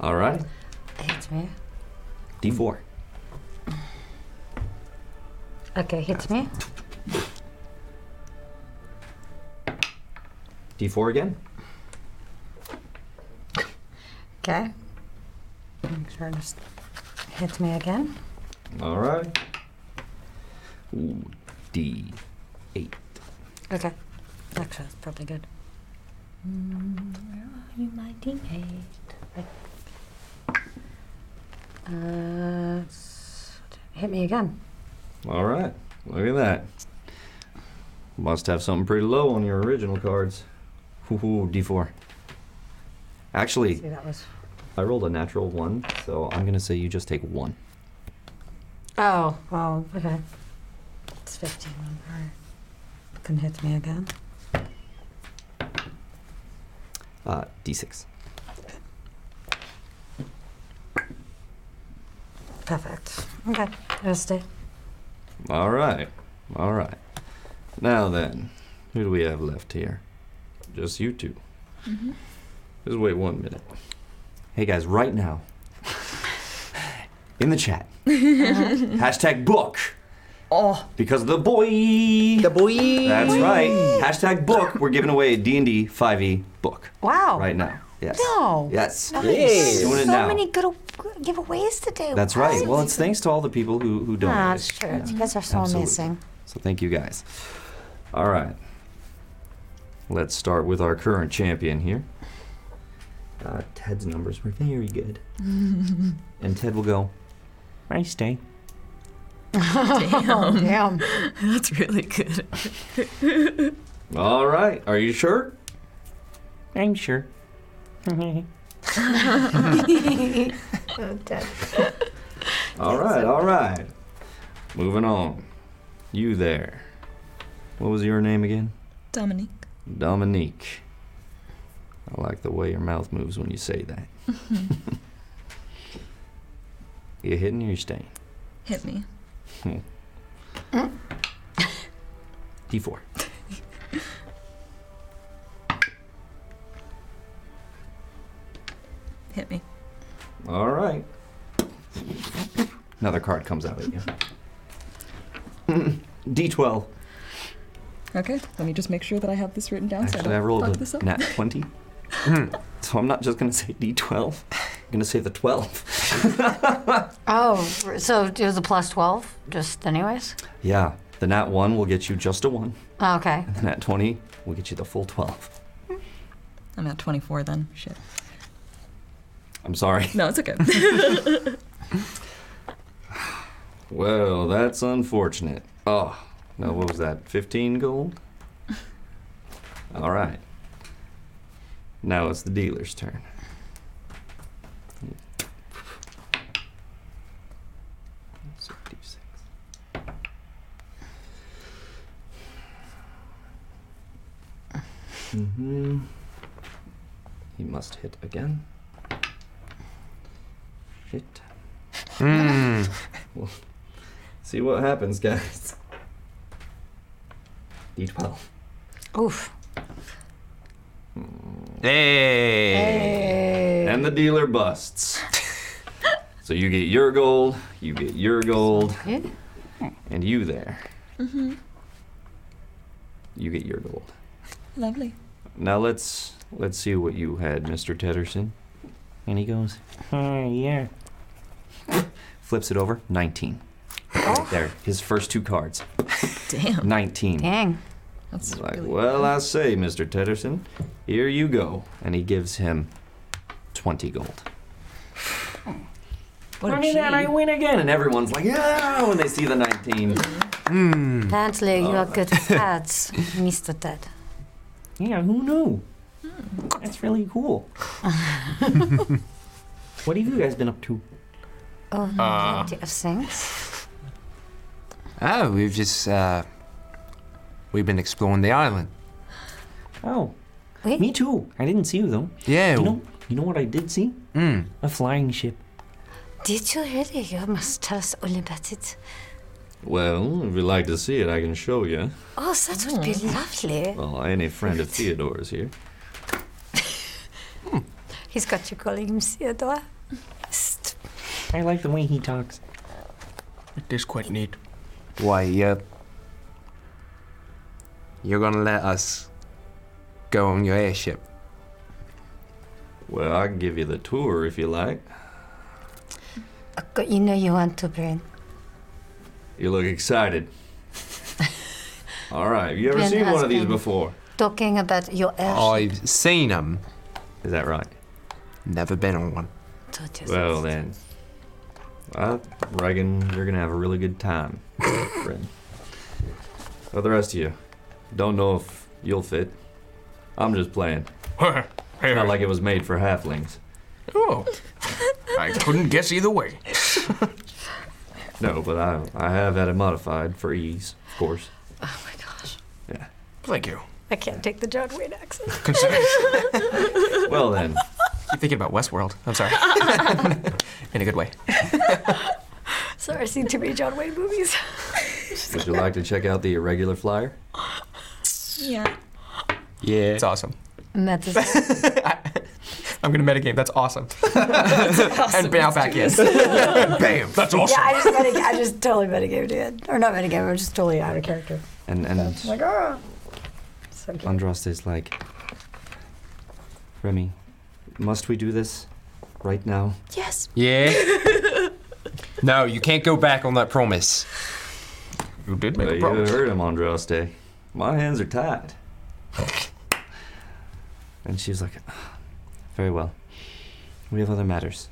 S10: All right,
S8: Hit me.
S10: D4.
S8: Okay, hit me.
S10: D4 again?
S8: Okay. Make sure just hit me again.
S10: All right. Ooh, D8.
S8: Okay. Actually, that's probably good. Mm, where are you, my D8? Right. Uh, s- hit me again.
S10: All right. Look at that. Must have something pretty low on your original cards. Ooh, D4. Actually,
S8: See, that was
S10: I rolled a natural one, so I'm going to say you just take one.
S8: Oh, well, okay. It's 15 on her. Can hit me again.
S2: Uh, D6.
S8: Perfect. Okay, rest day.
S2: All right. All right. Now then, who do we have left here? Just you two.
S5: Mhm.
S2: Just wait one minute.
S10: Mm-hmm. Hey guys, right now,
S2: In the chat. Hashtag book. Oh. Because of the boy. The
S14: boy.
S2: That's right. Hashtag book. We're giving away a D&D 5e E book.
S8: *laughs* Wow.
S2: Right now. Yes.
S8: Oh. No.
S2: Yes.
S8: Nice.
S2: Doing it
S8: so
S2: now.
S8: many good good giveaways today.
S2: That's right. Well, it's thanks to all the people who, who donated.
S8: Ah, sure. You guys are so
S2: Absolutely.
S8: amazing.
S2: So thank you guys. All right. Let's start with our current champion here. Uh, Ted's numbers were very good. And Ted will go, nice day.
S6: Damn.
S8: *laughs* Damn.
S6: That's really good.
S2: All right. Are you sure?
S16: I'm sure. *laughs* Uh,
S8: oh, Dad.
S2: All right. All right. Moving on. You there. What was your name again?
S6: Dominique.
S2: Dominique. I like the way your mouth moves when you
S6: *laughs*
S2: say that. You hitting or you staying?
S6: Hit me.
S2: Hmm.
S8: Hmm?
S2: D4.
S6: Hit me.
S2: All right. Another card comes out at you. *laughs* D12.
S6: Okay, let me just make sure that I have this written down so I
S2: Actually,
S6: don't
S2: I rolled
S6: fuck this
S2: a
S6: up. *laughs*
S2: nat *laughs* 20. so I'm not just going to say D12. I'm going to say the 12.
S8: Oh, so it was a plus 12, just anyways?
S2: Yeah, the nat 1 will get you just a 1.
S8: Oh, okay.
S2: The nat 20 will get you the full 12.
S6: I'm at 24 then. Shit.
S2: I'm sorry.
S6: *laughs* No, it's *laughs* okay. Mm-hmm.
S2: Well, that's unfortunate. Oh, no, what was that?
S6: *laughs*
S2: 15 gold? All right. Now it's the dealer's turn. Mm-hmm. He must hit again. Shit. We'll see what happens, guys. D12.
S8: Oof.
S2: Hey! And the dealer busts. so you get your gold, you get your gold,
S8: Okay.
S2: and you there,
S6: hmm
S2: you get your gold.
S6: Lovely.
S2: Now let's let's see what you had, Mr. Tedderson. And he goes,
S16: Oh, yeah.
S2: flips it over, 19. Right there, his first two cards.
S6: *laughs* Damn.
S2: 19.
S8: Dang.
S6: That's
S2: like, well, I say, Mr. Tedderson, here you go. And he gives him
S6: *sighs*
S2: 20 gold.
S16: I mean, that I win again.
S2: Again, and everyone's like, yeah, when they see the 19.
S6: Mm-hmm.
S8: Hmm.
S2: Mm.
S8: Apparently, you
S2: Oh. *laughs*
S8: are good with cards, Mr. Ted. Hmm.
S16: Yeah, who knew? That's really cool. what have you guys been up to?
S8: *laughs* Oh,
S2: Ah.
S9: Uh.
S8: plenty of things.
S9: Oh, we've just uh, we've been exploring the island.
S16: Oh, me too. I didn't see you though.
S9: Yeah.
S16: You know, you know what I did see?
S9: Mm.
S16: A flying ship.
S8: Did you really? You must tell us all about it.
S2: Well, if you'd like to see it, I can show you.
S8: Oh, that would be lovely.
S2: Well, any friend of Theodore's here.
S8: He's got you calling him Theodore. St-
S16: I like the way he talks.
S4: It is quite neat.
S9: Why, yeah. You're gonna let us go on your airship.
S2: Well, I can give you the tour if you like.
S8: God, You know you want to bring.
S2: You look excited. All right, have you ever
S8: Been
S2: seen one of these
S8: asking.
S2: before? Oh,
S8: Talking about your airship.
S9: I've seen them.
S2: Is that right?
S9: Never been on one.
S2: Well, then, I reckon you're going to have a really
S19: *laughs*
S2: good time, friend. But the rest of you, don't know if you'll fit. I'm just playing. it's not like it was made for halflings.
S11: Oh. I couldn't guess either way.
S10: *laughs* No, but I I have had it modified for ease, of course.
S19: Oh my gosh.
S10: Yeah.
S11: Thank you.
S19: I can't take the John Wayne accent.
S10: Well then.
S4: Keep thinking about Westworld. I'm sorry. *laughs* In a good way.
S19: *laughs* Sorry, I've seen too many John Wayne movies.
S10: Would you like to check out the irregular flyer?
S6: Yeah.
S10: Yeah.
S4: It's awesome.
S8: And that's
S2: *laughs*
S4: I'm gonna metagame. That's
S10: *laughs*
S4: awesome.
S19: awesome.
S4: And now back in. Bam. That's awesome.
S19: Yeah, I just meta- I just totally metagamed it. Or not metagamed, I'm just totally out of character.
S10: And and
S19: I'm like, ah. So cute.
S10: Andros is like, Remy, must we do this right now?
S19: Yes.
S14: Yeah. no, you can't go back on that promise.
S4: You did
S10: Well, you heard him, Andraste. My hands are tied. and she's like, "Ah, very well. We have other matters.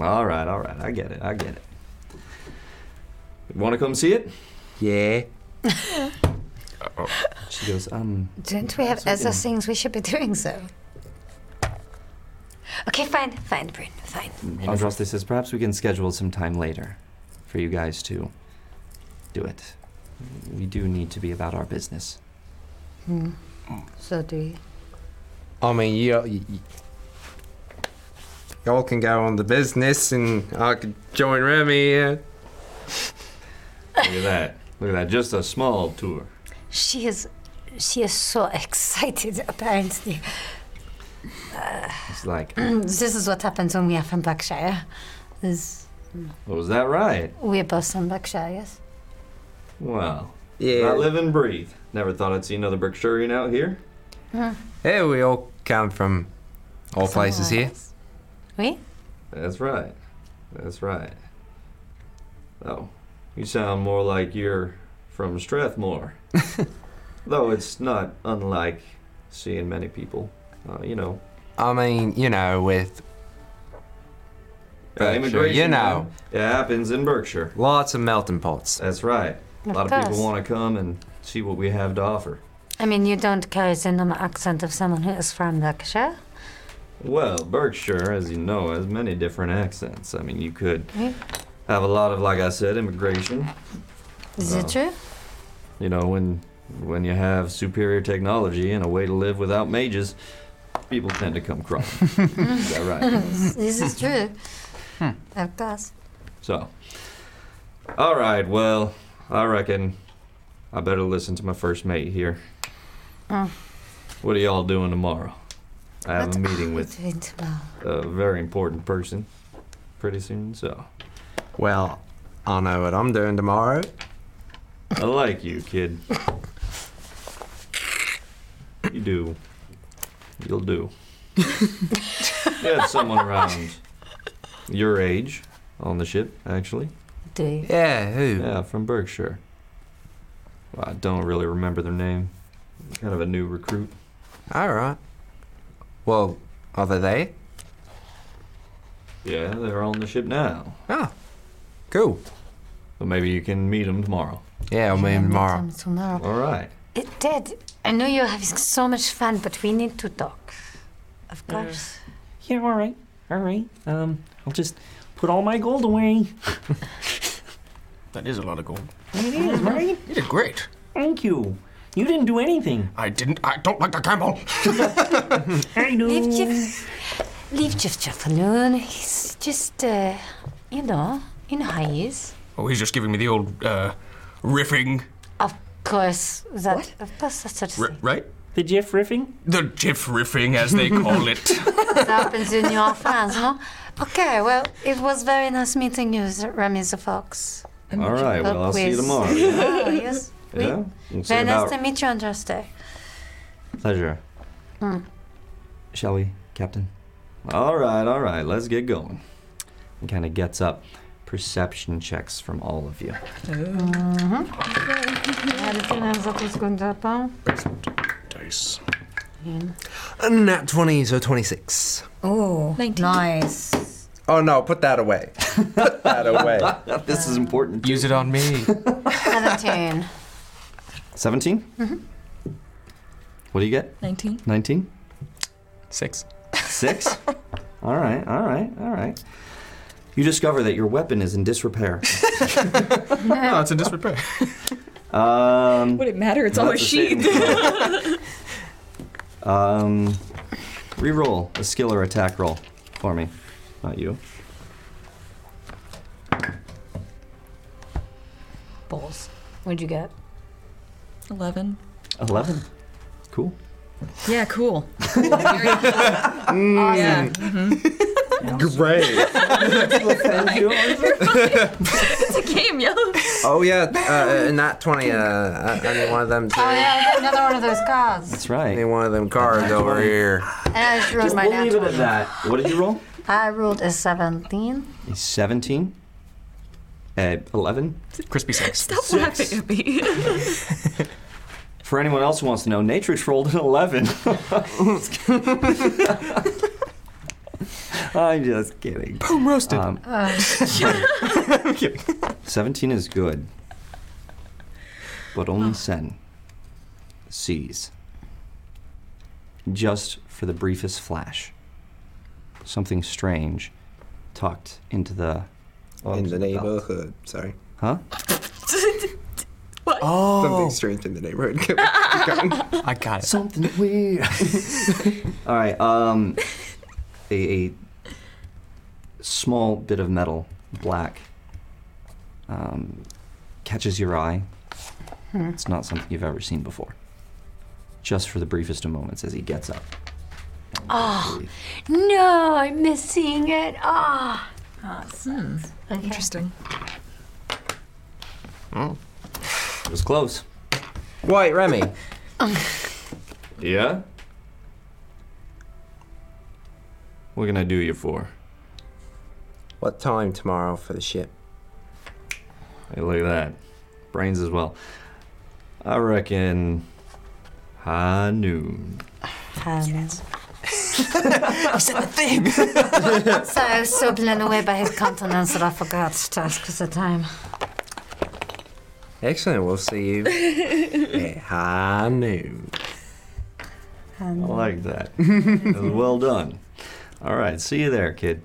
S10: All right, all right. I get it. I get it. Want to come see it? Yeah. *laughs* She goes, um,
S8: Don't we have
S10: So,
S8: other
S10: yeah.
S8: things we should be doing, though? Okay, fine, fine, Bryn, fine.
S10: Andraste says, perhaps we can schedule some time later for you guys to do it. We do need to be about our business.
S8: Hmm. So do you.
S9: I mean, you, y y- y'all can go on the business, and I could join Remy. Uh,
S10: Look at that. Look at that. Just a small tour.
S8: She is, she is so *laughs* excited. Apparently, *clears throat* uh,
S10: It's
S19: *clears throat*
S10: like,
S8: this is what happens when we are from Berkshire. Is
S10: was that right?
S8: we are both from Berkshire? Yes.
S10: Well, yeah. I live and breathe. Never thought I'd see another Berkshirian out here.
S8: Hmm.
S9: Hey, we all come from all places here.
S8: We?
S10: That's right. That's right. Oh, you sound more like you're from
S9: *laughs*
S10: Strathmore. Though it's not unlike seeing many people. Uh, you know,
S9: I mean, you know, with Berkshire, you know,
S10: It happens in Berkshire.
S9: lots of melting pots.
S10: That's right.
S8: Of
S10: a lot of
S8: course.
S10: people want to come and see what we have to offer.
S8: I mean, you don't carry the normal accent of someone who is from Berkshire.
S10: Well, Berkshire, as you know, has many different accents. I mean, you could
S8: Hmm.
S10: have a lot of, like I said, immigration.
S8: Is
S10: Uh,
S8: it true?
S10: You know, when when you have superior technology and a way to live without mages, people tend to come crawling. Is that right?
S8: this *laughs* is true. Of course.
S10: So, all right. Well, I reckon I better listen to my first mate here.
S8: Mm.
S10: What are y'all doing tomorrow? I have a meeting with
S8: Doing tomorrow.
S10: a very important person pretty soon. So,
S9: Well, I know what I'm doing tomorrow.
S10: I like you, kid. You do. You'll do. you had someone around your age on the ship, actually.
S8: Do you?
S9: Yeah, who?
S10: Yeah, from Berkshire. Well, I don't really remember their name. Kind of a new recruit.
S9: All right. Well, are they there?
S10: Yeah, they're on the ship now.
S9: Ah, cool.
S10: But maybe you can meet them tomorrow.
S9: Yeah, I'll meet him tomorrow.
S8: Um, tomorrow.
S10: All right.
S8: It did. I know you're having so much fun, but we need to talk. Of course.
S16: Yeah, all right. All right. Um, I'll just put all my gold away.
S11: That is a lot of gold.
S16: It is,
S5: Mm-hmm.
S16: right?
S11: You did great.
S16: Thank you. You didn't do anything.
S11: I didn't. I don't like to gamble.
S16: I know.
S8: Leave Jeff. Leave Jeff Jeff alone. He's just, uh, you know, in highs.
S11: *laughs* Oh, he's just giving me the old uh, riffing,
S8: Of course, that. Of course, that's such a
S11: ri-
S8: thing.
S11: right?
S16: The Jeff riffing?
S11: The jiff riffing, as
S16: *laughs*
S11: they call it.
S8: that happens in *laughs* your fans, huh? Okay, well, it was very nice meeting you, Remy the Fox.
S10: All right. Well, I'll see you
S8: Quiz.
S16: *laughs*
S5: Oh,
S10: tomorrow.
S8: Ah, yes. we-
S10: Yeah. We'll see
S8: Very nice
S10: about-
S8: to meet you on Thursday.
S10: Pleasure.
S8: Hmm.
S10: Shall we, Captain? All right, all right, let's get going. And kind of gets up perception checks from all of you.
S8: Mm-hmm. Anything else that was going to happen?
S11: Dice.
S9: And Nat 20, so 26.
S8: Oh, nice.
S9: Oh no, put that away. put that away.
S10: *laughs* this is important.
S9: Use it on *laughs* me.
S8: 17.
S10: 17?
S8: Mhm.
S6: Mm-hmm.
S10: What do you get?
S6: 19.
S10: 19?
S4: Six.
S11: *laughs*
S10: Six? all right, all right, all right.
S2: You discover that your weapon is in
S11: *laughs*
S2: disrepair.
S11: oh, it's a disrepair.
S2: *laughs*
S6: *laughs*
S2: Um,
S5: Would it matter? It's all
S2: that's a
S5: sheathed.
S2: *laughs* Um, reroll a skill or attack roll for me, not you.
S8: Balls. What'd you get?
S6: 11.
S2: Eleven. Cool.
S12: *laughs*
S6: Yeah, cool.
S8: Yeah.
S6: *laughs*
S14: Great.
S6: it's a game,
S2: *laughs*
S6: yo.
S9: Oh yeah, uh, uh, not twenty. Uh, I, I need one of them.
S8: Oh yeah, I got another one of those cards.
S2: That's right.
S9: Need one of them cards over here.
S8: And I just rolled my
S2: we'll leave it
S8: natural.
S2: at that. What did you roll?
S8: I rolled a 17.
S2: A seventeen. At eleven.
S11: Crispy six.
S6: Stop laughing at me.
S2: For anyone else who wants to know, Natrix rolled
S9: *laughs*
S2: an eleven. I'm just kidding. *laughs*
S14: Boom, roasted.
S2: Um,
S5: Oh.
S2: *laughs* Seventeen is good, but only Sen sees. Just for the briefest flash, something strange tucked into the
S9: In the neighborhood. Sorry.
S2: Huh?
S6: what?
S9: Oh. Something strange in the neighborhood. *laughs*
S2: *laughs*
S4: I got it.
S2: Something weird. *laughs* All right. Um, a, a small bit of metal, black, um, catches your eye.
S8: Hmm.
S2: It's not something you've ever seen before. Just for the briefest of moments, as he gets up.
S19: Ah,
S8: Oh, no, I'm missing it. Ah.
S6: Awesome.
S19: *laughs*
S6: Interesting.
S2: It was close.
S9: White Remy.
S10: Yeah? What can I do you for?
S9: What time tomorrow for the ship?
S10: Hey, look at that. Brains as well. I reckon high noon.
S8: I said the thing. *laughs* so I was so blown away by his countenance that I forgot to ask for the time.
S9: Excellent. We'll see you at high noon.
S8: Um,
S2: I like that. That was well done. All right, see you there, kid.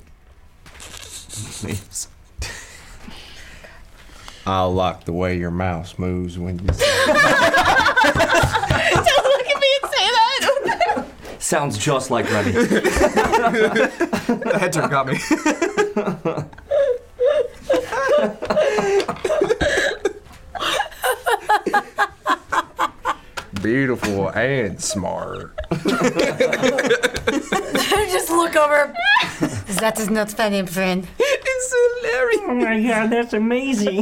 S2: Leaves.
S9: I like the way your mouth moves when you.
S5: *laughs* Don't look at me and say
S2: *laughs*
S5: that.
S2: Sounds just like Remy. the
S14: head turn got me.
S9: Beautiful and smart.
S8: Just look over. That is not funny, friend.
S14: It's hilarious.
S16: Oh my god, *laughs* that's amazing.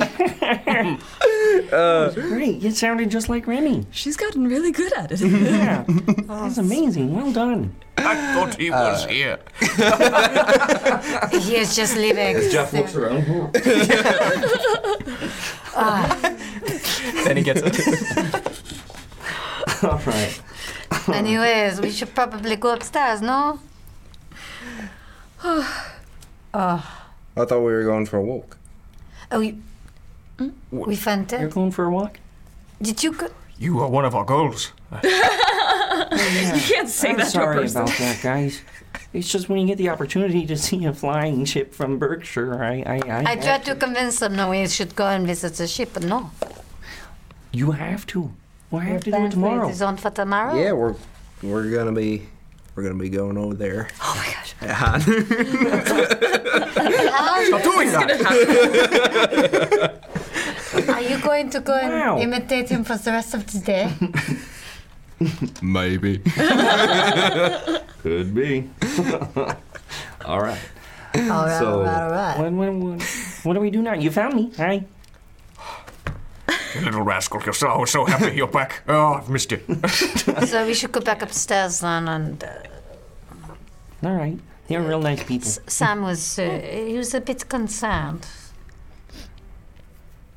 S14: Uh,
S16: Great, you sounded just like Remy.
S6: She's gotten really good at it.
S16: Yeah.
S6: *laughs*
S16: That's amazing. Well done.
S11: I thought he was here.
S8: He is just leaving.
S2: around.
S8: Ah,
S4: *laughs* then he gets it.
S16: *laughs*
S2: All right.
S8: anyways, we should probably go upstairs, no?
S16: Ah.
S8: oh,
S9: I thought we were going for a walk.
S8: oh, you, Mm? we found it. You're
S16: going for a walk?
S8: Did you go?
S11: You are one of our goals.
S6: You can't say
S16: I'm
S6: that to a
S16: sorry
S6: person.
S16: about that, guys. It's just when you get the opportunity to see a flying ship from Berkshire, I, I, I,
S8: I
S16: have
S8: tried to convince them that we should go and visit the ship, but no.
S16: You have to. Well, I have to do
S8: Apparently
S16: it tomorrow.
S8: It is on for tomorrow.
S9: Yeah, we're we're gonna be we're gonna be going over there. Oh my gosh. At *laughs* high
S8: Stop
S14: doing
S9: that.
S8: Are you going to go and
S14: Wow.
S8: imitate him for the rest of
S16: *laughs*
S8: the day?
S9: Maybe.
S10: Could be. All right.
S8: Alright,
S10: So-
S8: alright, alright.
S16: What, what, what, what do we do now? You found me. Hi.
S11: You little rascal, you're so, I was so happy you're back. Oh, I've missed you. *laughs*
S8: so we should go back upstairs then. And uh,
S16: All right. They're real nice
S7: *laughs*
S16: people.
S8: Sam was uh, he was a bit concerned.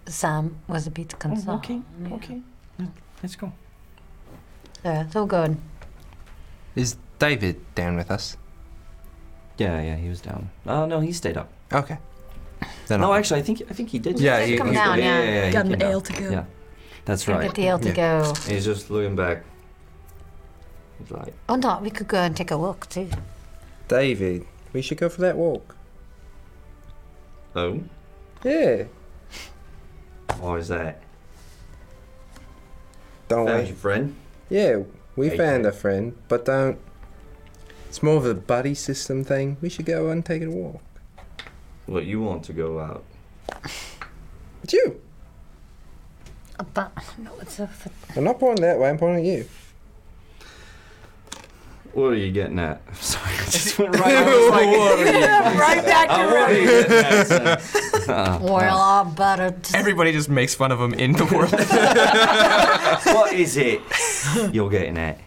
S8: Sam was a bit concerned. okay,
S16: Oh, okay. Let's go.
S8: Yeah, it's all good.
S9: *laughs* Is David down with us?
S2: Yeah, yeah, he was down. Oh no, he stayed up.
S9: Okay. Then
S2: *laughs* no,
S9: I'll-
S2: actually, I think I think he did.
S9: Yeah, he-
S8: come down, yeah.
S2: he
S6: Got an
S2: came down.
S6: ale to go.
S2: Yeah, that's
S8: Got
S2: right.
S8: the ale to go.
S10: He's just looking back. He's like,
S8: Oh no, we could go and take a walk too.
S9: David, we should go for that walk.
S2: Oh?
S5: Yeah.
S2: Why is that?
S5: Don't
S2: Found
S5: we?
S2: your friend?
S5: Yeah, we
S2: Hey,
S5: found a friend, but don't. It's more of a buddy system thing. We should go and take a walk.
S2: Well, you want to go out.
S5: It's you.
S8: But no, it's a.
S5: I'm not pointing that way. I'm pointing at you.
S2: What are you
S10: *laughs*
S2: getting at? I'm sorry, I just went
S5: right over the
S2: What are you getting
S3: Right
S2: at?
S3: back to
S4: *laughs*
S2: Uh, what are you
S3: it.
S2: getting at,
S8: *laughs*
S2: son? Uh,
S8: Well, I better.
S4: Everybody just makes fun of him in the
S10: *laughs*
S4: world.
S2: what
S4: *laughs*
S2: is it
S5: *laughs*
S2: you're getting at,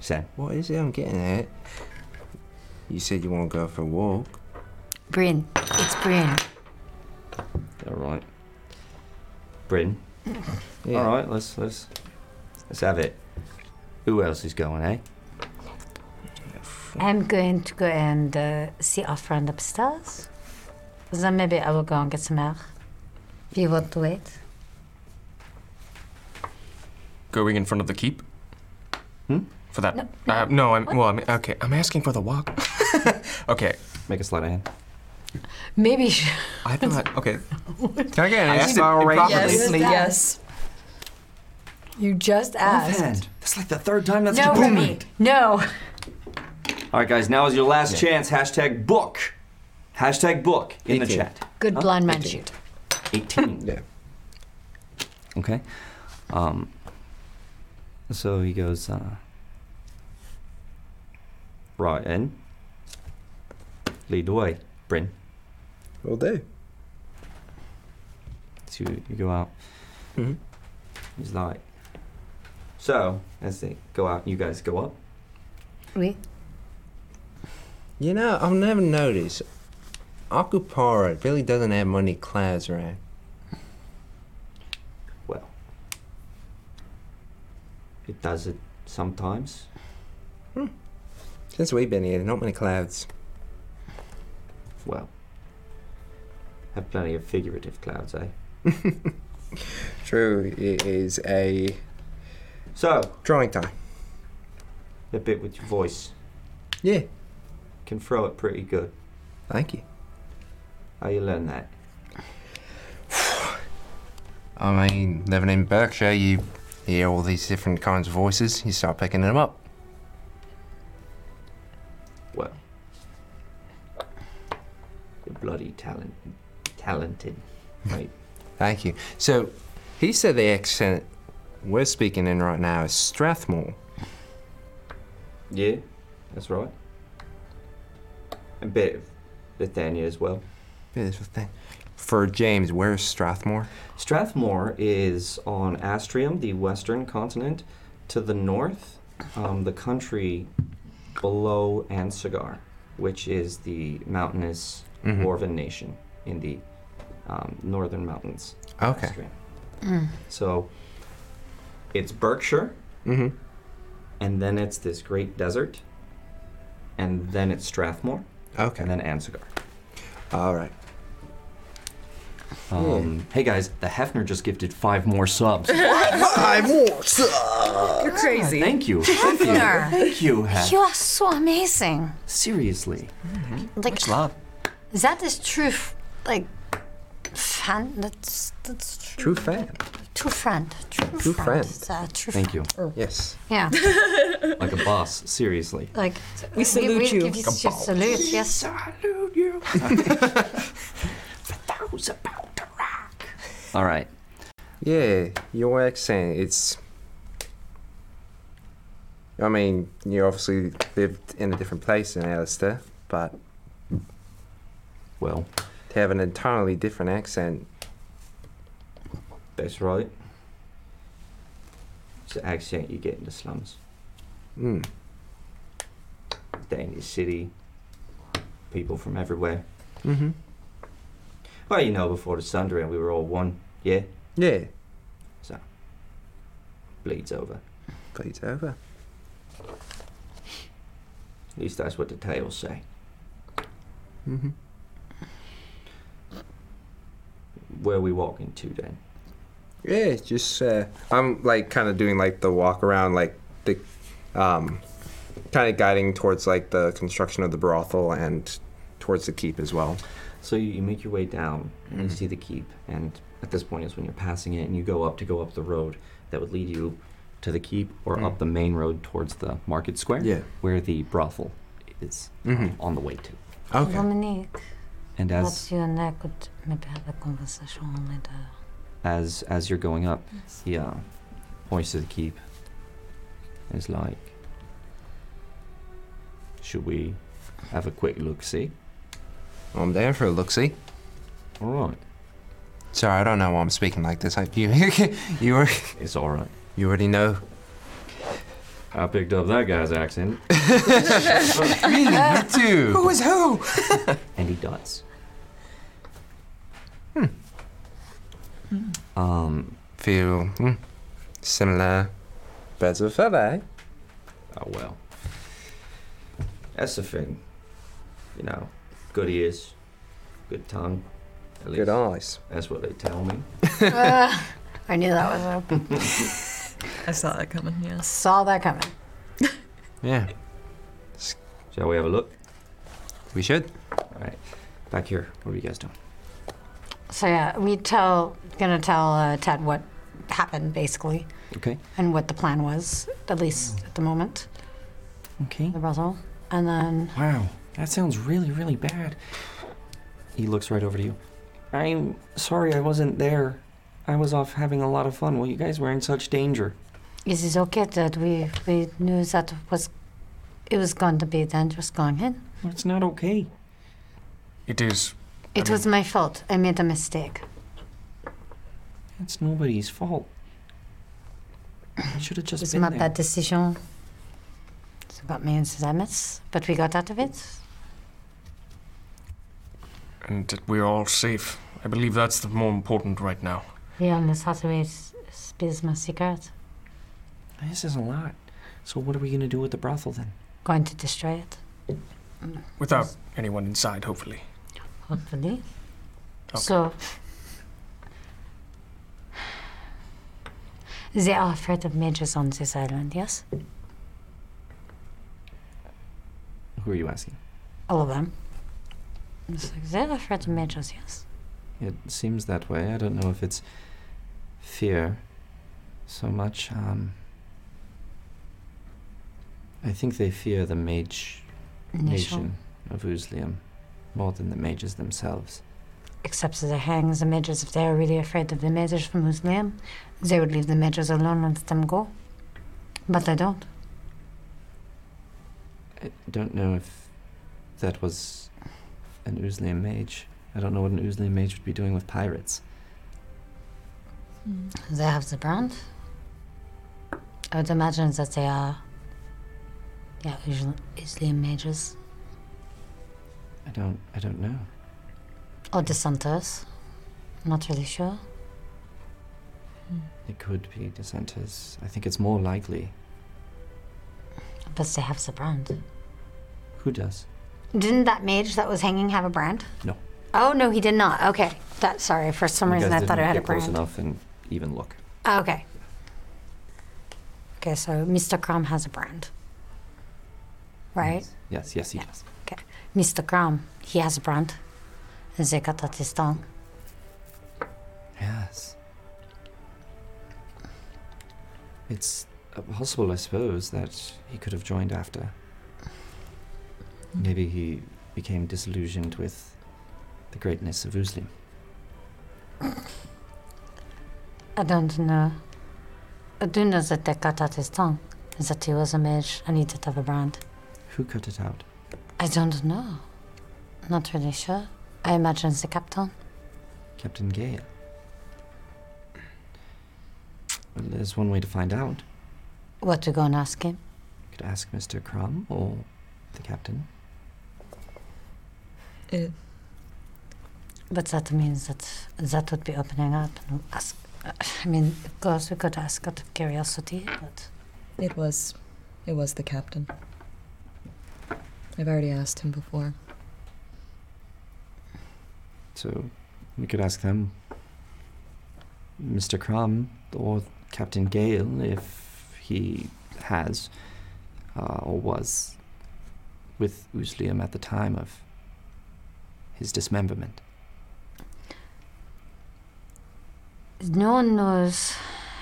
S2: Sam?
S9: What is it I'm getting at? You said you want to go for a walk.
S8: Bryn. It's Bryn.
S2: All right, Bryn.
S9: Yeah.
S14: Oh.
S2: All right, let's let's let's have it. Who else is going, eh?
S8: I'm going to go and uh, see our friend upstairs. Then maybe I will go and get some air. If you want to wait.
S4: Going in front of the keep?
S2: Hmm?
S4: For that? No, uh, no I'm, well, I'm, okay, I'm asking for the walk. *laughs* okay.
S2: Make a slide of hand.
S8: Maybe. you should-
S4: I
S3: *laughs*
S4: thought, okay. Can I get an
S2: I
S4: asked
S2: need to-
S4: it improperly.
S3: Yes,
S2: Properly.
S3: yes. You just asked.
S10: Offhand. That's like the third time that's
S3: No,
S10: happened.
S3: Remy.
S8: No.
S10: All right, guys, now is your last chance. Hashtag book. Hashtag book in the chat.
S8: Good blind man shoot.
S10: 18.
S5: yeah.
S10: Okay. Um, so he goes, uh,
S2: Right, in. Lead the way, Bryn.
S5: Will do.
S2: So you, you go out.
S5: Mhm.
S2: He's like, so let's see. Go out. You guys go up.
S8: We.
S9: You know, I've never noticed. Akupara really doesn't have many clouds around.
S2: Well, it does it sometimes.
S9: Hmm. Since we've been here, not many clouds.
S2: Well, have uh, plenty of figurative clouds, eh?
S5: *laughs* True, it is a.
S2: So.
S9: Drawing time.
S2: A bit with your voice.
S9: Yeah.
S2: Can throw it pretty good.
S9: Thank you.
S2: How you learn that?
S9: I mean, living in Berkshire, you hear all these different kinds of voices, you start picking them up.
S2: Well, you're bloody talent, talented, right?
S9: *laughs* Thank you. So, he said the accent we're speaking in right now is Strathmore.
S2: yeah, that's right. A bit of Bethania as well.
S9: Beautiful thing. For James, where's Strathmore?
S2: Strathmore is on Astrium, the western continent, to the north, um, the country below Ansigar, which is the mountainous
S9: Mhm.
S2: dwarven nation in the um, northern mountains. of
S9: Okay.
S2: Astrium.
S9: Mm.
S2: So it's Berkshire, Mm-hmm.
S9: Mhm.
S2: and then it's this great desert, and then it's Strathmore,
S9: okay.
S2: and then Ansigar.
S9: All right.
S10: um, hey guys, the Hefner just gifted five more
S8: *laughs*
S10: subs.
S8: Five
S9: more.
S8: You're crazy.
S10: Thank you. Thank you.
S8: Hefner.
S10: Thank you, Hef.
S8: You are so amazing.
S10: Seriously.
S16: Mm-hmm.
S8: Like that is true. f- Like fan. That's that's true.
S9: True fan.
S8: True friend. True,
S9: True friend.
S8: Uh, true
S2: Thank you.
S8: friend.
S9: Yes.
S20: *laughs*
S8: Yeah.
S2: Like a boss, seriously.
S8: Like
S20: We salute
S8: we,
S20: you.
S8: give you
S20: Kabal.
S8: salute. Yes.
S10: Salute
S5: *laughs*
S10: you.
S9: All right. Yeah, your accent, it's. I mean, you obviously lived in a different place than Alistair, but.
S2: Well.
S9: To have an entirely different accent.
S2: That's right. It's the accent you get in the slums.
S9: Mm.
S2: Down in the city, people from everywhere.
S9: Mm-hmm.
S2: Well, you know, before the Sundering, we were all one, yeah?
S9: Yeah.
S2: So, bleeds over.
S9: Bleeds over.
S2: At least that's what the tales say.
S7: *laughs*
S9: Mm-hmm.
S2: Where we walking to then?
S9: Yeah, it's just uh, I'm like kind of doing like the walk around, like the um, kind of guiding towards like the construction of the brothel and towards the keep as well.
S2: So you, you make your way down and you
S9: Mm.
S2: see the keep, and at this point is when you're passing it, and you go up to go up the road that would lead you to the keep or
S9: Mm.
S2: up the main road towards the market square,
S9: Yeah.
S2: where the brothel is
S9: Mhm.
S2: on the way to.
S8: Dominique,
S2: And as
S8: perhaps you and I could maybe have a conversation uh. later.
S2: as as you're going up, he uh, points to the keep. And is like, should we have a quick look see?
S9: I'm there for a look see.
S2: All right.
S9: Sorry, I don't know why I'm speaking like this. I, you, *laughs* you were.
S2: It's all right.
S9: You already know.
S10: I picked up that
S9: *laughs*
S10: guy's accent.
S9: really, you too.
S14: Who is
S16: *laughs*
S14: who?
S2: And he does.
S9: Hmm.
S2: Um,
S9: feel hmm, similar. Better for that.
S2: Oh well.
S10: That's the thing. You know, good ears, good tongue, at least.
S9: Good eyes.
S10: That's what they tell
S8: *laughs*
S10: me.
S3: Ah, I knew that was
S6: *laughs*
S3: up.
S6: I saw that coming, yes.
S3: Saw that coming.
S9: Yeah.
S2: Shall we have a look?
S9: We should.
S2: All right. Back here. What are you guys doing?
S8: So yeah, we tell gonna tell uh, Ted what happened basically,
S2: Okay.
S8: and what the plan was at least at the moment.
S2: Okay.
S8: The Brussels, and then
S2: Wow, that sounds really, really bad. He looks right over to you.
S16: I'm sorry I wasn't there. I was off having a lot of fun while you guys were in such danger.
S8: is it okay that we we knew that was it was going to be dangerous going in?
S16: It's not okay.
S11: It is.
S8: It was my fault. I made a mistake.
S16: It's nobody's fault. I should have just
S8: It was
S16: been
S8: my
S16: there.
S8: bad decision. It's about me and Samus, but we got out of it.
S11: And that we're all safe. I believe that's the more important right now.
S8: Yeah, and this Hathaway s- spills my cigarette.
S16: This is a lot. So what are we gonna do with the brothel then?
S8: Going to destroy it,
S11: Without anyone inside, hopefully.
S8: hopefully. So *sighs* they are afraid of mages on this island, yes?
S2: Who are you asking?
S8: All of them. It's like, they are afraid of mages, yes.
S2: It seems that way. I don't know if it's fear so much. Um, I think they fear the mage
S8: Nation.
S2: nation of Uslium more than the mages themselves.
S8: Except that they hang the mages if they are really afraid of the mages from Muslim. They would leave the mages alone and let them go. But they don't.
S2: I don't know if that was an Uslium mage. I don't know what an Uslium mage would be doing with pirates.
S8: They have the brand. I would imagine that they are, yeah, usually, usually mages
S2: I don't. I don't know.
S8: or dissenters. Not really sure.
S2: It could be dissenters. I think it's more likely.
S8: But they have the brand.
S2: Who does?
S8: Didn't that mage that was hanging have a brand?
S2: No.
S8: Oh no, he did not. Okay, that sorry. For some
S2: You
S8: reason,
S2: guys
S8: I thought it
S2: didn't
S8: had a
S2: get close
S8: brand.
S2: enough and even look.
S8: Ah, okay. Okay, so Mr. Crom has a brand, right?
S2: Yes, yes, he does.
S8: Okay. Mr. Crom, he has a brand. And they got that his tongue.
S2: Yes. It's uh, possible, I suppose, that he could have joined after. Maybe he became disillusioned with the greatness of Uslim.
S8: I don't know. I do know that they cut out his tongue, and that he was a mage and he did have a brand.
S2: Who cut it out?
S8: I don't know. Not really sure. I imagine the captain.
S2: Captain Gale. Well, there's one way to find out.
S8: What to go and ask him?
S2: You could ask Mr. Crum or the captain.
S8: But that means that that would be opening up. And ask. I mean, of course, we could ask out of curiosity, but
S12: It was, it was the captain. I've already asked him before.
S2: So we could ask them, Mr. Crum or Captain Gale, if he has uh, or was with Uslium at the time of his dismemberment.
S8: No one knows,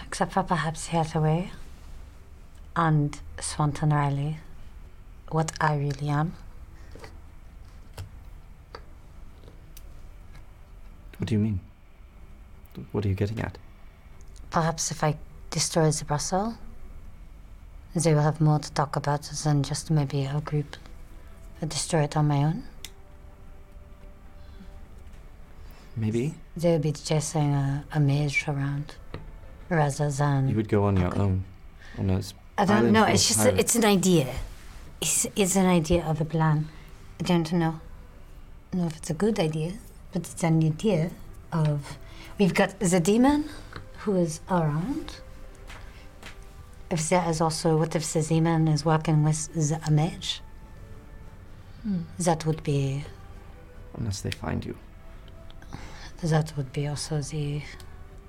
S8: except for perhaps Hathaway and Swanton Riley, what I really am.
S2: What do you mean? What are you getting at?
S8: Perhaps if I destroy the Brussels, they will have more to talk about than just maybe a group. I destroy it on my own.
S2: Maybe
S8: They will be chasing a, a mage around rather than.
S2: you would go on your own. On a s-
S8: I don't
S2: island
S8: know.
S2: full
S8: It's
S2: of
S8: just a,
S2: pirates.
S8: it's an idea. It's, it's an idea of a plan. I don't know. know if it's a good idea, but it's an idea of we've got the demon who is around. If there is also what if the demon is working with the mage?
S12: Hmm.
S8: That would be
S2: unless they find you.
S8: that would be also the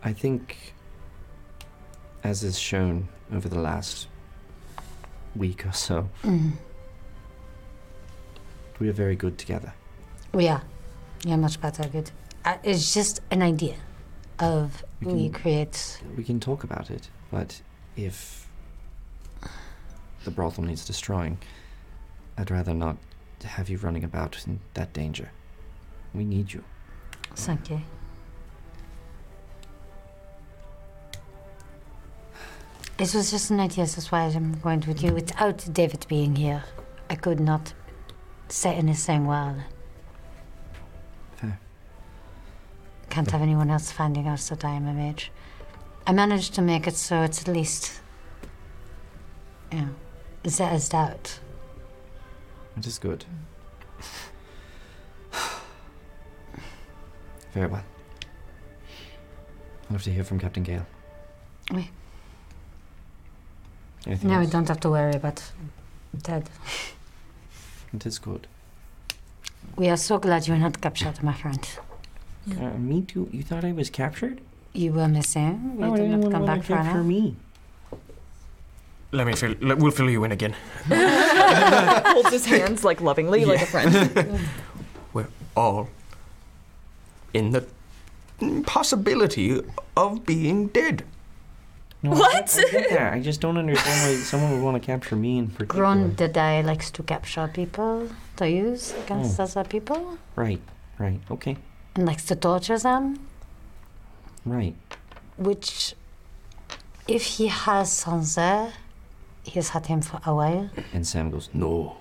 S2: I think, as is shown over the last week or so,
S8: Mm.
S2: we are very good together.
S8: We are. Yeah, much better. Good. Uh, it's just an idea of
S2: We
S8: we
S2: can-
S8: create.
S2: We can talk about it, but if the brothel needs destroying, I'd rather not have you running about in that danger. We need you.
S8: Thank you. It was just an idea, that's why I'm going with you. Without David being here, I could not say anything well.
S2: Fair.
S8: Can't have anyone else finding out that I am a mage. I managed to make it so it's at least. You know, there is doubt.
S2: It is good.
S8: Mm.
S2: *sighs* Very well. I'll have to hear from Captain Gale.
S8: Oui.
S2: Anything
S8: Now we
S2: else?
S8: don't have to worry about Ted.
S2: It is good.
S8: We are so glad you were not captured, my friend.
S16: Uh, me too. You thought I was captured?
S8: You were missing. We
S16: Why would
S8: did not
S16: anyone
S8: come
S16: wanna
S8: back for an
S16: capture
S8: hour.
S16: me.
S11: Let me fill. Let, we'll fill you
S12: *laughs*
S11: in again.
S12: *laughs* Holds
S11: *laughs*
S12: his hands like lovingly, like a friend.
S4: We're all in the possibility
S12: *laughs*
S4: of being dead.
S16: No,
S12: What?
S16: I, I get that. I just don't understand why
S5: *laughs*
S16: someone would want to capture me in particular.
S8: Gron the Dai likes to capture people to use against
S16: Oh.
S8: other people
S16: Right, right. Okay,
S8: and likes to torture them,
S16: right.
S8: which, if he has Sansa, he's had him for a while,
S2: And Sam goes, No,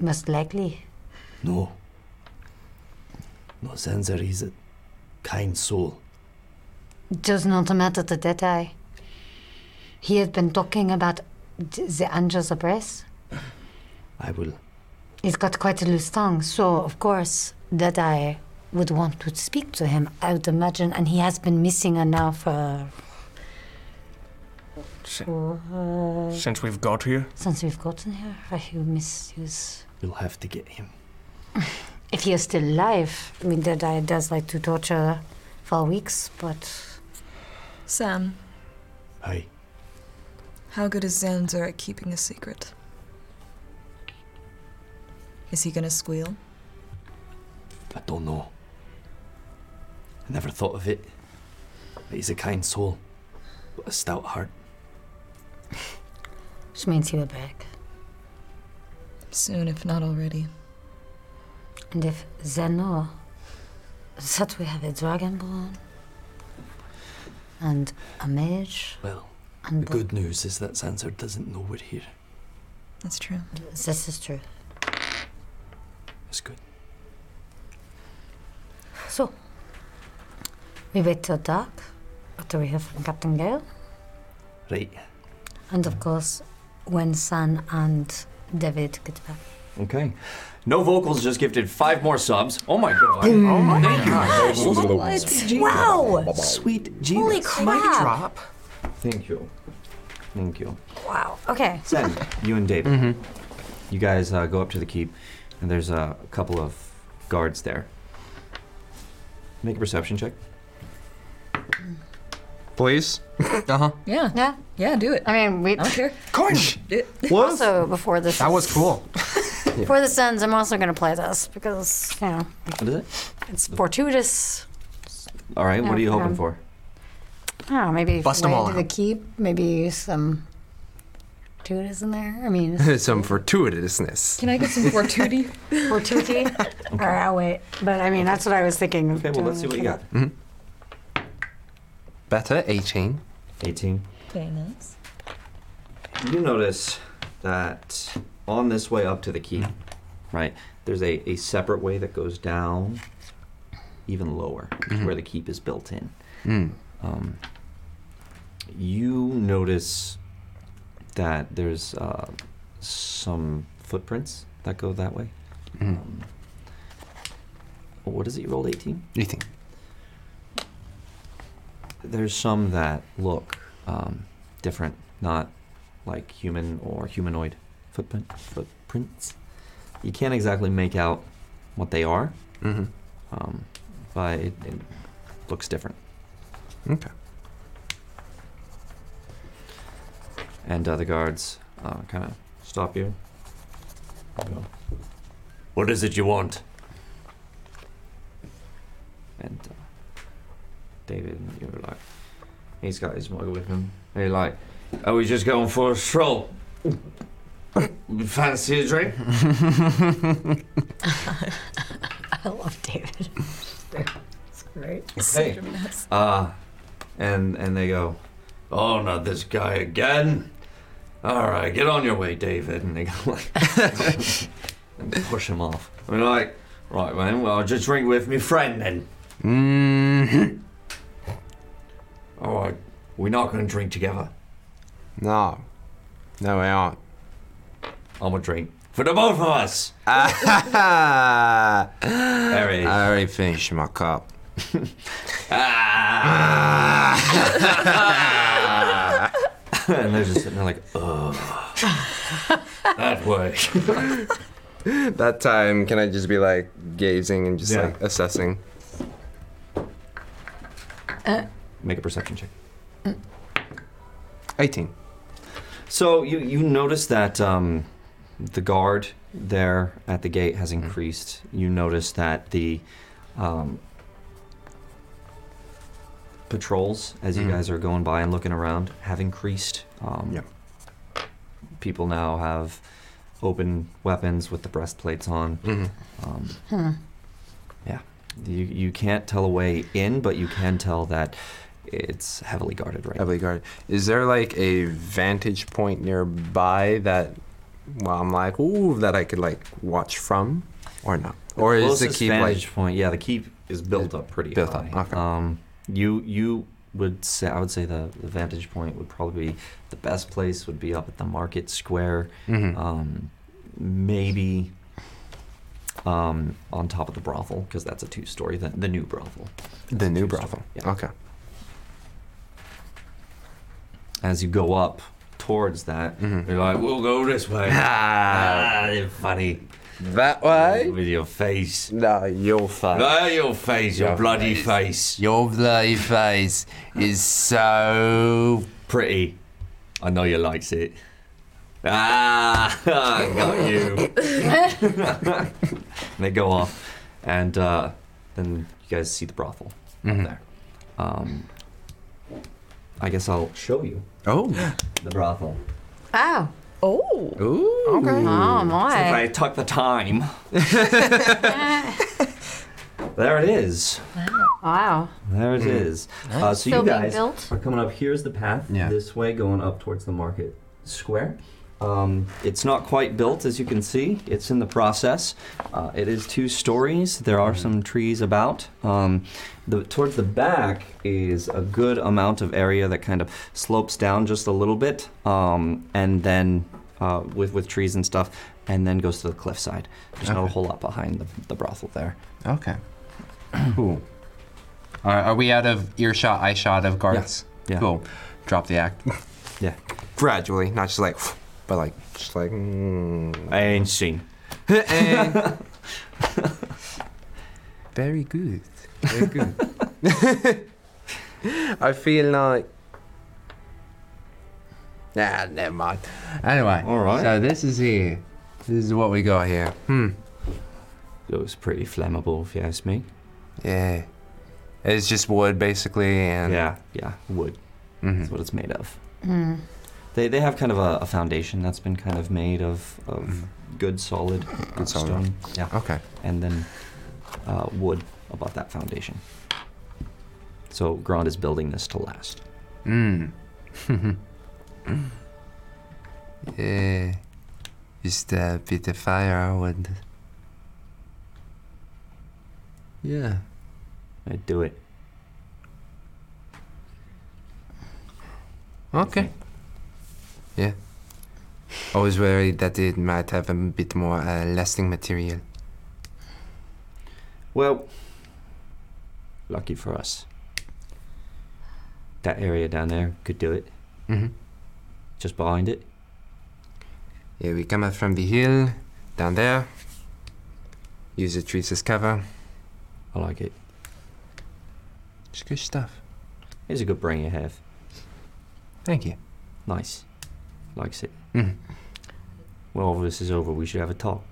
S8: most likely.
S7: No. No, Sansa is a kind soul.
S8: Does not matter to Deadeye. He had been talking about d- the Angels of Breath.
S7: I will.
S8: He's got quite a loose tongue, so of course that I would want to speak to him, I would imagine, and he has been missing her now for uh,
S11: Since we've got here,
S8: since we've gotten here. I hear misuse.
S7: We'll have to get him.
S8: If he is still alive, I mean, that I does like to torture for weeks, but
S6: *laughs* Sam,
S7: Hi.
S6: how good is Xander at keeping a secret? Is he gonna squeal?
S7: I don't know. I never thought of it. But he's a kind soul, but a stout heart.
S8: which means he will back.
S12: Soon, if not already.
S8: And if Zeno that we have a dragonborn and a mage,
S7: Well,
S8: and
S7: the good news is that Sansa doesn't know we're here.
S12: That's true.
S8: This is true.
S7: It's good.
S8: So, we wait till dark after we hear from Captain Gale.
S7: Right.
S8: And of course, when San and David get back.
S2: Okay. No Vocals just gifted five more subs. Oh my god.
S8: Boom.
S2: Oh my god.
S19: Wow.
S2: Sweet Jesus.
S8: Holy crap.
S2: Thank you. Thank you.
S8: Wow. Okay.
S2: Sen, you and David. You guys uh, go up to the keep, and there's uh, a couple of guards there. Make a perception check.
S9: Please. uh huh.
S12: Yeah.
S8: Yeah.
S12: Yeah, do it.
S8: I mean, we.
S12: I don't care.
S8: Also, before this.
S9: That was cool.
S3: For the Suns, I'm also going to play this because, you know,
S21: What is it?
S3: it's fortuitous.
S21: All right, what are you
S3: Yeah.
S21: hoping for?
S3: Oh, maybe
S21: Bust 'em
S3: way
S21: all
S3: to the keep. Maybe some fortuitous in there. I mean,
S21: *laughs*
S9: Some *laughs* fortuitousness.
S3: can I get some fortuity?
S21: *laughs*
S3: fortuity? Or I'll wait. But I mean, that's what I was thinking. Okay, well,
S21: let's see what you got.
S9: Mhm. Better 18.
S2: 18.
S6: Very nice.
S2: You notice that on this way up to the keep, right, there's a, a separate way that goes down even lower
S9: Mhm.
S2: where the keep is built in.
S9: Mm.
S2: Um, you notice that there's uh, some footprints that go that way.
S9: Mhm.
S2: Um, what is it? You rolled 18?
S9: 18.
S2: There's some that look um, different, not like human or humanoid footprint, footprints. You can't exactly make out what they are,
S9: Mhm.
S2: um, but it, it looks different.
S9: Okay.
S2: And uh, the guards uh, kind of stop you.
S22: What is it you want?
S2: And uh, David, you're like, he's got his mug with him.
S10: Hey, like, are we just going for a stroll? Fancy a drink?
S3: I love David. *laughs* It's great.
S10: Hey.
S2: Uh, and and they go,
S10: Oh, not this guy again. All right, get on your way, David. And they go *laughs* like,
S2: and push him off.
S10: I mean, like, right, man. Well, I'll just drink with me friend then.
S9: Mm-hmm.
S10: All right, we're not going to drink together.
S9: No. No, we aren't.
S2: I'm a drink.
S10: For the both of us.
S9: Ah,
S10: Harry.
S9: I already finished my
S2: *laughs*
S9: cup.
S2: and they're just sitting there like, ugh.
S10: That way.
S9: *laughs* that time, can I just be like gazing and just
S2: Yeah.
S9: like assessing?
S2: Make a perception check.
S9: 18.
S2: So you you notice that um, the guard there at the gate has increased. You notice that the um, patrols, as you
S9: Mhm.
S2: guys are going by and looking around, have increased. Um, People now have open weapons with the breastplates on. Um,
S5: *laughs*
S3: Hmm.
S2: yeah, you you can't tell a way in, but you can tell that it's heavily guarded right now.
S9: Heavily guarded. Is there like a vantage point nearby that, well, I'm like, ooh, that I could like watch from or not? Or is the
S2: closest
S9: keep
S2: vantage
S9: like.
S2: point? Yeah, the keep is built up pretty
S9: built
S2: high.
S9: up, okay.
S2: Um, you you would say I would say the, the vantage point would probably be the best place would be up at the market square,
S9: Mhm.
S2: um, maybe um, on top of the brothel because that's a two story the, the new brothel.
S9: The new brothel. Okay.
S2: As you go up towards that,
S10: You're like, we'll go this way.
S9: Mm-hmm. Ah,
S10: you're funny.
S9: That way?
S10: With your face.
S9: No, your face.
S10: No, your face, your, bloody face.
S9: Your bloody face is so
S2: pretty. I know you likes it.
S10: Ah, *laughs* I got *laughs*
S8: *laughs*
S5: *laughs*
S10: you.
S2: And *laughs* they go off, and uh, then you guys see the brothel
S9: Mhm.
S2: up there. Um, I guess I'll show you.
S9: Oh,
S2: the brothel.
S3: Oh.
S5: Oh.
S9: Ooh.
S3: Okay. Oh, my.
S2: So if I took the
S3: *laughs*
S2: time. *laughs* there it is.
S3: Wow.
S2: There it
S3: Mm.
S2: is. Uh, so
S3: Still
S2: you
S3: being
S2: guys
S3: built?
S2: are coming up. Here's the path.
S9: Yeah.
S2: This way, going up towards the market square. Um, it's not quite built, as you can see. It's in the process. Uh, it is two stories. There are some trees about. Um, the, towards the back is a good amount of area that kind of slopes down just a little bit, um, and then uh, with with trees and stuff, and then goes to the cliffside. There's not a whole lot behind the, the brothel there. *clears throat*
S9: Okay. cool. All right, are we out of earshot, eye shot of guards?
S2: Yeah. Yeah.
S9: Cool. Drop the act.
S2: *laughs* yeah.
S9: Gradually, not just like, but like, just like. mm.
S2: I ain't seen.
S9: Very good. Very
S15: *laughs*
S9: good. *laughs* I feel like. Nah, never mind. Anyway. All right. So this is here. This is what we got here. Hmm.
S2: It was pretty flammable, if you ask me.
S9: Yeah. It's just wood, basically, and Mm-hmm.
S2: yeah, yeah, wood. That's what it's made of.
S8: Mm.
S2: They, they have kind of a, a foundation that's been kind of made of, of good solid,
S9: Mm-hmm. Good solid.
S2: stone. Yeah.
S9: Okay.
S2: And then uh, wood above that foundation. So Grand is building this to last.
S9: *laughs* Mm. yeah. Just a bit of firewood. Yeah.
S2: I do it.
S9: Okay. Yeah. I was worried that it might have a bit more uh, lasting material.
S2: Well, lucky for us. That area down there could do it.
S9: Mhm.
S2: Just behind it.
S9: Yeah, we come up from the hill down there. Use the trees as cover.
S2: I like it.
S9: It's good stuff.
S2: It's a good brain you have.
S9: Thank you.
S2: Nice. Likes it.
S9: Mhm.
S2: Well, all this is over, we should have a talk.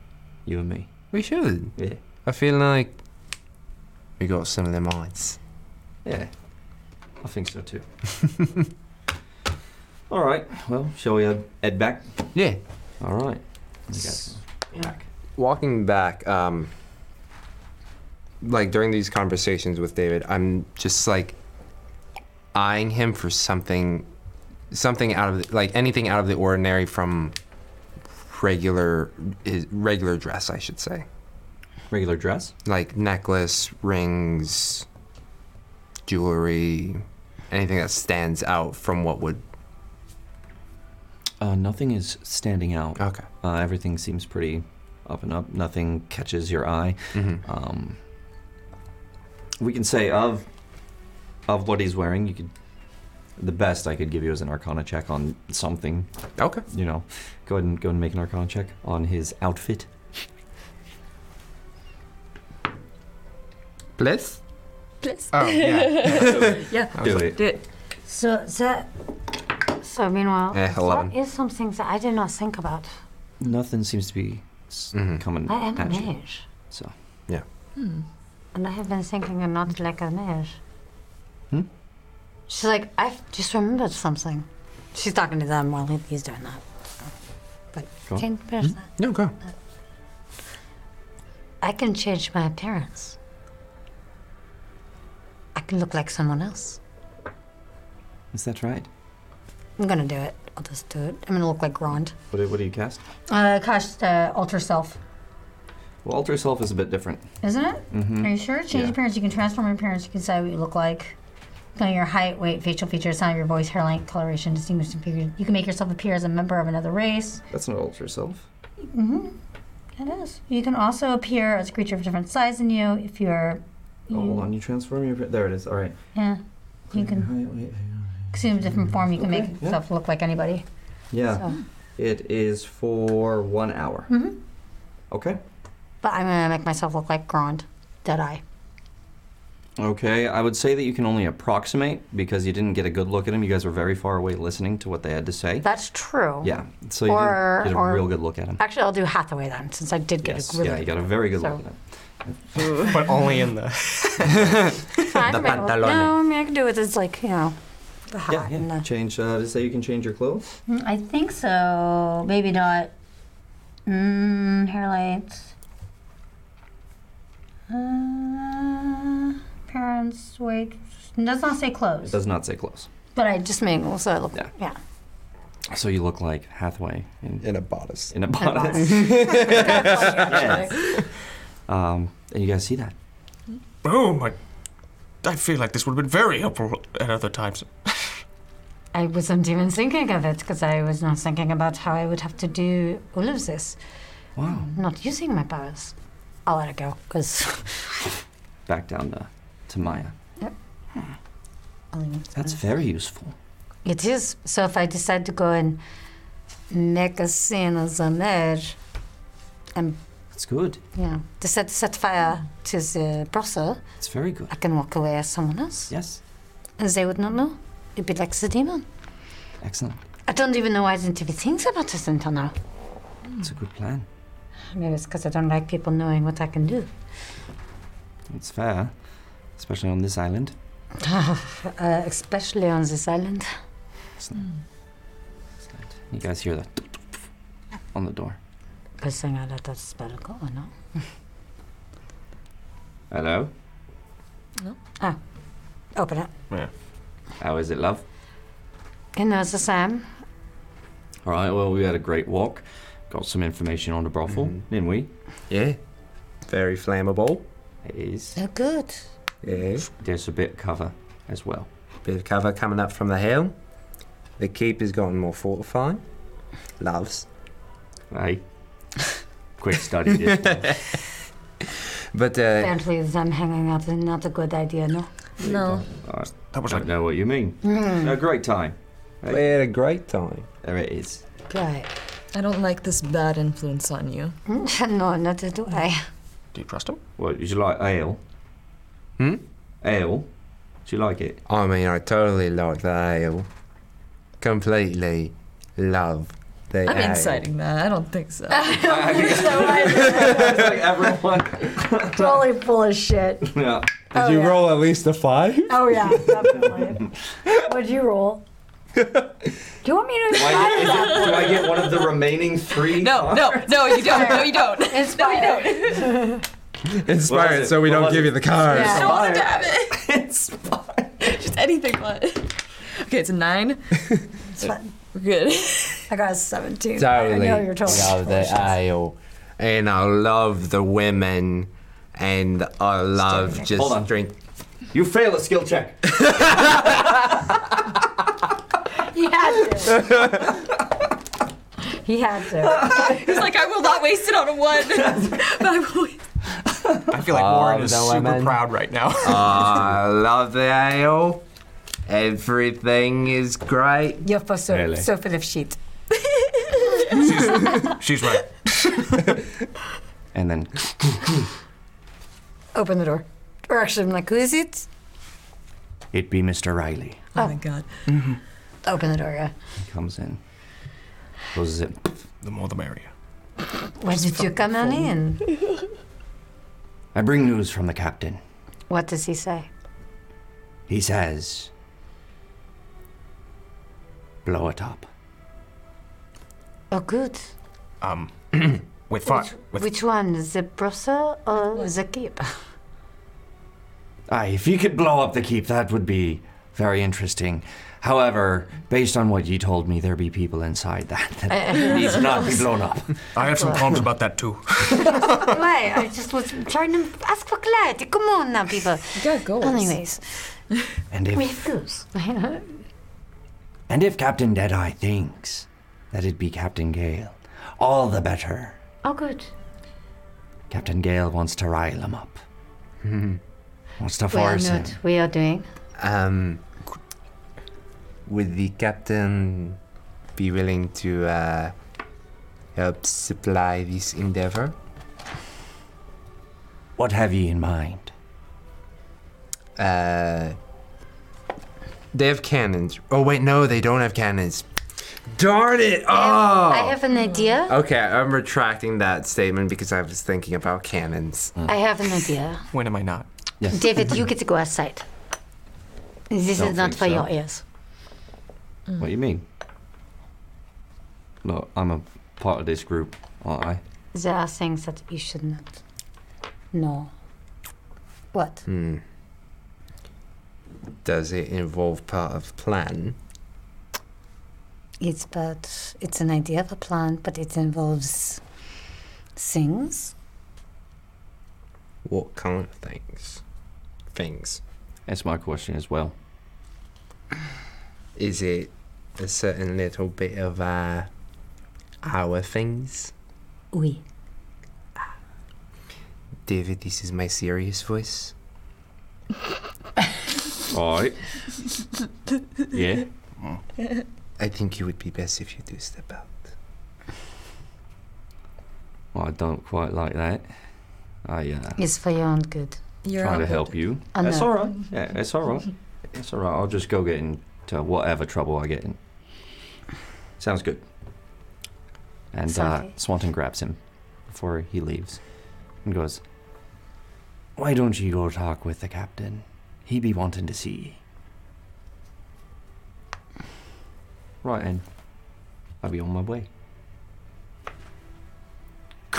S2: You and me.
S9: We should.
S2: Yeah.
S9: I feel like we got similar minds.
S2: Yeah. I think
S9: *laughs*
S2: so too. All right. Well, shall we uh, head back?
S9: Yeah.
S2: All right.
S9: Walking back, um, like during these conversations with David, I'm just like eyeing him for something, something out of the, like anything out of the ordinary from regular his regular dress, I should say.
S2: Regular dress?
S9: Like necklace, rings, jewelry, anything that stands out from what would
S2: Uh, nothing is standing out.
S9: Okay.
S2: Uh, everything seems pretty up and up. Nothing catches your eye. Um, we can say of of what he's wearing, you could. The best I could give you is an Arcana check on something.
S9: Okay.
S2: You know, go ahead and go and make an Arcana check on his outfit.
S9: Bless.
S8: Please.
S9: Oh,
S8: *laughs*
S9: yeah.
S8: yeah.
S2: Do it.
S8: Do it. So that. So meanwhile,
S2: Eh,
S8: that
S2: eleven.
S8: is something that I did not think about.
S2: Nothing seems to be s- coming
S8: I am a
S2: at you.
S8: mage,
S2: So.
S9: Yeah.
S8: hmm. and I have been thinking a lot like a mage.
S2: Hmm?
S8: She's like, I have just remembered something. She's talking to them while he- he's doing that. But
S2: Go on. Hmm?
S8: can't finish that.
S9: No, go.
S8: I can change my appearance. I can look like someone else.
S2: Is that right?
S8: I'm gonna do it. I'll just do it. I'm gonna look like Grond.
S2: What do, what do you cast?
S8: Uh, cast uh, alter self,
S2: Well, alter self is a bit different.
S8: isn't it?
S2: Mhm.
S8: Are you sure? Change
S2: Yeah.
S8: appearance. You can transform your appearance. You can decide what you look like. Know your height, weight, facial features, sound of your voice, hair length, coloration, distinguished appearance. You can make yourself appear as a member of another race.
S2: That's not alter self.
S8: Mm-hmm. It is. You can also appear as a creature of different size than you if you're.
S2: Oh, hold on. You transform your. There it is. All right.
S8: Yeah. You can assume a different form. You can
S2: Okay,
S8: make
S2: yeah.
S8: yourself look like anybody.
S2: Yeah.
S8: So-
S2: It is for one hour.
S8: Mhm.
S2: Okay.
S8: But I'm gonna make myself look like Grond, Deadeye.
S2: Okay. I would say that you can only approximate because you didn't get a good look at him. You guys were very far away listening to what they had to say.
S8: That's true.
S2: yeah. So you
S8: Or-
S2: didn't get
S8: or-
S2: a real good look at him.
S8: Actually, I'll do Hathaway then, since I did get
S2: Yes,
S8: a really.
S2: yeah, you got a very good
S8: so.
S2: look at him.
S4: *laughs* but only
S8: *laughs*
S4: in the.
S8: I
S2: The
S8: can make it look-
S2: pantalone.
S8: No, I mean I can do it. It's like you know, the hat.
S2: Yeah, yeah. Change. Uh, to say you can change your clothes.
S8: Mm, I think so. Maybe not. Mm, hair lights. Uh, parents, wait. It does not say
S2: It
S8: clothes.
S2: does not say clothes.
S8: But I just made it so I look.
S2: Yeah.
S8: yeah.
S2: So you look like Hathaway in,
S9: in a bodice.
S2: In a
S8: a
S2: *laughs* bodice.
S8: Yes.
S2: um, and you guys see that.
S11: Oh my! I feel like this would have been very helpful at other times.
S8: I wasn't even thinking of it because I was not thinking about how I would have to do all of this.
S2: Wow.
S8: Not using my powers. I'll let it go because
S2: Back down to, to Maya. Hmm. That's very useful.
S8: *laughs* It is. So if I decide to go and make a scene as a mage and
S2: That's good.
S8: you know, decide to set fire to the brothel,
S2: It's very good.
S8: I can walk away as someone else.
S2: Yes.
S8: And they would not know. It'd be like the demon.
S2: Excellent.
S8: I don't even know why I didn't even think about it until now.
S2: It's a good plan.
S8: Maybe it's because I don't like people knowing what I can do.
S10: It's fair, especially on this island.
S8: uh, especially on this island. Hmm.
S10: You guys hear that on the door.
S8: Good thing I let that spell go, no?
S10: Hello?
S8: No. Ah, open it.
S10: Yeah. How is it, love?
S8: You know, it's the same.
S10: All right, well, we had a great walk. Got some information on the brothel, didn't we?
S9: Mm-hmm. Yeah. Very flammable.
S10: It is.
S8: They're good.
S9: Yeah.
S10: There's a bit of cover as well.
S9: Bit of cover coming up from the hill. The keep has gotten more fortified. Loves.
S10: Hey. *laughs* Quick study this
S9: *laughs* one. But uh,
S8: Apparently, them hanging out is not a good idea, no? No.
S10: I don't know what you mean.
S8: Mm.
S10: A great time.
S9: We had a great time.
S10: There it is.
S6: Right. I don't like this bad influence on
S3: *laughs*
S6: you.
S8: no, not do I.
S10: Do you trust him? What, did you like ale?
S9: Hmm?
S10: Ale? Do you like it?
S9: I mean, I totally like the ale. Completely love the ale.
S6: I'm inciting that. I don't think so.
S3: *laughs* I think so
S6: *laughs*
S10: everyone.
S3: totally full of shit.
S10: *laughs* Yeah.
S23: Did you roll at least a five?
S3: Oh yeah, definitely. What'd
S6: *laughs*
S3: you roll? Do you want me to?
S6: Do I get- is
S5: Do I get one of the remaining three?
S6: No, no, no, you don't. No, you
S5: *laughs*
S6: don't.
S3: Inspired.
S6: No, you don't.
S23: Inspire it so we don't give you the cards.
S6: Yeah. I *laughs* want to have it. It's fine. Just anything but. Okay, it's a nine.
S3: It's fine.
S6: We're good.
S3: I got a seventeen.
S9: Totally
S3: I know you're totally.
S9: love the ale. And I love the women. And I love just
S5: Hold on.
S9: drink.
S5: You fail a skill check.
S3: He had to.
S8: he had to.
S6: *laughs* He's like, I will not waste it on a one.
S8: *laughs*
S6: but I will waste
S4: I feel like
S9: All
S4: Warren is
S9: the
S4: super
S9: women.
S4: proud right now.
S9: *laughs* I love the ale. Everything is great.
S8: You're for so,
S9: Really?
S8: so full
S6: *laughs*
S8: of shit.
S4: She's right.
S10: and then
S22: *laughs*
S8: Open the door. Or actually, I'm like, who is it?
S10: it'd be Mr. Riley.
S6: Oh, my god.
S8: Mm-hmm. Open the door,
S6: *laughs*
S8: yeah. *laughs*
S10: He comes in, closes it.
S4: The more the merrier.
S8: Why did you come on *laughs* in?
S15: I bring news from the captain.
S8: What does he say?
S15: He says, blow it up.
S8: Oh, good.
S4: Um, with five. With
S8: Which one? The brothel or the *laughs* keep?
S15: Aye, if he could blow up the keep, that would be very interesting. However, based on what you told me, there be people inside that that *laughs*
S8: Uh,
S15: needs not be blown up.
S11: I have some qualms about that too.
S8: Why? I just was trying to ask for clarity. Come on now, people. You got goals. Anyways,
S15: And
S8: we
S15: if
S8: have goals.
S15: and if Captain Deadeye thinks that it be Captain Gale, all the better.
S8: *laughs* oh, good.
S15: Captain Gale wants to rile him up. Wants to
S8: we are
S15: force him.
S8: not. We are doing.
S9: Um, would the captain be willing to uh, help supply this endeavor?
S15: What have ye in mind?
S9: Uh, they have cannons. Oh wait, no, they don't have cannons. Darn it! Oh.
S8: I have an idea.
S9: Okay, I'm retracting that statement because I was thinking about cannons.
S8: I have an idea.
S4: When am I not?
S8: David, you get to go outside. This
S10: Don't
S8: is not
S10: think
S8: for
S10: so.
S8: your ears.
S10: What do you mean? Look, I'm a part of this group, aren't I?
S8: There are things that you should not know. What?
S9: Hmm. Does it involve part of plan?
S8: It's but it's an idea of a plan, but it involves things.
S9: What kind of things? Things.
S10: That's my question as well.
S9: Is it a certain little bit of uh, our things?
S8: We.
S9: David, this is my serious voice.
S10: All right.
S5: *laughs*
S14: *laughs*
S10: Yeah.
S9: *laughs* I think it would be best if you do step out.
S10: Well, I don't quite like that. I uh,
S8: It's for your own good.
S10: trying to help you.
S8: I
S10: That's
S8: know.
S10: all right. Yeah, it's all right. It's all right. I'll just go get into whatever trouble I get in. Sounds good. And uh,
S8: Sorry.
S2: uh,
S10: Swanton grabs him
S2: before he leaves
S15: and goes, Why don't you go talk with the captain? He be wanting to see ye.
S2: Right, and I'll be on my way. *coughs*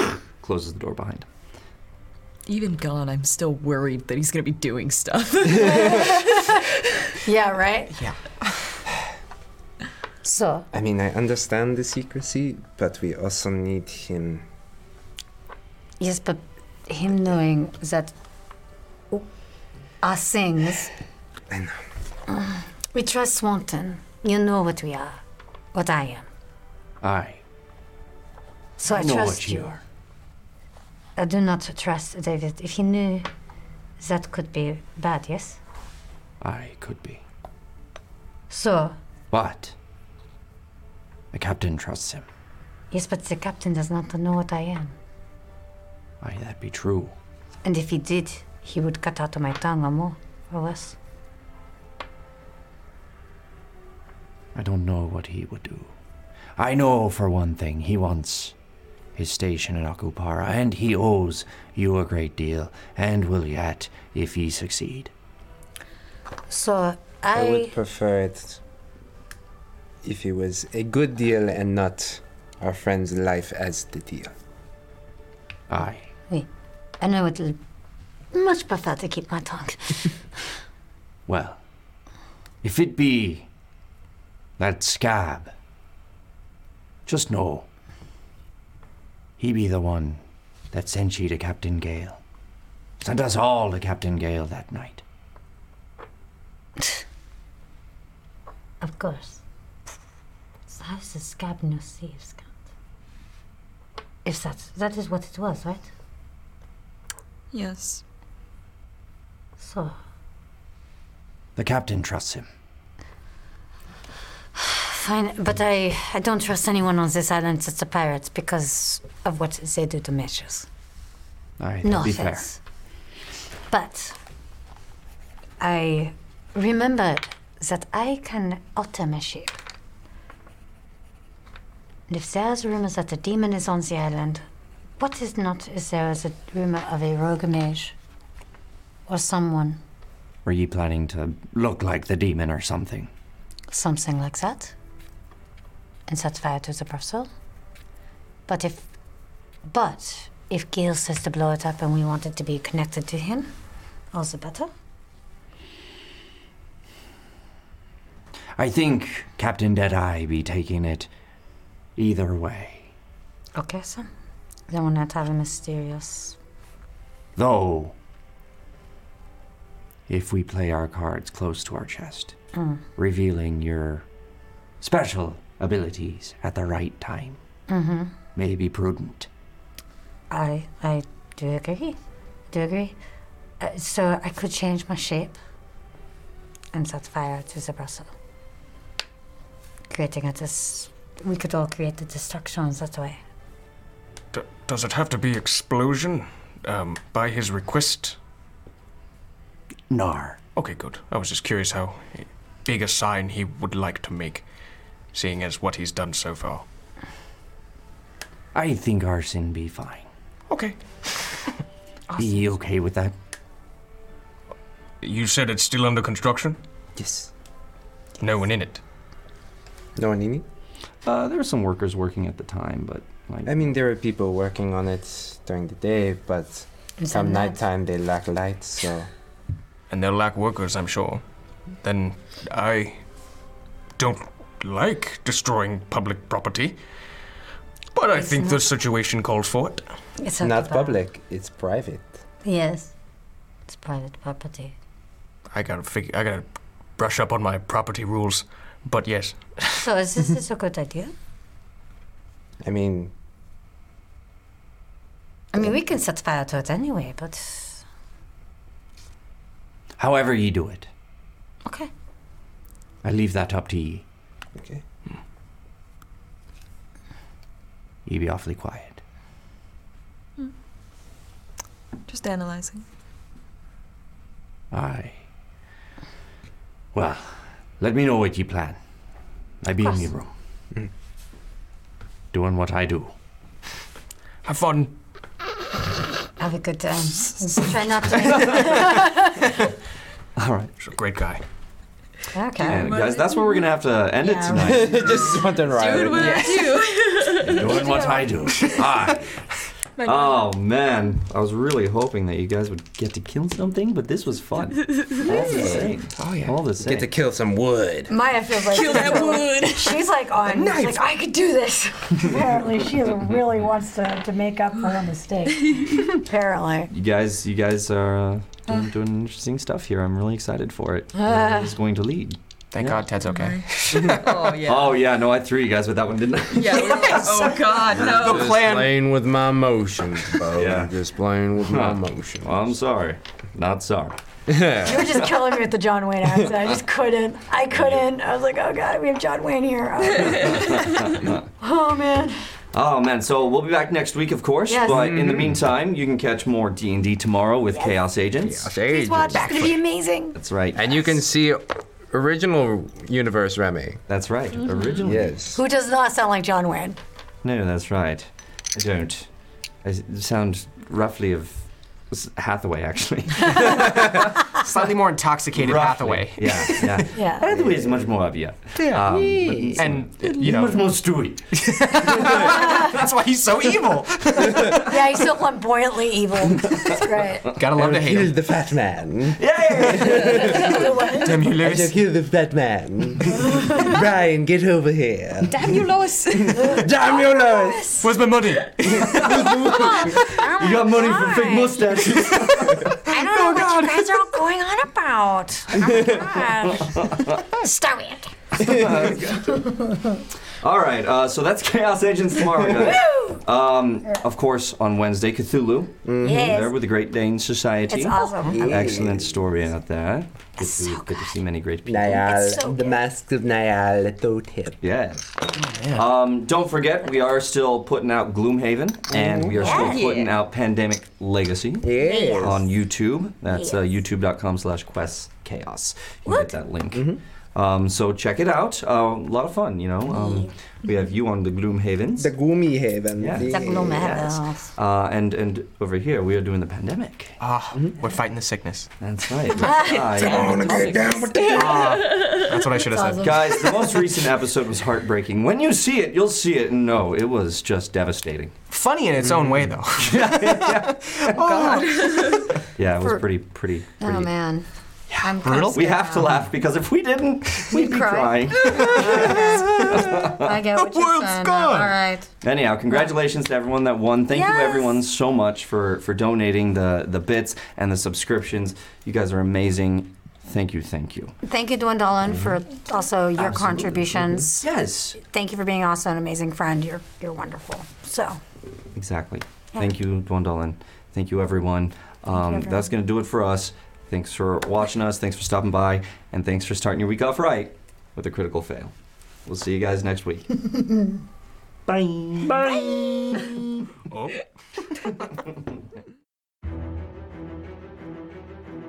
S2: Closes the door behind him.
S12: Even gone, I'm still worried that he's gonna be doing
S8: *laughs*
S12: stuff.
S8: yeah, right?
S4: Yeah.
S8: So,
S14: I mean, I understand the secrecy, but we also need him.
S8: yes, but him knowing that Oh. our things.
S14: I
S8: know. *clears throat* We trust Swanton. You know what we are, what I am.
S15: Aye.
S8: So I
S15: know
S8: trust
S15: what you
S8: you.
S15: are.
S8: I do not trust David. If he knew, that could be bad, yes?
S15: Aye, could be.
S8: So,
S15: But the captain trusts him.
S8: yes, but the captain does not know what I am.
S15: Aye, that be true.
S8: And if he did, he would cut out my tongue or more, or less.
S15: I don't know what he would do. I know for one thing, he wants his station in Akupara, and he owes you a great deal, and will yet if ye succeed.
S8: So,
S14: I,
S8: I.
S14: would prefer it if it was a good deal and not our friend's life as the deal.
S15: Aye.
S8: Wait, and I would l- much prefer to keep my tongue.
S15: Well, if it be that scab, just know he be the one that sent ye to Captain Gale. Sent us all to Captain Gale that night.
S8: Of course. So how's the scab no thieves count? If that that is what it was, right?
S6: Yes.
S8: So
S15: The captain trusts him.
S8: fine, but I I don't trust anyone on this island that's a pirate because of what they do to measures.
S15: Aye,
S8: No
S15: that'd be fair.
S8: offense. But I remember that I can alter my shape. And if there's rumors that a demon is on the island, what is not is there is a rumor of a rogue mage or someone,
S15: Were ye planning to look like the demon or something?
S8: something like that, and set fire to the brothel? But if, but if Gil says to blow it up and we want it to be connected to him, all the better.
S15: I think Captain Deadeye be taking it either way.
S8: Okay, so then we're not having mysterious.
S15: Though, if we play our cards close to our chest,
S8: Mm.
S15: revealing your special abilities at the right time
S8: Mm-hmm.
S15: may be prudent.
S8: I I do agree. Do agree. Uh, so I could change my shape and set fire to the Brussels. Creating a dis- we could all create the destructions that way.
S11: D- does it have to be explosion? Um, by his request?
S15: Nar.
S11: Okay, good. I was just curious how big a sign he would like to make, seeing as what he's done so far.
S15: I think arson be fine. *laughs*
S11: Okay.
S15: Be ye okay with that?
S11: You said it's still under construction?
S14: Yes.
S11: No one in it.
S14: No one in it?
S2: Uh, there were some workers working at the time, but like
S14: I mean, there are people working on it during the day, but
S8: It's
S14: come
S8: at night.
S14: nighttime they lack light, so.
S11: And they'll lack workers, I'm sure. Then I don't like destroying public property. But I
S8: It's
S11: think
S8: not-
S11: the situation calls for it.
S8: It's
S14: not
S8: occupied.
S14: public, it's private.
S8: Yes, it's private property.
S11: I gotta figure. I gotta brush up on my property rules. But yes,
S8: So is this, this a good idea?
S14: I mean,
S8: I mean, we can set fire to it anyway, but
S15: However ye do it.
S8: Okay.
S15: I leave that up to ye.
S2: *laughs*
S14: Okay.
S15: Ye be awfully quiet.
S6: *laughs* Just analyzing.
S15: Aye. Well, let me know what ye plan. I be in
S6: course.
S2: Hmm.
S15: me room. Doing what I do.
S11: have fun.
S8: have a good time. *laughs* Just try not to.
S2: All right.
S24: He's a great guy.
S8: okay.
S2: And guys, that's where we're gonna have to end it tonight.
S9: Just something right.
S6: what
S5: *laughs*
S6: I do. *laughs*
S2: Doing what I do. Hi.
S6: My
S2: Oh man, I was really hoping that you guys would get to kill something, but this was fun. All the same. Oh yeah. All the same.
S25: Get to kill some wood.
S3: Maya feels like
S6: Kill that wood.
S3: She's like on.
S6: Knife.
S3: She's like I could do this. Apparently, she really wants to, to make up for her *laughs* mistake. Apparently.
S2: You guys, you guys are uh,
S3: *sighs*
S2: doing, doing interesting stuff here. I'm really excited for it. Uh,
S3: Ah.
S2: Who's going to lead?
S5: Thank God Ted's okay.
S3: *laughs*
S10: oh
S2: Oh yeah, no, I threw you guys with that one, didn't I?
S5: *laughs*
S10: Yeah. we were like, oh God, no.
S9: Just playing with my emotions,
S2: *laughs*
S9: Bo. Just playing with my
S2: Huh.
S9: emotions.
S2: Well, I'm sorry. Not sorry.
S3: You were just killing me with the John Wayne accent. I just couldn't. I couldn't. I was like, oh god, we have John Wayne
S2: *laughs*
S3: here. Oh, oh, man.
S2: Oh man, so we'll be back next week, of course.
S3: Yes.
S2: But in the
S3: Mhm.
S2: meantime, you can catch more D and D tomorrow with Chaos Agents. Chaos
S3: Please watch. It's gonna be amazing.
S2: That's right.
S25: And you can see original universe Remy.
S2: That's right.
S3: Mhm.
S2: Original. Yes.
S3: Who does not sound like John Wayne? *laughs*
S2: No, that's right. I don't. I s- sound roughly of s- Hathaway, actually.
S5: *laughs* Slightly more intoxicated
S2: Roughly.
S5: Hathaway.
S2: Yeah,
S5: *laughs*
S2: yeah.
S3: Yeah.
S2: Hathaway is much more Um, obvious.
S5: Yeah.
S2: and
S5: you know-
S2: much more *laughs* stewy.
S5: That's why he's so evil.
S3: yeah, he's so flamboyantly evil. That's *laughs* great.
S5: Gotta love to hate him.
S9: Oh, the fat man.
S5: Damn you,
S9: I shall kill the fat man. *laughs* Brian, get over here.
S6: Damn you, Lois.
S9: Damn you, Lois.
S5: Where's
S9: *laughs*
S5: my money?
S2: You got money for fake mustaches.
S3: I
S2: Oh,
S3: don't know what you guys are all
S2: *laughs*
S3: going on about.
S8: Stop it.
S2: All right, uh, so that's *laughs* Chaos Agents tomorrow. guys. um, of course, on Wednesday, Cthulhu.
S3: Yes.
S2: There with the Great Dane Society.
S3: It's awesome. Yeah.
S2: Excellent story out there. Good, to, good to see many great people.
S9: Niall, the mask of Niall at the tip.
S2: Yes. Um, don't forget, we are still putting out Gloomhaven, and we are still
S9: Yeah.
S2: putting out Pandemic Legacy
S9: Yes.
S2: on YouTube. That's uh, youtube.com slash quest chaos. You can get that link. Um, so check it out. Uh, A lot of fun, you know. Um, we have you on the Gloomhavens.
S9: The Gloomy Haven.
S2: Yeah.
S9: The
S8: Gloom
S2: Yes.
S8: Haven.
S2: Uh, and and over here we are doing the pandemic.
S5: Ah, we're fighting the sickness.
S2: That's right.
S5: Ah, that's what I should have said.
S2: Guys, the most recent episode was heartbreaking. When you see it, you'll see it and know it was just devastating.
S5: Funny in its own way, though.
S2: Yeah, it was
S8: For-
S2: pretty, pretty, pretty.
S8: Oh man. I'm
S2: We have to laugh because if we didn't, we'd be
S8: cry.
S2: crying.
S8: *laughs* I
S2: *laughs*
S8: get what you're saying. now. All right.
S2: Anyhow, congratulations to everyone that won. Thank you
S8: Yes.
S2: everyone so much for for donating the the bits and the subscriptions. You guys are amazing. Thank you, thank you.
S8: Thank you, Dwayne Dolan, for also your
S2: Absolutely.
S8: contributions.
S2: Yes.
S8: Thank you for being also an amazing friend. You're you're wonderful. So
S2: Exactly.
S8: Yeah.
S2: Thank you, Dwendolin. Thank you, everyone. Um, That's going to do it for us. Thanks for watching us. Thanks for stopping by. And thanks for starting your week off right with a critical fail. We'll see you guys next week. Bye. Bye. *laughs*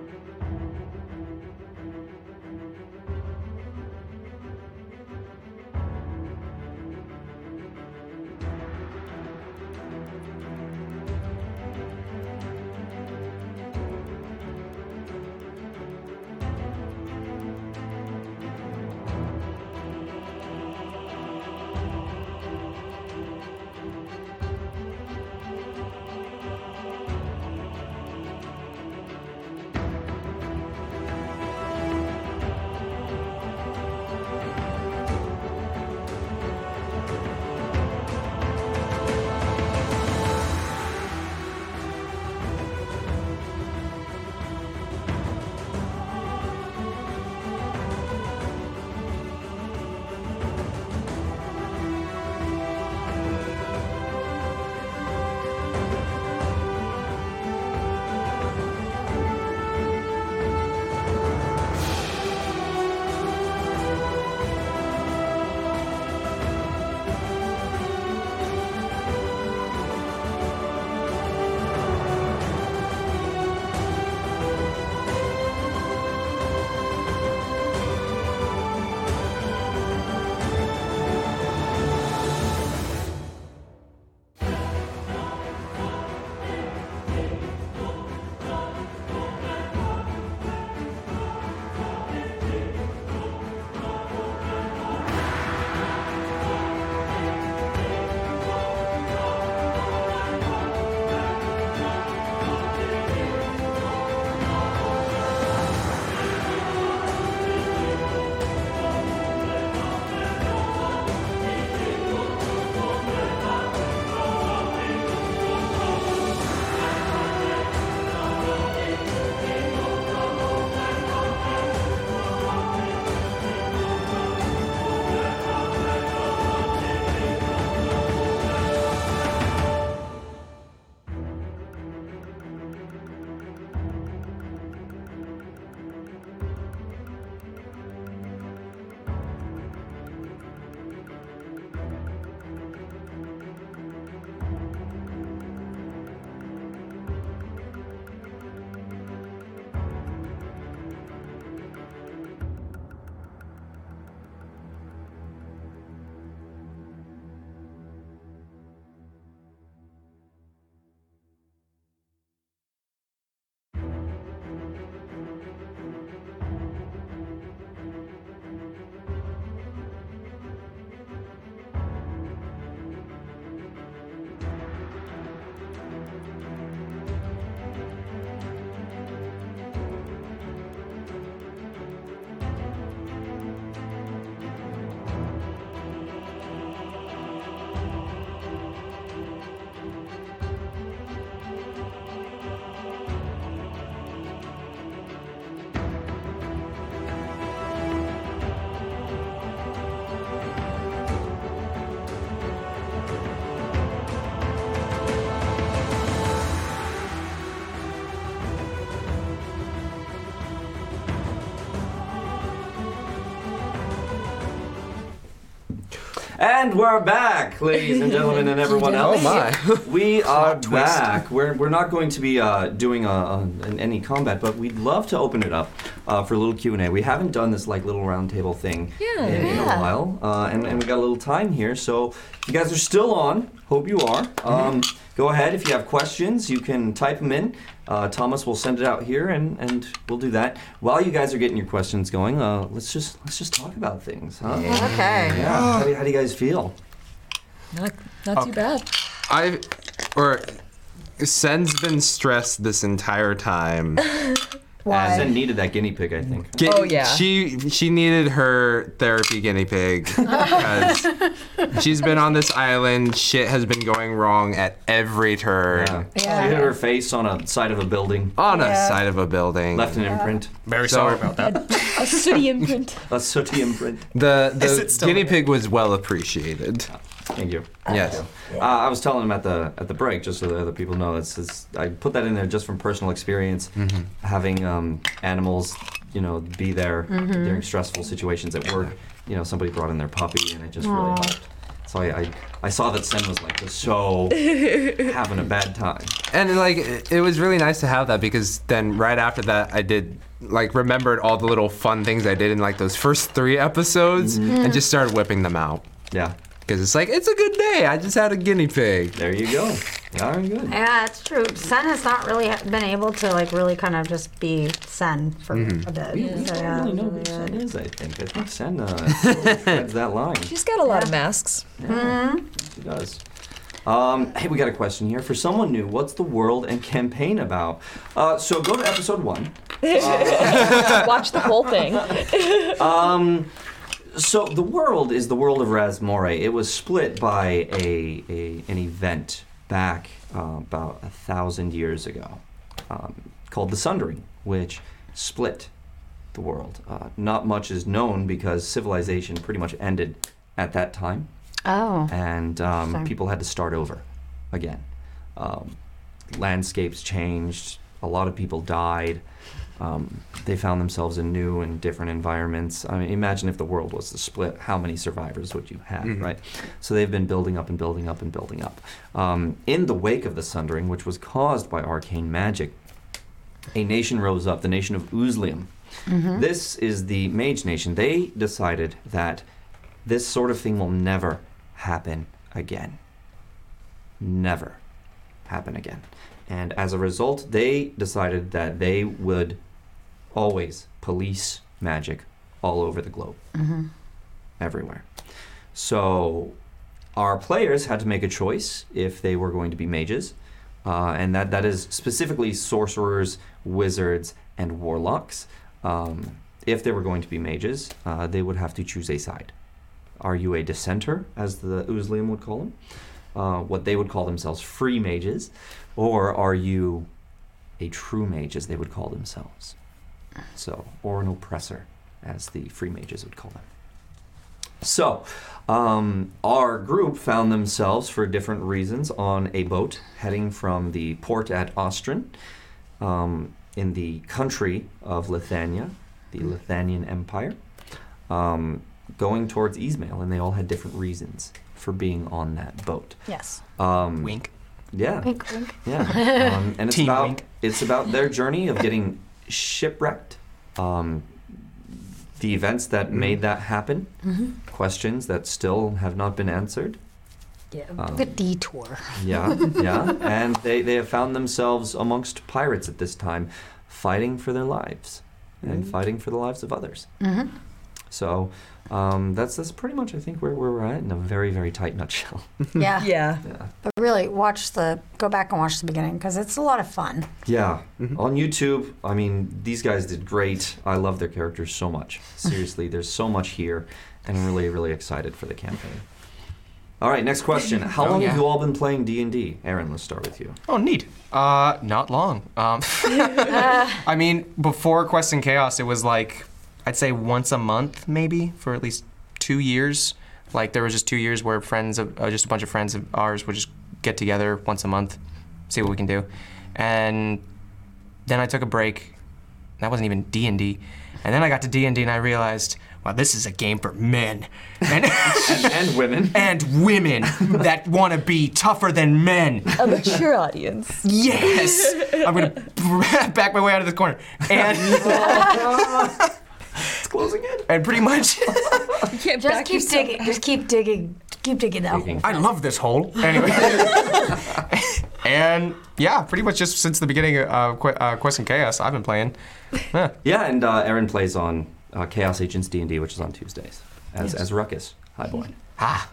S2: And we're back, ladies and gentlemen,
S3: *laughs*
S2: and everyone
S10: You
S2: else.
S10: did it.
S9: Oh, *laughs*
S2: We are
S10: twist.
S2: back. We're, we're not going to be uh, doing uh, um, an- any combat, but we'd love to open it up uh, for a little Q and A. We haven't done this like little round table thing
S10: Yeah.
S2: in, in a
S10: Yeah.
S2: while, uh, and, and we got a little time here. So if you guys are still on. Hope you are. Um, Go ahead. If you have questions, you can type them in. Uh, Thomas will send it out here, and, and we'll do that. While you guys are getting your questions going, uh, let's just let's just talk about things, huh?
S5: Yeah. Okay.
S2: Yeah. How, do, how do you guys feel?
S5: Not, not too bad.
S9: I or Sen's been stressed this entire time.
S5: Why?
S2: Sen needed that guinea pig, I think.
S9: Gu-
S5: Oh, yeah.
S9: She she needed her therapy guinea
S5: *laughs*
S9: pig. 'cause she's been on this island. Shit has been going wrong at every turn.
S2: She hit her face on a side of a building.
S9: On a
S2: Yeah.
S9: side of a building.
S2: Left an imprint.
S9: Very
S2: sorry
S9: about
S2: that.
S6: A sooty imprint.
S2: a *laughs* sooty imprint.
S9: The
S2: *laughs* Is it
S9: the
S2: still
S9: guinea pig was well appreciated.
S2: Thank you.
S9: Yes.
S2: Uh, I was telling him at the at the break, just so that other people know. It's, it's I put that in there just from personal experience, having um, animals, you know, be there
S10: Mhm.
S2: during stressful situations at work. You know, somebody brought in their puppy, and it just really
S10: Aw.
S2: helped. So I, I I saw that Sen was like just so having a bad time.
S9: And like it it was really nice to have that because then right after that I did like remembered all the little fun things I did in like those first three episodes
S10: Mhm.
S9: and just started whipping them out.
S2: Yeah.
S9: Because it's like it's a good day. I just had a guinea pig.
S2: There you go. Very good.
S3: Yeah, it's true. Sen has not really ha- been able to like really kind of just be Sen for
S2: Mhm.
S3: a bit.
S2: We- we
S3: So,
S2: don't
S3: yeah,
S2: really know
S3: it's
S2: who Sen is. I think I think Sen uh, threads that line.
S5: She's got a lot of masks.
S8: Hmm?
S2: She does. Um, hey, we got a question here for someone new. What's the world and campaign about? Uh, so go to episode one.
S6: *laughs* Watch the whole thing.
S2: *laughs* Um, so the world is the world of Rasmore. It was split by a, a an event back uh, about a thousand years ago um, called the Sundering, which split the world. Uh, not much is known because civilization pretty much ended at that time
S3: Oh.
S2: and um,
S3: Interesting.
S2: people had to start over again. Um, landscapes changed. A lot of people died. Um, they found themselves in new and different environments. I mean, imagine if the world was to split, how many survivors would you have,
S10: Mhm.
S2: right? So they've been building up and building up and building up. Um, in the wake of the Sundering, which was caused by arcane magic, a nation rose up, the nation of Uzlium.
S10: Mhm.
S2: This is the Mage Nation. They decided that this sort of thing will never happen again. Never happen again. And as a result, they decided that they would always police magic all over the globe
S5: Mm-hmm.
S10: Mhm.
S2: everywhere. So our players had to make a choice if they were going to be mages, uh, and that, that is specifically sorcerers, wizards, and warlocks. Um, if they were going to be mages, uh, they would have to choose a side. Are you a dissenter, as the Uzlium would call them? Uh, what they would call themselves free mages, or are you a true mage, as they would call themselves? So, or an oppressor, as the free mages would call them. So, um, our group found themselves, for different reasons, on a boat heading from the port at Ostrin um, in the country of Lithania, the Lithanian Empire, um, going towards Ismail, and they all had different reasons for being on that boat.
S26: Yes.
S2: Um, wink. Yeah.
S26: Wink, wink.
S5: *laughs*
S2: Yeah. Um, and it's about it's about their journey of getting shipwrecked, um, the events that made that happen,
S3: Mhm.
S2: questions that still have not been
S4: *laughs*
S2: answered.
S3: Yeah,
S2: Um,
S3: good detour.
S2: Yeah,
S3: *laughs*
S2: yeah. and they, they have found themselves amongst pirates at this time, fighting for their lives and
S10: Mm.
S2: fighting for the lives of others.
S3: Mhm.
S5: Mm-hmm.
S2: So um, that's that's pretty much I think where, where we're at in a very very tight
S4: *laughs*
S2: nutshell. *laughs*
S3: Yeah.
S5: yeah.
S3: But really, watch the go back and watch the beginning because it's a lot of fun.
S2: Yeah,
S4: Mm-hmm.
S2: on YouTube, I mean, these guys did great. I love their characters so much.
S4: *laughs*
S2: Seriously, there's so much here, and I'm really, really excited for the campaign. All right, next
S4: *laughs*
S2: question. How
S4: Oh,
S2: long
S4: yeah.
S2: have you all been playing D and D? Aaron, let's start with you.
S4: Oh, neat. Uh, not long. Um, *laughs* I mean, before Quest and Chaos, it was like I'd say once a month, maybe for at least two years. Like there was just two years where friends, of, uh, just a bunch of friends of ours, would just get together once a month, see what we can do, and then I took a break. That wasn't even D and D, and then I got to D and D and I realized wow, this is a game for men. And,
S8: *laughs* and women.
S4: And women that want to be tougher than men.
S5: A mature audience.
S6: *laughs*
S4: Yes! I'm going to *laughs* back my way out of this corner. And.
S2: Oh,
S3: *laughs*
S8: it's closing in.
S4: And pretty much.
S3: Just keep digging. Just keep digging. Keep digging that hole.
S4: I love this hole. Anyway. *laughs* and yeah, pretty much just since the beginning of Qu- uh, Quest and Chaos, I've been playing. Yeah,
S2: yeah and uh, Aaron plays on uh, Chaos Agents D and D, which is on Tuesdays as,
S4: Yes.
S2: as Ruckus. Hi, boy.
S4: *laughs* Ha.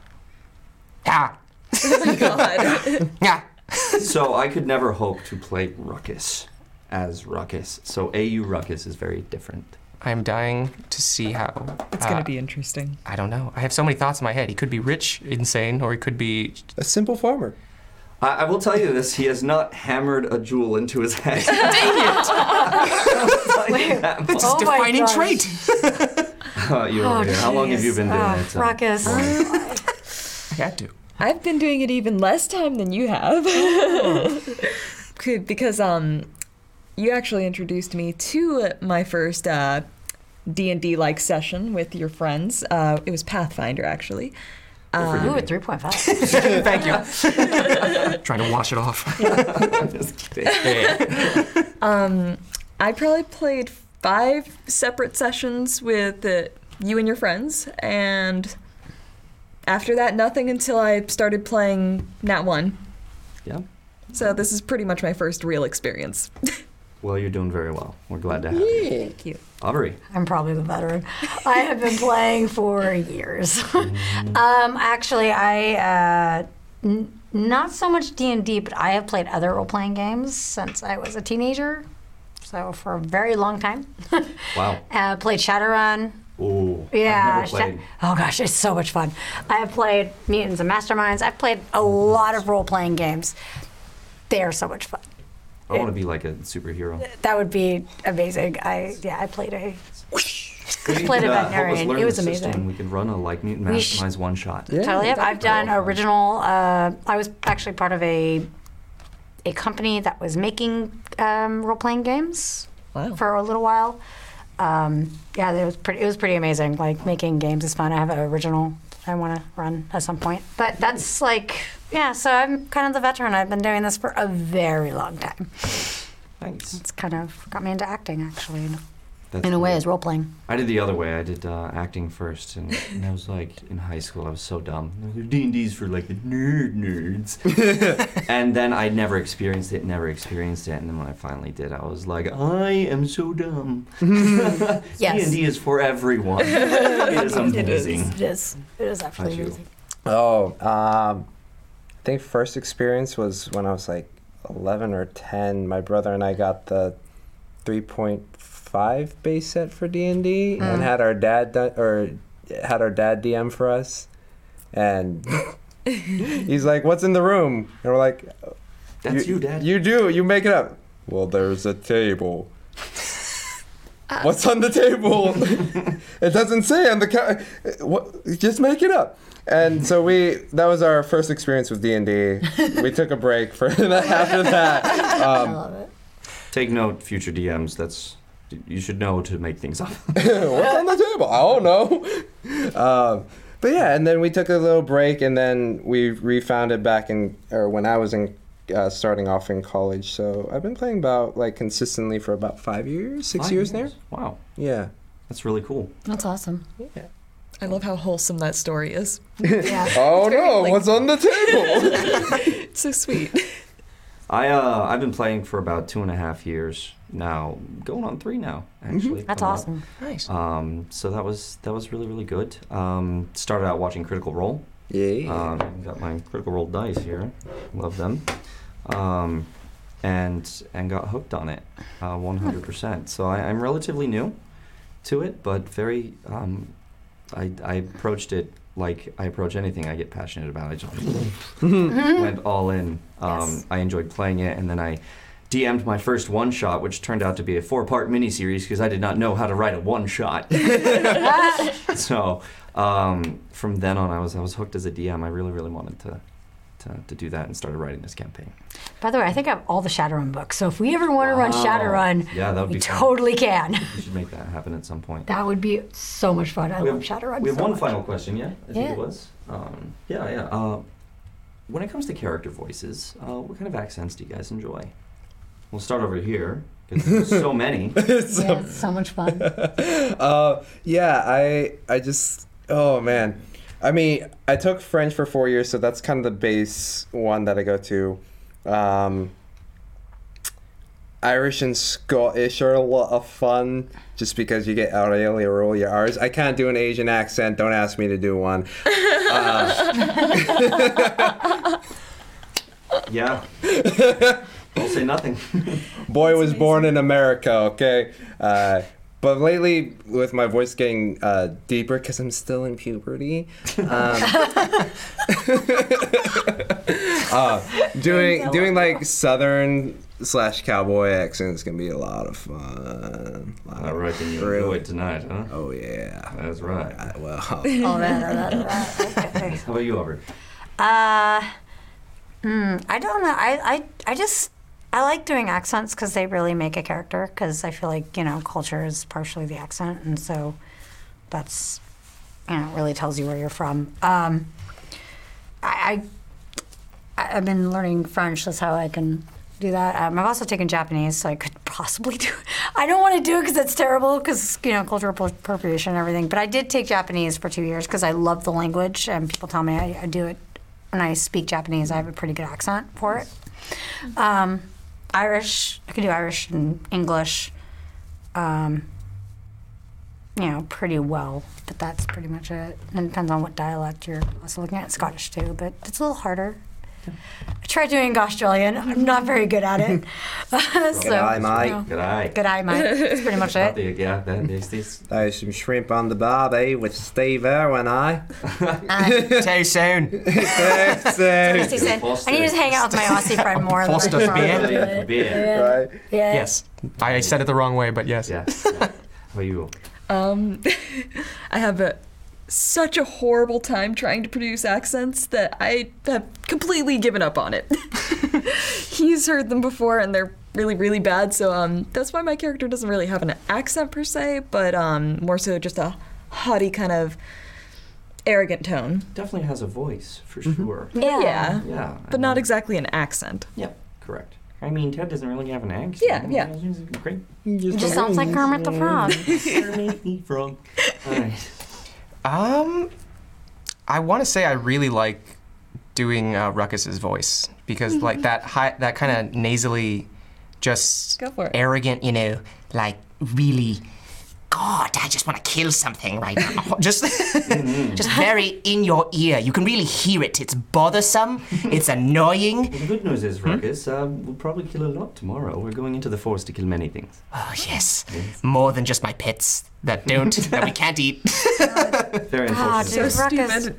S4: Ha.
S5: *laughs* Oh my god.
S4: yeah.
S2: so I could never hope to play Ruckus as Ruckus. So AU Ruckus is very different.
S4: I'm dying to see how.
S6: It's
S4: uh,
S6: gonna be interesting.
S4: I don't know. I have so many thoughts in my head. He could be rich, insane, or he could be
S27: a simple farmer.
S2: I, I will tell you this: he has not hammered a jewel into his head. *laughs*
S4: That's
S3: Oh
S4: his
S3: my
S4: defining
S3: gosh.
S4: trait.
S2: Uh, you
S3: Oh,
S2: over here. How long have you been doing
S3: Ah,
S2: that? Son?
S3: Ruckus.
S6: *laughs*
S4: I had to.
S6: I've been doing it even less time than you have.
S8: Oh.
S2: *laughs*
S6: Okay, because um you actually introduced me to my first uh D&D like session with your friends. Uh, it was Pathfinder actually. Um,
S3: for you. Ooh, at
S6: 3.5.
S3: *laughs*
S4: Thank you. Trying to wash it off.
S6: *laughs* Um, I probably played five separate sessions with uh, you and your friends, and after that, nothing until I started playing Nat 1.
S2: Yeah.
S6: So this is pretty much my first real experience.
S2: Well, you're doing very well. We're glad to have you,
S6: Thank you.
S2: Aubrey.
S3: I'm probably the veteran. I have been playing for years. *laughs* um, actually, I uh, n- not so much D and D, but I have played other role playing games since I was a teenager. So for a very long time,
S2: Wow.
S3: uh, played Shadowrun.
S2: Ooh.
S3: Yeah,
S2: I've
S3: Sha-
S2: never played.
S3: oh gosh, it's so much fun. I have played Mutants and Masterminds. I've played a lot of role playing games. They are so much fun.
S2: I want to be like a superhero.
S3: That would be amazing. I yeah, I played a
S2: We
S3: played
S2: can, uh, help us
S3: a veterinarian.
S2: learn
S3: It was
S2: the system,
S3: amazing.
S2: We can run a like mutant
S3: We sh-
S2: masterminds one shot.
S3: Totally. I've, I've done original. Uh, I was actually part of a a company that was making um, role playing games for a little while. Um, yeah, it was pretty. It was pretty amazing. Like making games is fun. I have an original that I want to run at some point. But that's like yeah. So I'm kind of the veteran. I've been doing this for a very long time.
S2: Thanks.
S3: It's kind of got me into acting actually. In,
S2: That's
S3: in a way, as role playing.
S2: I did the other way. I did uh, acting first, and, and I was like in high school. I was so dumb. D and D's for like the nerd
S3: *laughs*
S2: nerds. and then I never experienced it. Never experienced it. And then when I finally did, I was like, I am so
S3: *laughs*
S2: dumb. D and D is for everyone. it is amazing.
S3: It is. It is. It is actually
S2: Not you.
S3: amazing.
S9: Oh, um, I think first experience was when I was like 11 or 10. My brother and I got the 3.5 base set for D and D,
S3: Mm.
S9: and had our dad done, or had our dad DM for us, and he's like, "What's in the room?" And we're like,
S2: "That's you, dad."
S9: You do. You make it up. Well, there's a table. What's on the table? *laughs* it doesn't say on the ca- uh, what just make it up. And so we that was our first experience with D&D. we took a break for *laughs* after that. Um, *laughs*
S2: Take note, future DMs. That's you should know to make
S9: *laughs*
S2: things up.
S9: What's on the table? I don't know. Um, but yeah, and then we took a little break, and then we refound it back in, or when I was in, uh, starting off in college. So I've been playing about like consistently for about five years, six
S6: Five
S9: years,
S6: years.
S9: now.
S2: Wow.
S9: Yeah.
S2: That's really cool.
S6: That's awesome.
S9: Yeah.
S6: I love how wholesome that story is.
S9: *laughs* Oh no! What's on the table?
S6: It's so sweet.
S2: I uh, I've been playing for about two and a half years now, going on three now actually.
S3: Mm-hmm. That's
S2: coming up.
S3: awesome.
S2: *laughs*
S6: Nice.
S2: Um, so that was that was really really good. Um, started out watching Critical Role.
S9: Yeah.
S2: Um, got my Critical Role dice here. Love them. Um, and and got hooked on it, uh, 100%. So I, I'm relatively new to it, but very. Um, I I approached it like I approach anything I get passionate about. I just
S3: Mm-hmm.
S2: went all in. Um, I enjoyed playing it, and then I. DM'd my first one shot, which turned out to be a four part miniseries because I did not know how to write a one
S3: *laughs*
S2: shot. *laughs* so um, from then on, I was I was hooked as a DM. I really really wanted to to, to do that and started writing this campaign.
S3: By the way, I think I have all the Shadowrun books. So if we ever want to run
S2: Wow.
S3: Shadowrun,
S2: Yeah, that would
S3: we
S2: be fun.
S3: totally can. *laughs*
S2: We should make that happen at some point.
S3: That would be so much fun. I
S2: we
S3: love
S2: have,
S3: Shadowrun.
S2: We have
S3: so
S2: one
S3: much.
S2: final question, yeah? I think
S3: Yeah.
S2: it was. Um, yeah, yeah. Uh, when it comes to character voices, uh, what kind of accents do you guys enjoy? We'll start over here because there's so many.
S5: Yeah, it's *laughs* so much fun.
S9: uh, yeah, I I just oh man, I mean I took French for four years, so that's kind of the base one that I go to. Um, Irish and Scottish are a lot of fun just because you get out really roll your R's. I can't do an Asian accent. Don't ask me to do one.
S2: yeah.
S3: Oh,
S2: I'll say nothing.
S9: *laughs* Boy was born in America, okay? Uh, but lately, with my voice getting uh, deeper because I'm still in puberty, um, *laughs* uh, doing doing like southern slash cowboy accents can be a lot of fun. I
S10: reckon you'll do it tonight, huh?
S9: Oh yeah,
S10: that's right.
S9: well,
S3: All that, all that, all that.
S2: How about you, Albert?
S3: Uh, mm, I don't know. I, I, I just I like doing accents because they really make a character. Because I feel like you know culture is partially the accent, and so that's you know it really tells you where you're from. Um, I, I I've been learning French. That's how I can do that. Um, I've also taken Japanese, so I could *laughs* possibly do. I don't want to do it because it's terrible. Because you know cultural appro- appropriation and everything. But I did take Japanese for two years because I love the language, and people tell me I, I do it when I speak Japanese. I have a pretty good accent for it. Um, Irish, I can do Irish and English. Um, you know, pretty well, but that's pretty much it. And it depends on what dialect you're also looking at. Scottish too, but it's a little harder. I tried doing Australian. I'm not very good at it. *laughs* so,
S9: G'day, mate.
S3: no.
S9: G'day.
S3: G'day, mate. That's pretty much it.
S9: yeah, that is this. There's some shrimp on the barbie with Steve Irwin, I. *laughs*
S3: Uh,
S9: Too soon. Too soon.
S3: Tasty said, I need to hang out with my Aussie friend more. than I *laughs*
S4: Foster's
S3: do.
S4: beer.
S3: Yeah.
S9: Right?
S3: Yeah.
S4: Yes. I said it the wrong way, but *laughs* yes. Yes.
S2: How you?
S6: Um, *laughs* I have a, such a horrible time trying to produce accents that I have completely given up on it. *laughs* He's heard them before, and they're really, really bad. So um, that's why my character doesn't really have an accent per se, but um, more so just a haughty kind of arrogant tone.
S2: Definitely has a voice for sure.
S6: Yeah. Yeah.
S2: Yeah.
S6: But not exactly an accent.
S2: Yep. Correct. I mean, Ted doesn't really have an accent.
S6: Yeah, yeah.
S2: Great.
S3: It just sounds like Kermit the
S2: *laughs*
S3: Frog.
S2: Kermit the Frog. All right.
S4: Um, I want to say I really like doing uh, Ruckus's voice because like that high, that kind of nasally, just
S6: Go for it.
S4: arrogant, you know, like really. God, I just want to kill something right now. *laughs* Just,
S2: Mm-hmm.
S4: just very in your ear. You can really hear it. It's bothersome. It's
S2: *laughs*
S4: annoying.
S2: The good news is, Ruckus, uh, we'll probably kill a lot tomorrow. We're going into the forest to kill many things.
S4: Oh yes, more than just my pets that
S2: *laughs*
S4: don't that we can't eat.
S2: Very
S3: Ah,
S2: unfortunate.
S3: dude, Ruckus.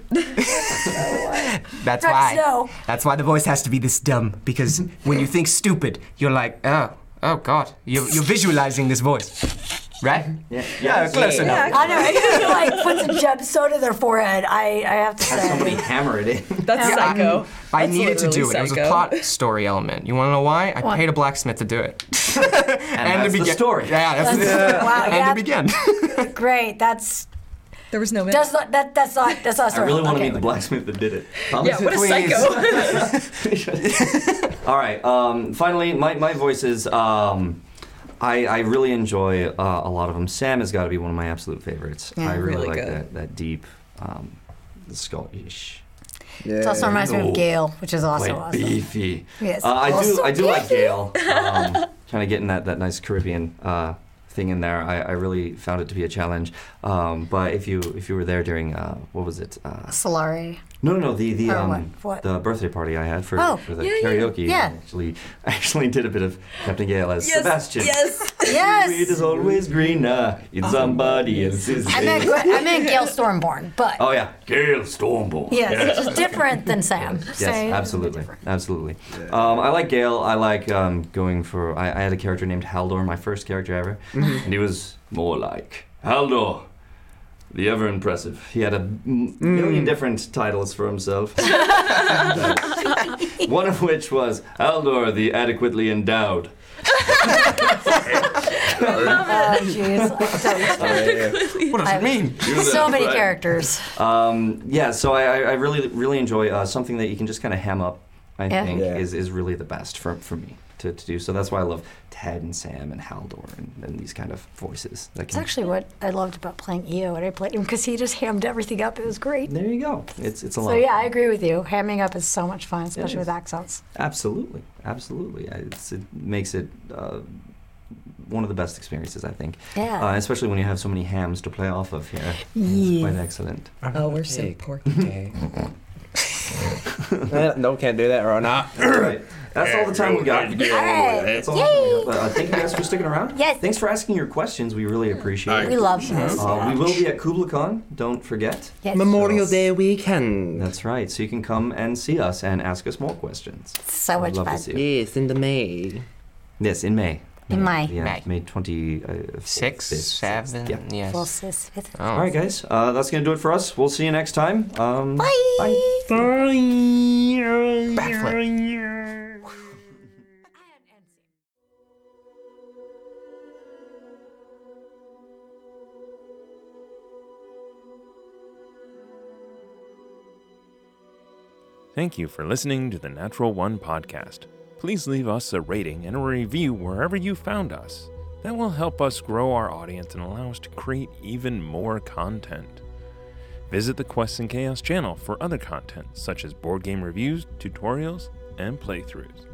S4: That's
S3: Rex,
S4: why.
S3: no.
S4: That's why the voice has to be this dumb because when you think stupid, you're like, oh, oh God, you're, you're visualizing this voice, right? Yeah, close
S3: Yeah,
S4: enough.
S3: I know. *laughs* I need to
S2: *laughs*
S3: like put some gemstone to their forehead. I, I have to say.
S2: hammer it in.
S6: That's
S4: Yeah,
S6: psycho.
S4: I
S6: That's
S4: needed to
S6: literally
S4: do it. It was a
S6: psycho.
S4: plot story element. You want to know why? I
S6: Why?
S4: paid a blacksmith to do it. *laughs*
S2: And,
S4: to
S2: that's the
S4: begin-
S2: story.
S4: Yeah, that's *laughs*
S3: That's- wow,
S4: and
S3: yeah.
S4: to begin.
S3: Great. That's.
S6: There was no.
S3: That's not. That, that's not. That's not.
S2: I really want to
S3: Oh, okay.
S2: be the blacksmith that did it.
S3: Yeah, what a psycho.
S2: *laughs* All right. Um, finally, my, my voices. Um, I, I really enjoy uh, a lot of them. Sam has got to be one of my absolute favorites.
S3: Yeah,
S2: I really,
S3: really
S2: like
S3: good.
S2: that that deep um, Scottish.
S3: It also reminds me
S2: Oh,
S3: of Gale, which is also
S2: quite
S3: awesome.
S2: beefy.
S3: Yes,
S2: Uh, I do
S3: also
S2: I do like
S3: beefy.
S2: Gale.
S3: *laughs*
S2: Um, kind of getting that that nice Caribbean uh, thing in there. I, I really found it to be a challenge. Um, but if you if you were there during uh, what was it? Uh,
S3: Solari.
S2: no, no, no. The the
S3: Or
S2: um,
S3: what? What?
S2: the birthday party I had for,
S3: Oh,
S2: for the
S3: yeah, yeah,
S2: karaoke. I
S3: yeah.
S2: Actually, *laughs* I actually did a bit of Captain Gale as Sebastian.
S3: Yes.
S2: *laughs*
S3: Yes.
S2: It is always greener in somebody else's
S3: I meant.
S2: face.
S3: *laughs* I meant Gale Stormborn, but
S2: Oh yeah, Gale Stormborn.
S3: yes, which is different than Sam.
S2: *laughs* Yes,
S3: So-
S2: absolutely, absolutely. Um, I like Gale. I like um, going for. I, I had a character named Haldor, my first character ever,
S10: Mhm.
S2: and he was more like Haldor.
S10: The ever impressive. He had a m- million different titles for himself. One of which was Aldor the adequately endowed.
S2: *laughs*
S19: Oh, jeez.
S10: Oh,
S3: *laughs*
S10: What does it mean?
S19: So many characters.
S2: Um, yeah, so I, I- I really really enjoy uh, something that you can just kind of hem up. I
S19: Yeah.
S2: think
S19: Yeah.
S2: is, is really the best for, for me to, to do. So that's why I love Ted and Sam and Haldor and, and these kind of voices. That
S19: It's
S2: can,
S19: actually what I loved about playing EO when I played him because he just hammed everything up. It was great.
S2: There you go. it's it's a lot.
S19: So
S2: of
S19: yeah,
S2: fun.
S19: I agree with you. Hamming up is so much fun, especially
S2: is.
S19: with accents.
S2: Absolutely, absolutely. I- It's, it makes it uh, one of the best experiences, I think.
S19: Yeah.
S2: Uh, especially when you have so many hams to play off of here. It's
S6: Yes.
S2: quite excellent.
S6: Oh, we're so porky.
S19: *laughs*
S9: Uh,
S13: no, can't do that right now.
S2: right. That's all the time we got.
S19: Alright.
S2: That's all the time we got. Uh, thank you guys for sticking around.
S19: Yes.
S2: Thanks for asking your questions. We really appreciate it.
S19: We love those.
S2: Uh, we will be at KublaCon. Don't forget.
S19: Yes.
S2: Memorial
S13: Day weekend.
S2: That's right. So you can come and see us and ask us more questions.
S19: So
S2: We'd
S19: much
S2: love to
S19: fun.
S2: see you.
S13: Yes, in the May.
S2: Yes, in May.
S19: In May.
S2: Yeah,
S19: May.
S2: May 20. Uh, Six, seven. Yeah.
S4: Yes.
S19: Full sis with
S8: Oh.
S19: it.
S2: All right, guys. Uh, that's going to do it for us. We'll see you next time. Um,
S19: Bye.
S1: Thank you for listening to the Natural One podcast. Please leave us a rating and a review wherever you found us. That will help us grow our audience and allow us to create even more content. Visit the Quests and Chaos channel for other content such as board game reviews, tutorials, and playthroughs.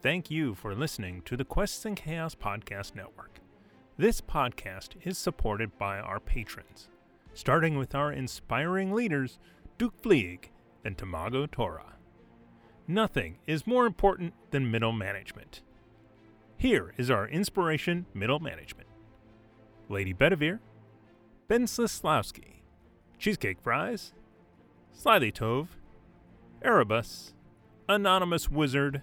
S1: Thank you for listening to the Quests and Chaos Podcast Network. This podcast is supported by our patrons, starting with our inspiring leaders, Duke Fleeg and Tamago Tora. Nothing is more important than middle management. Here is our inspiration middle management Lady Bedivere, Ben Slislawski, Cheesecake Fries, Slyly Tove, Erebus, Anonymous Wizard,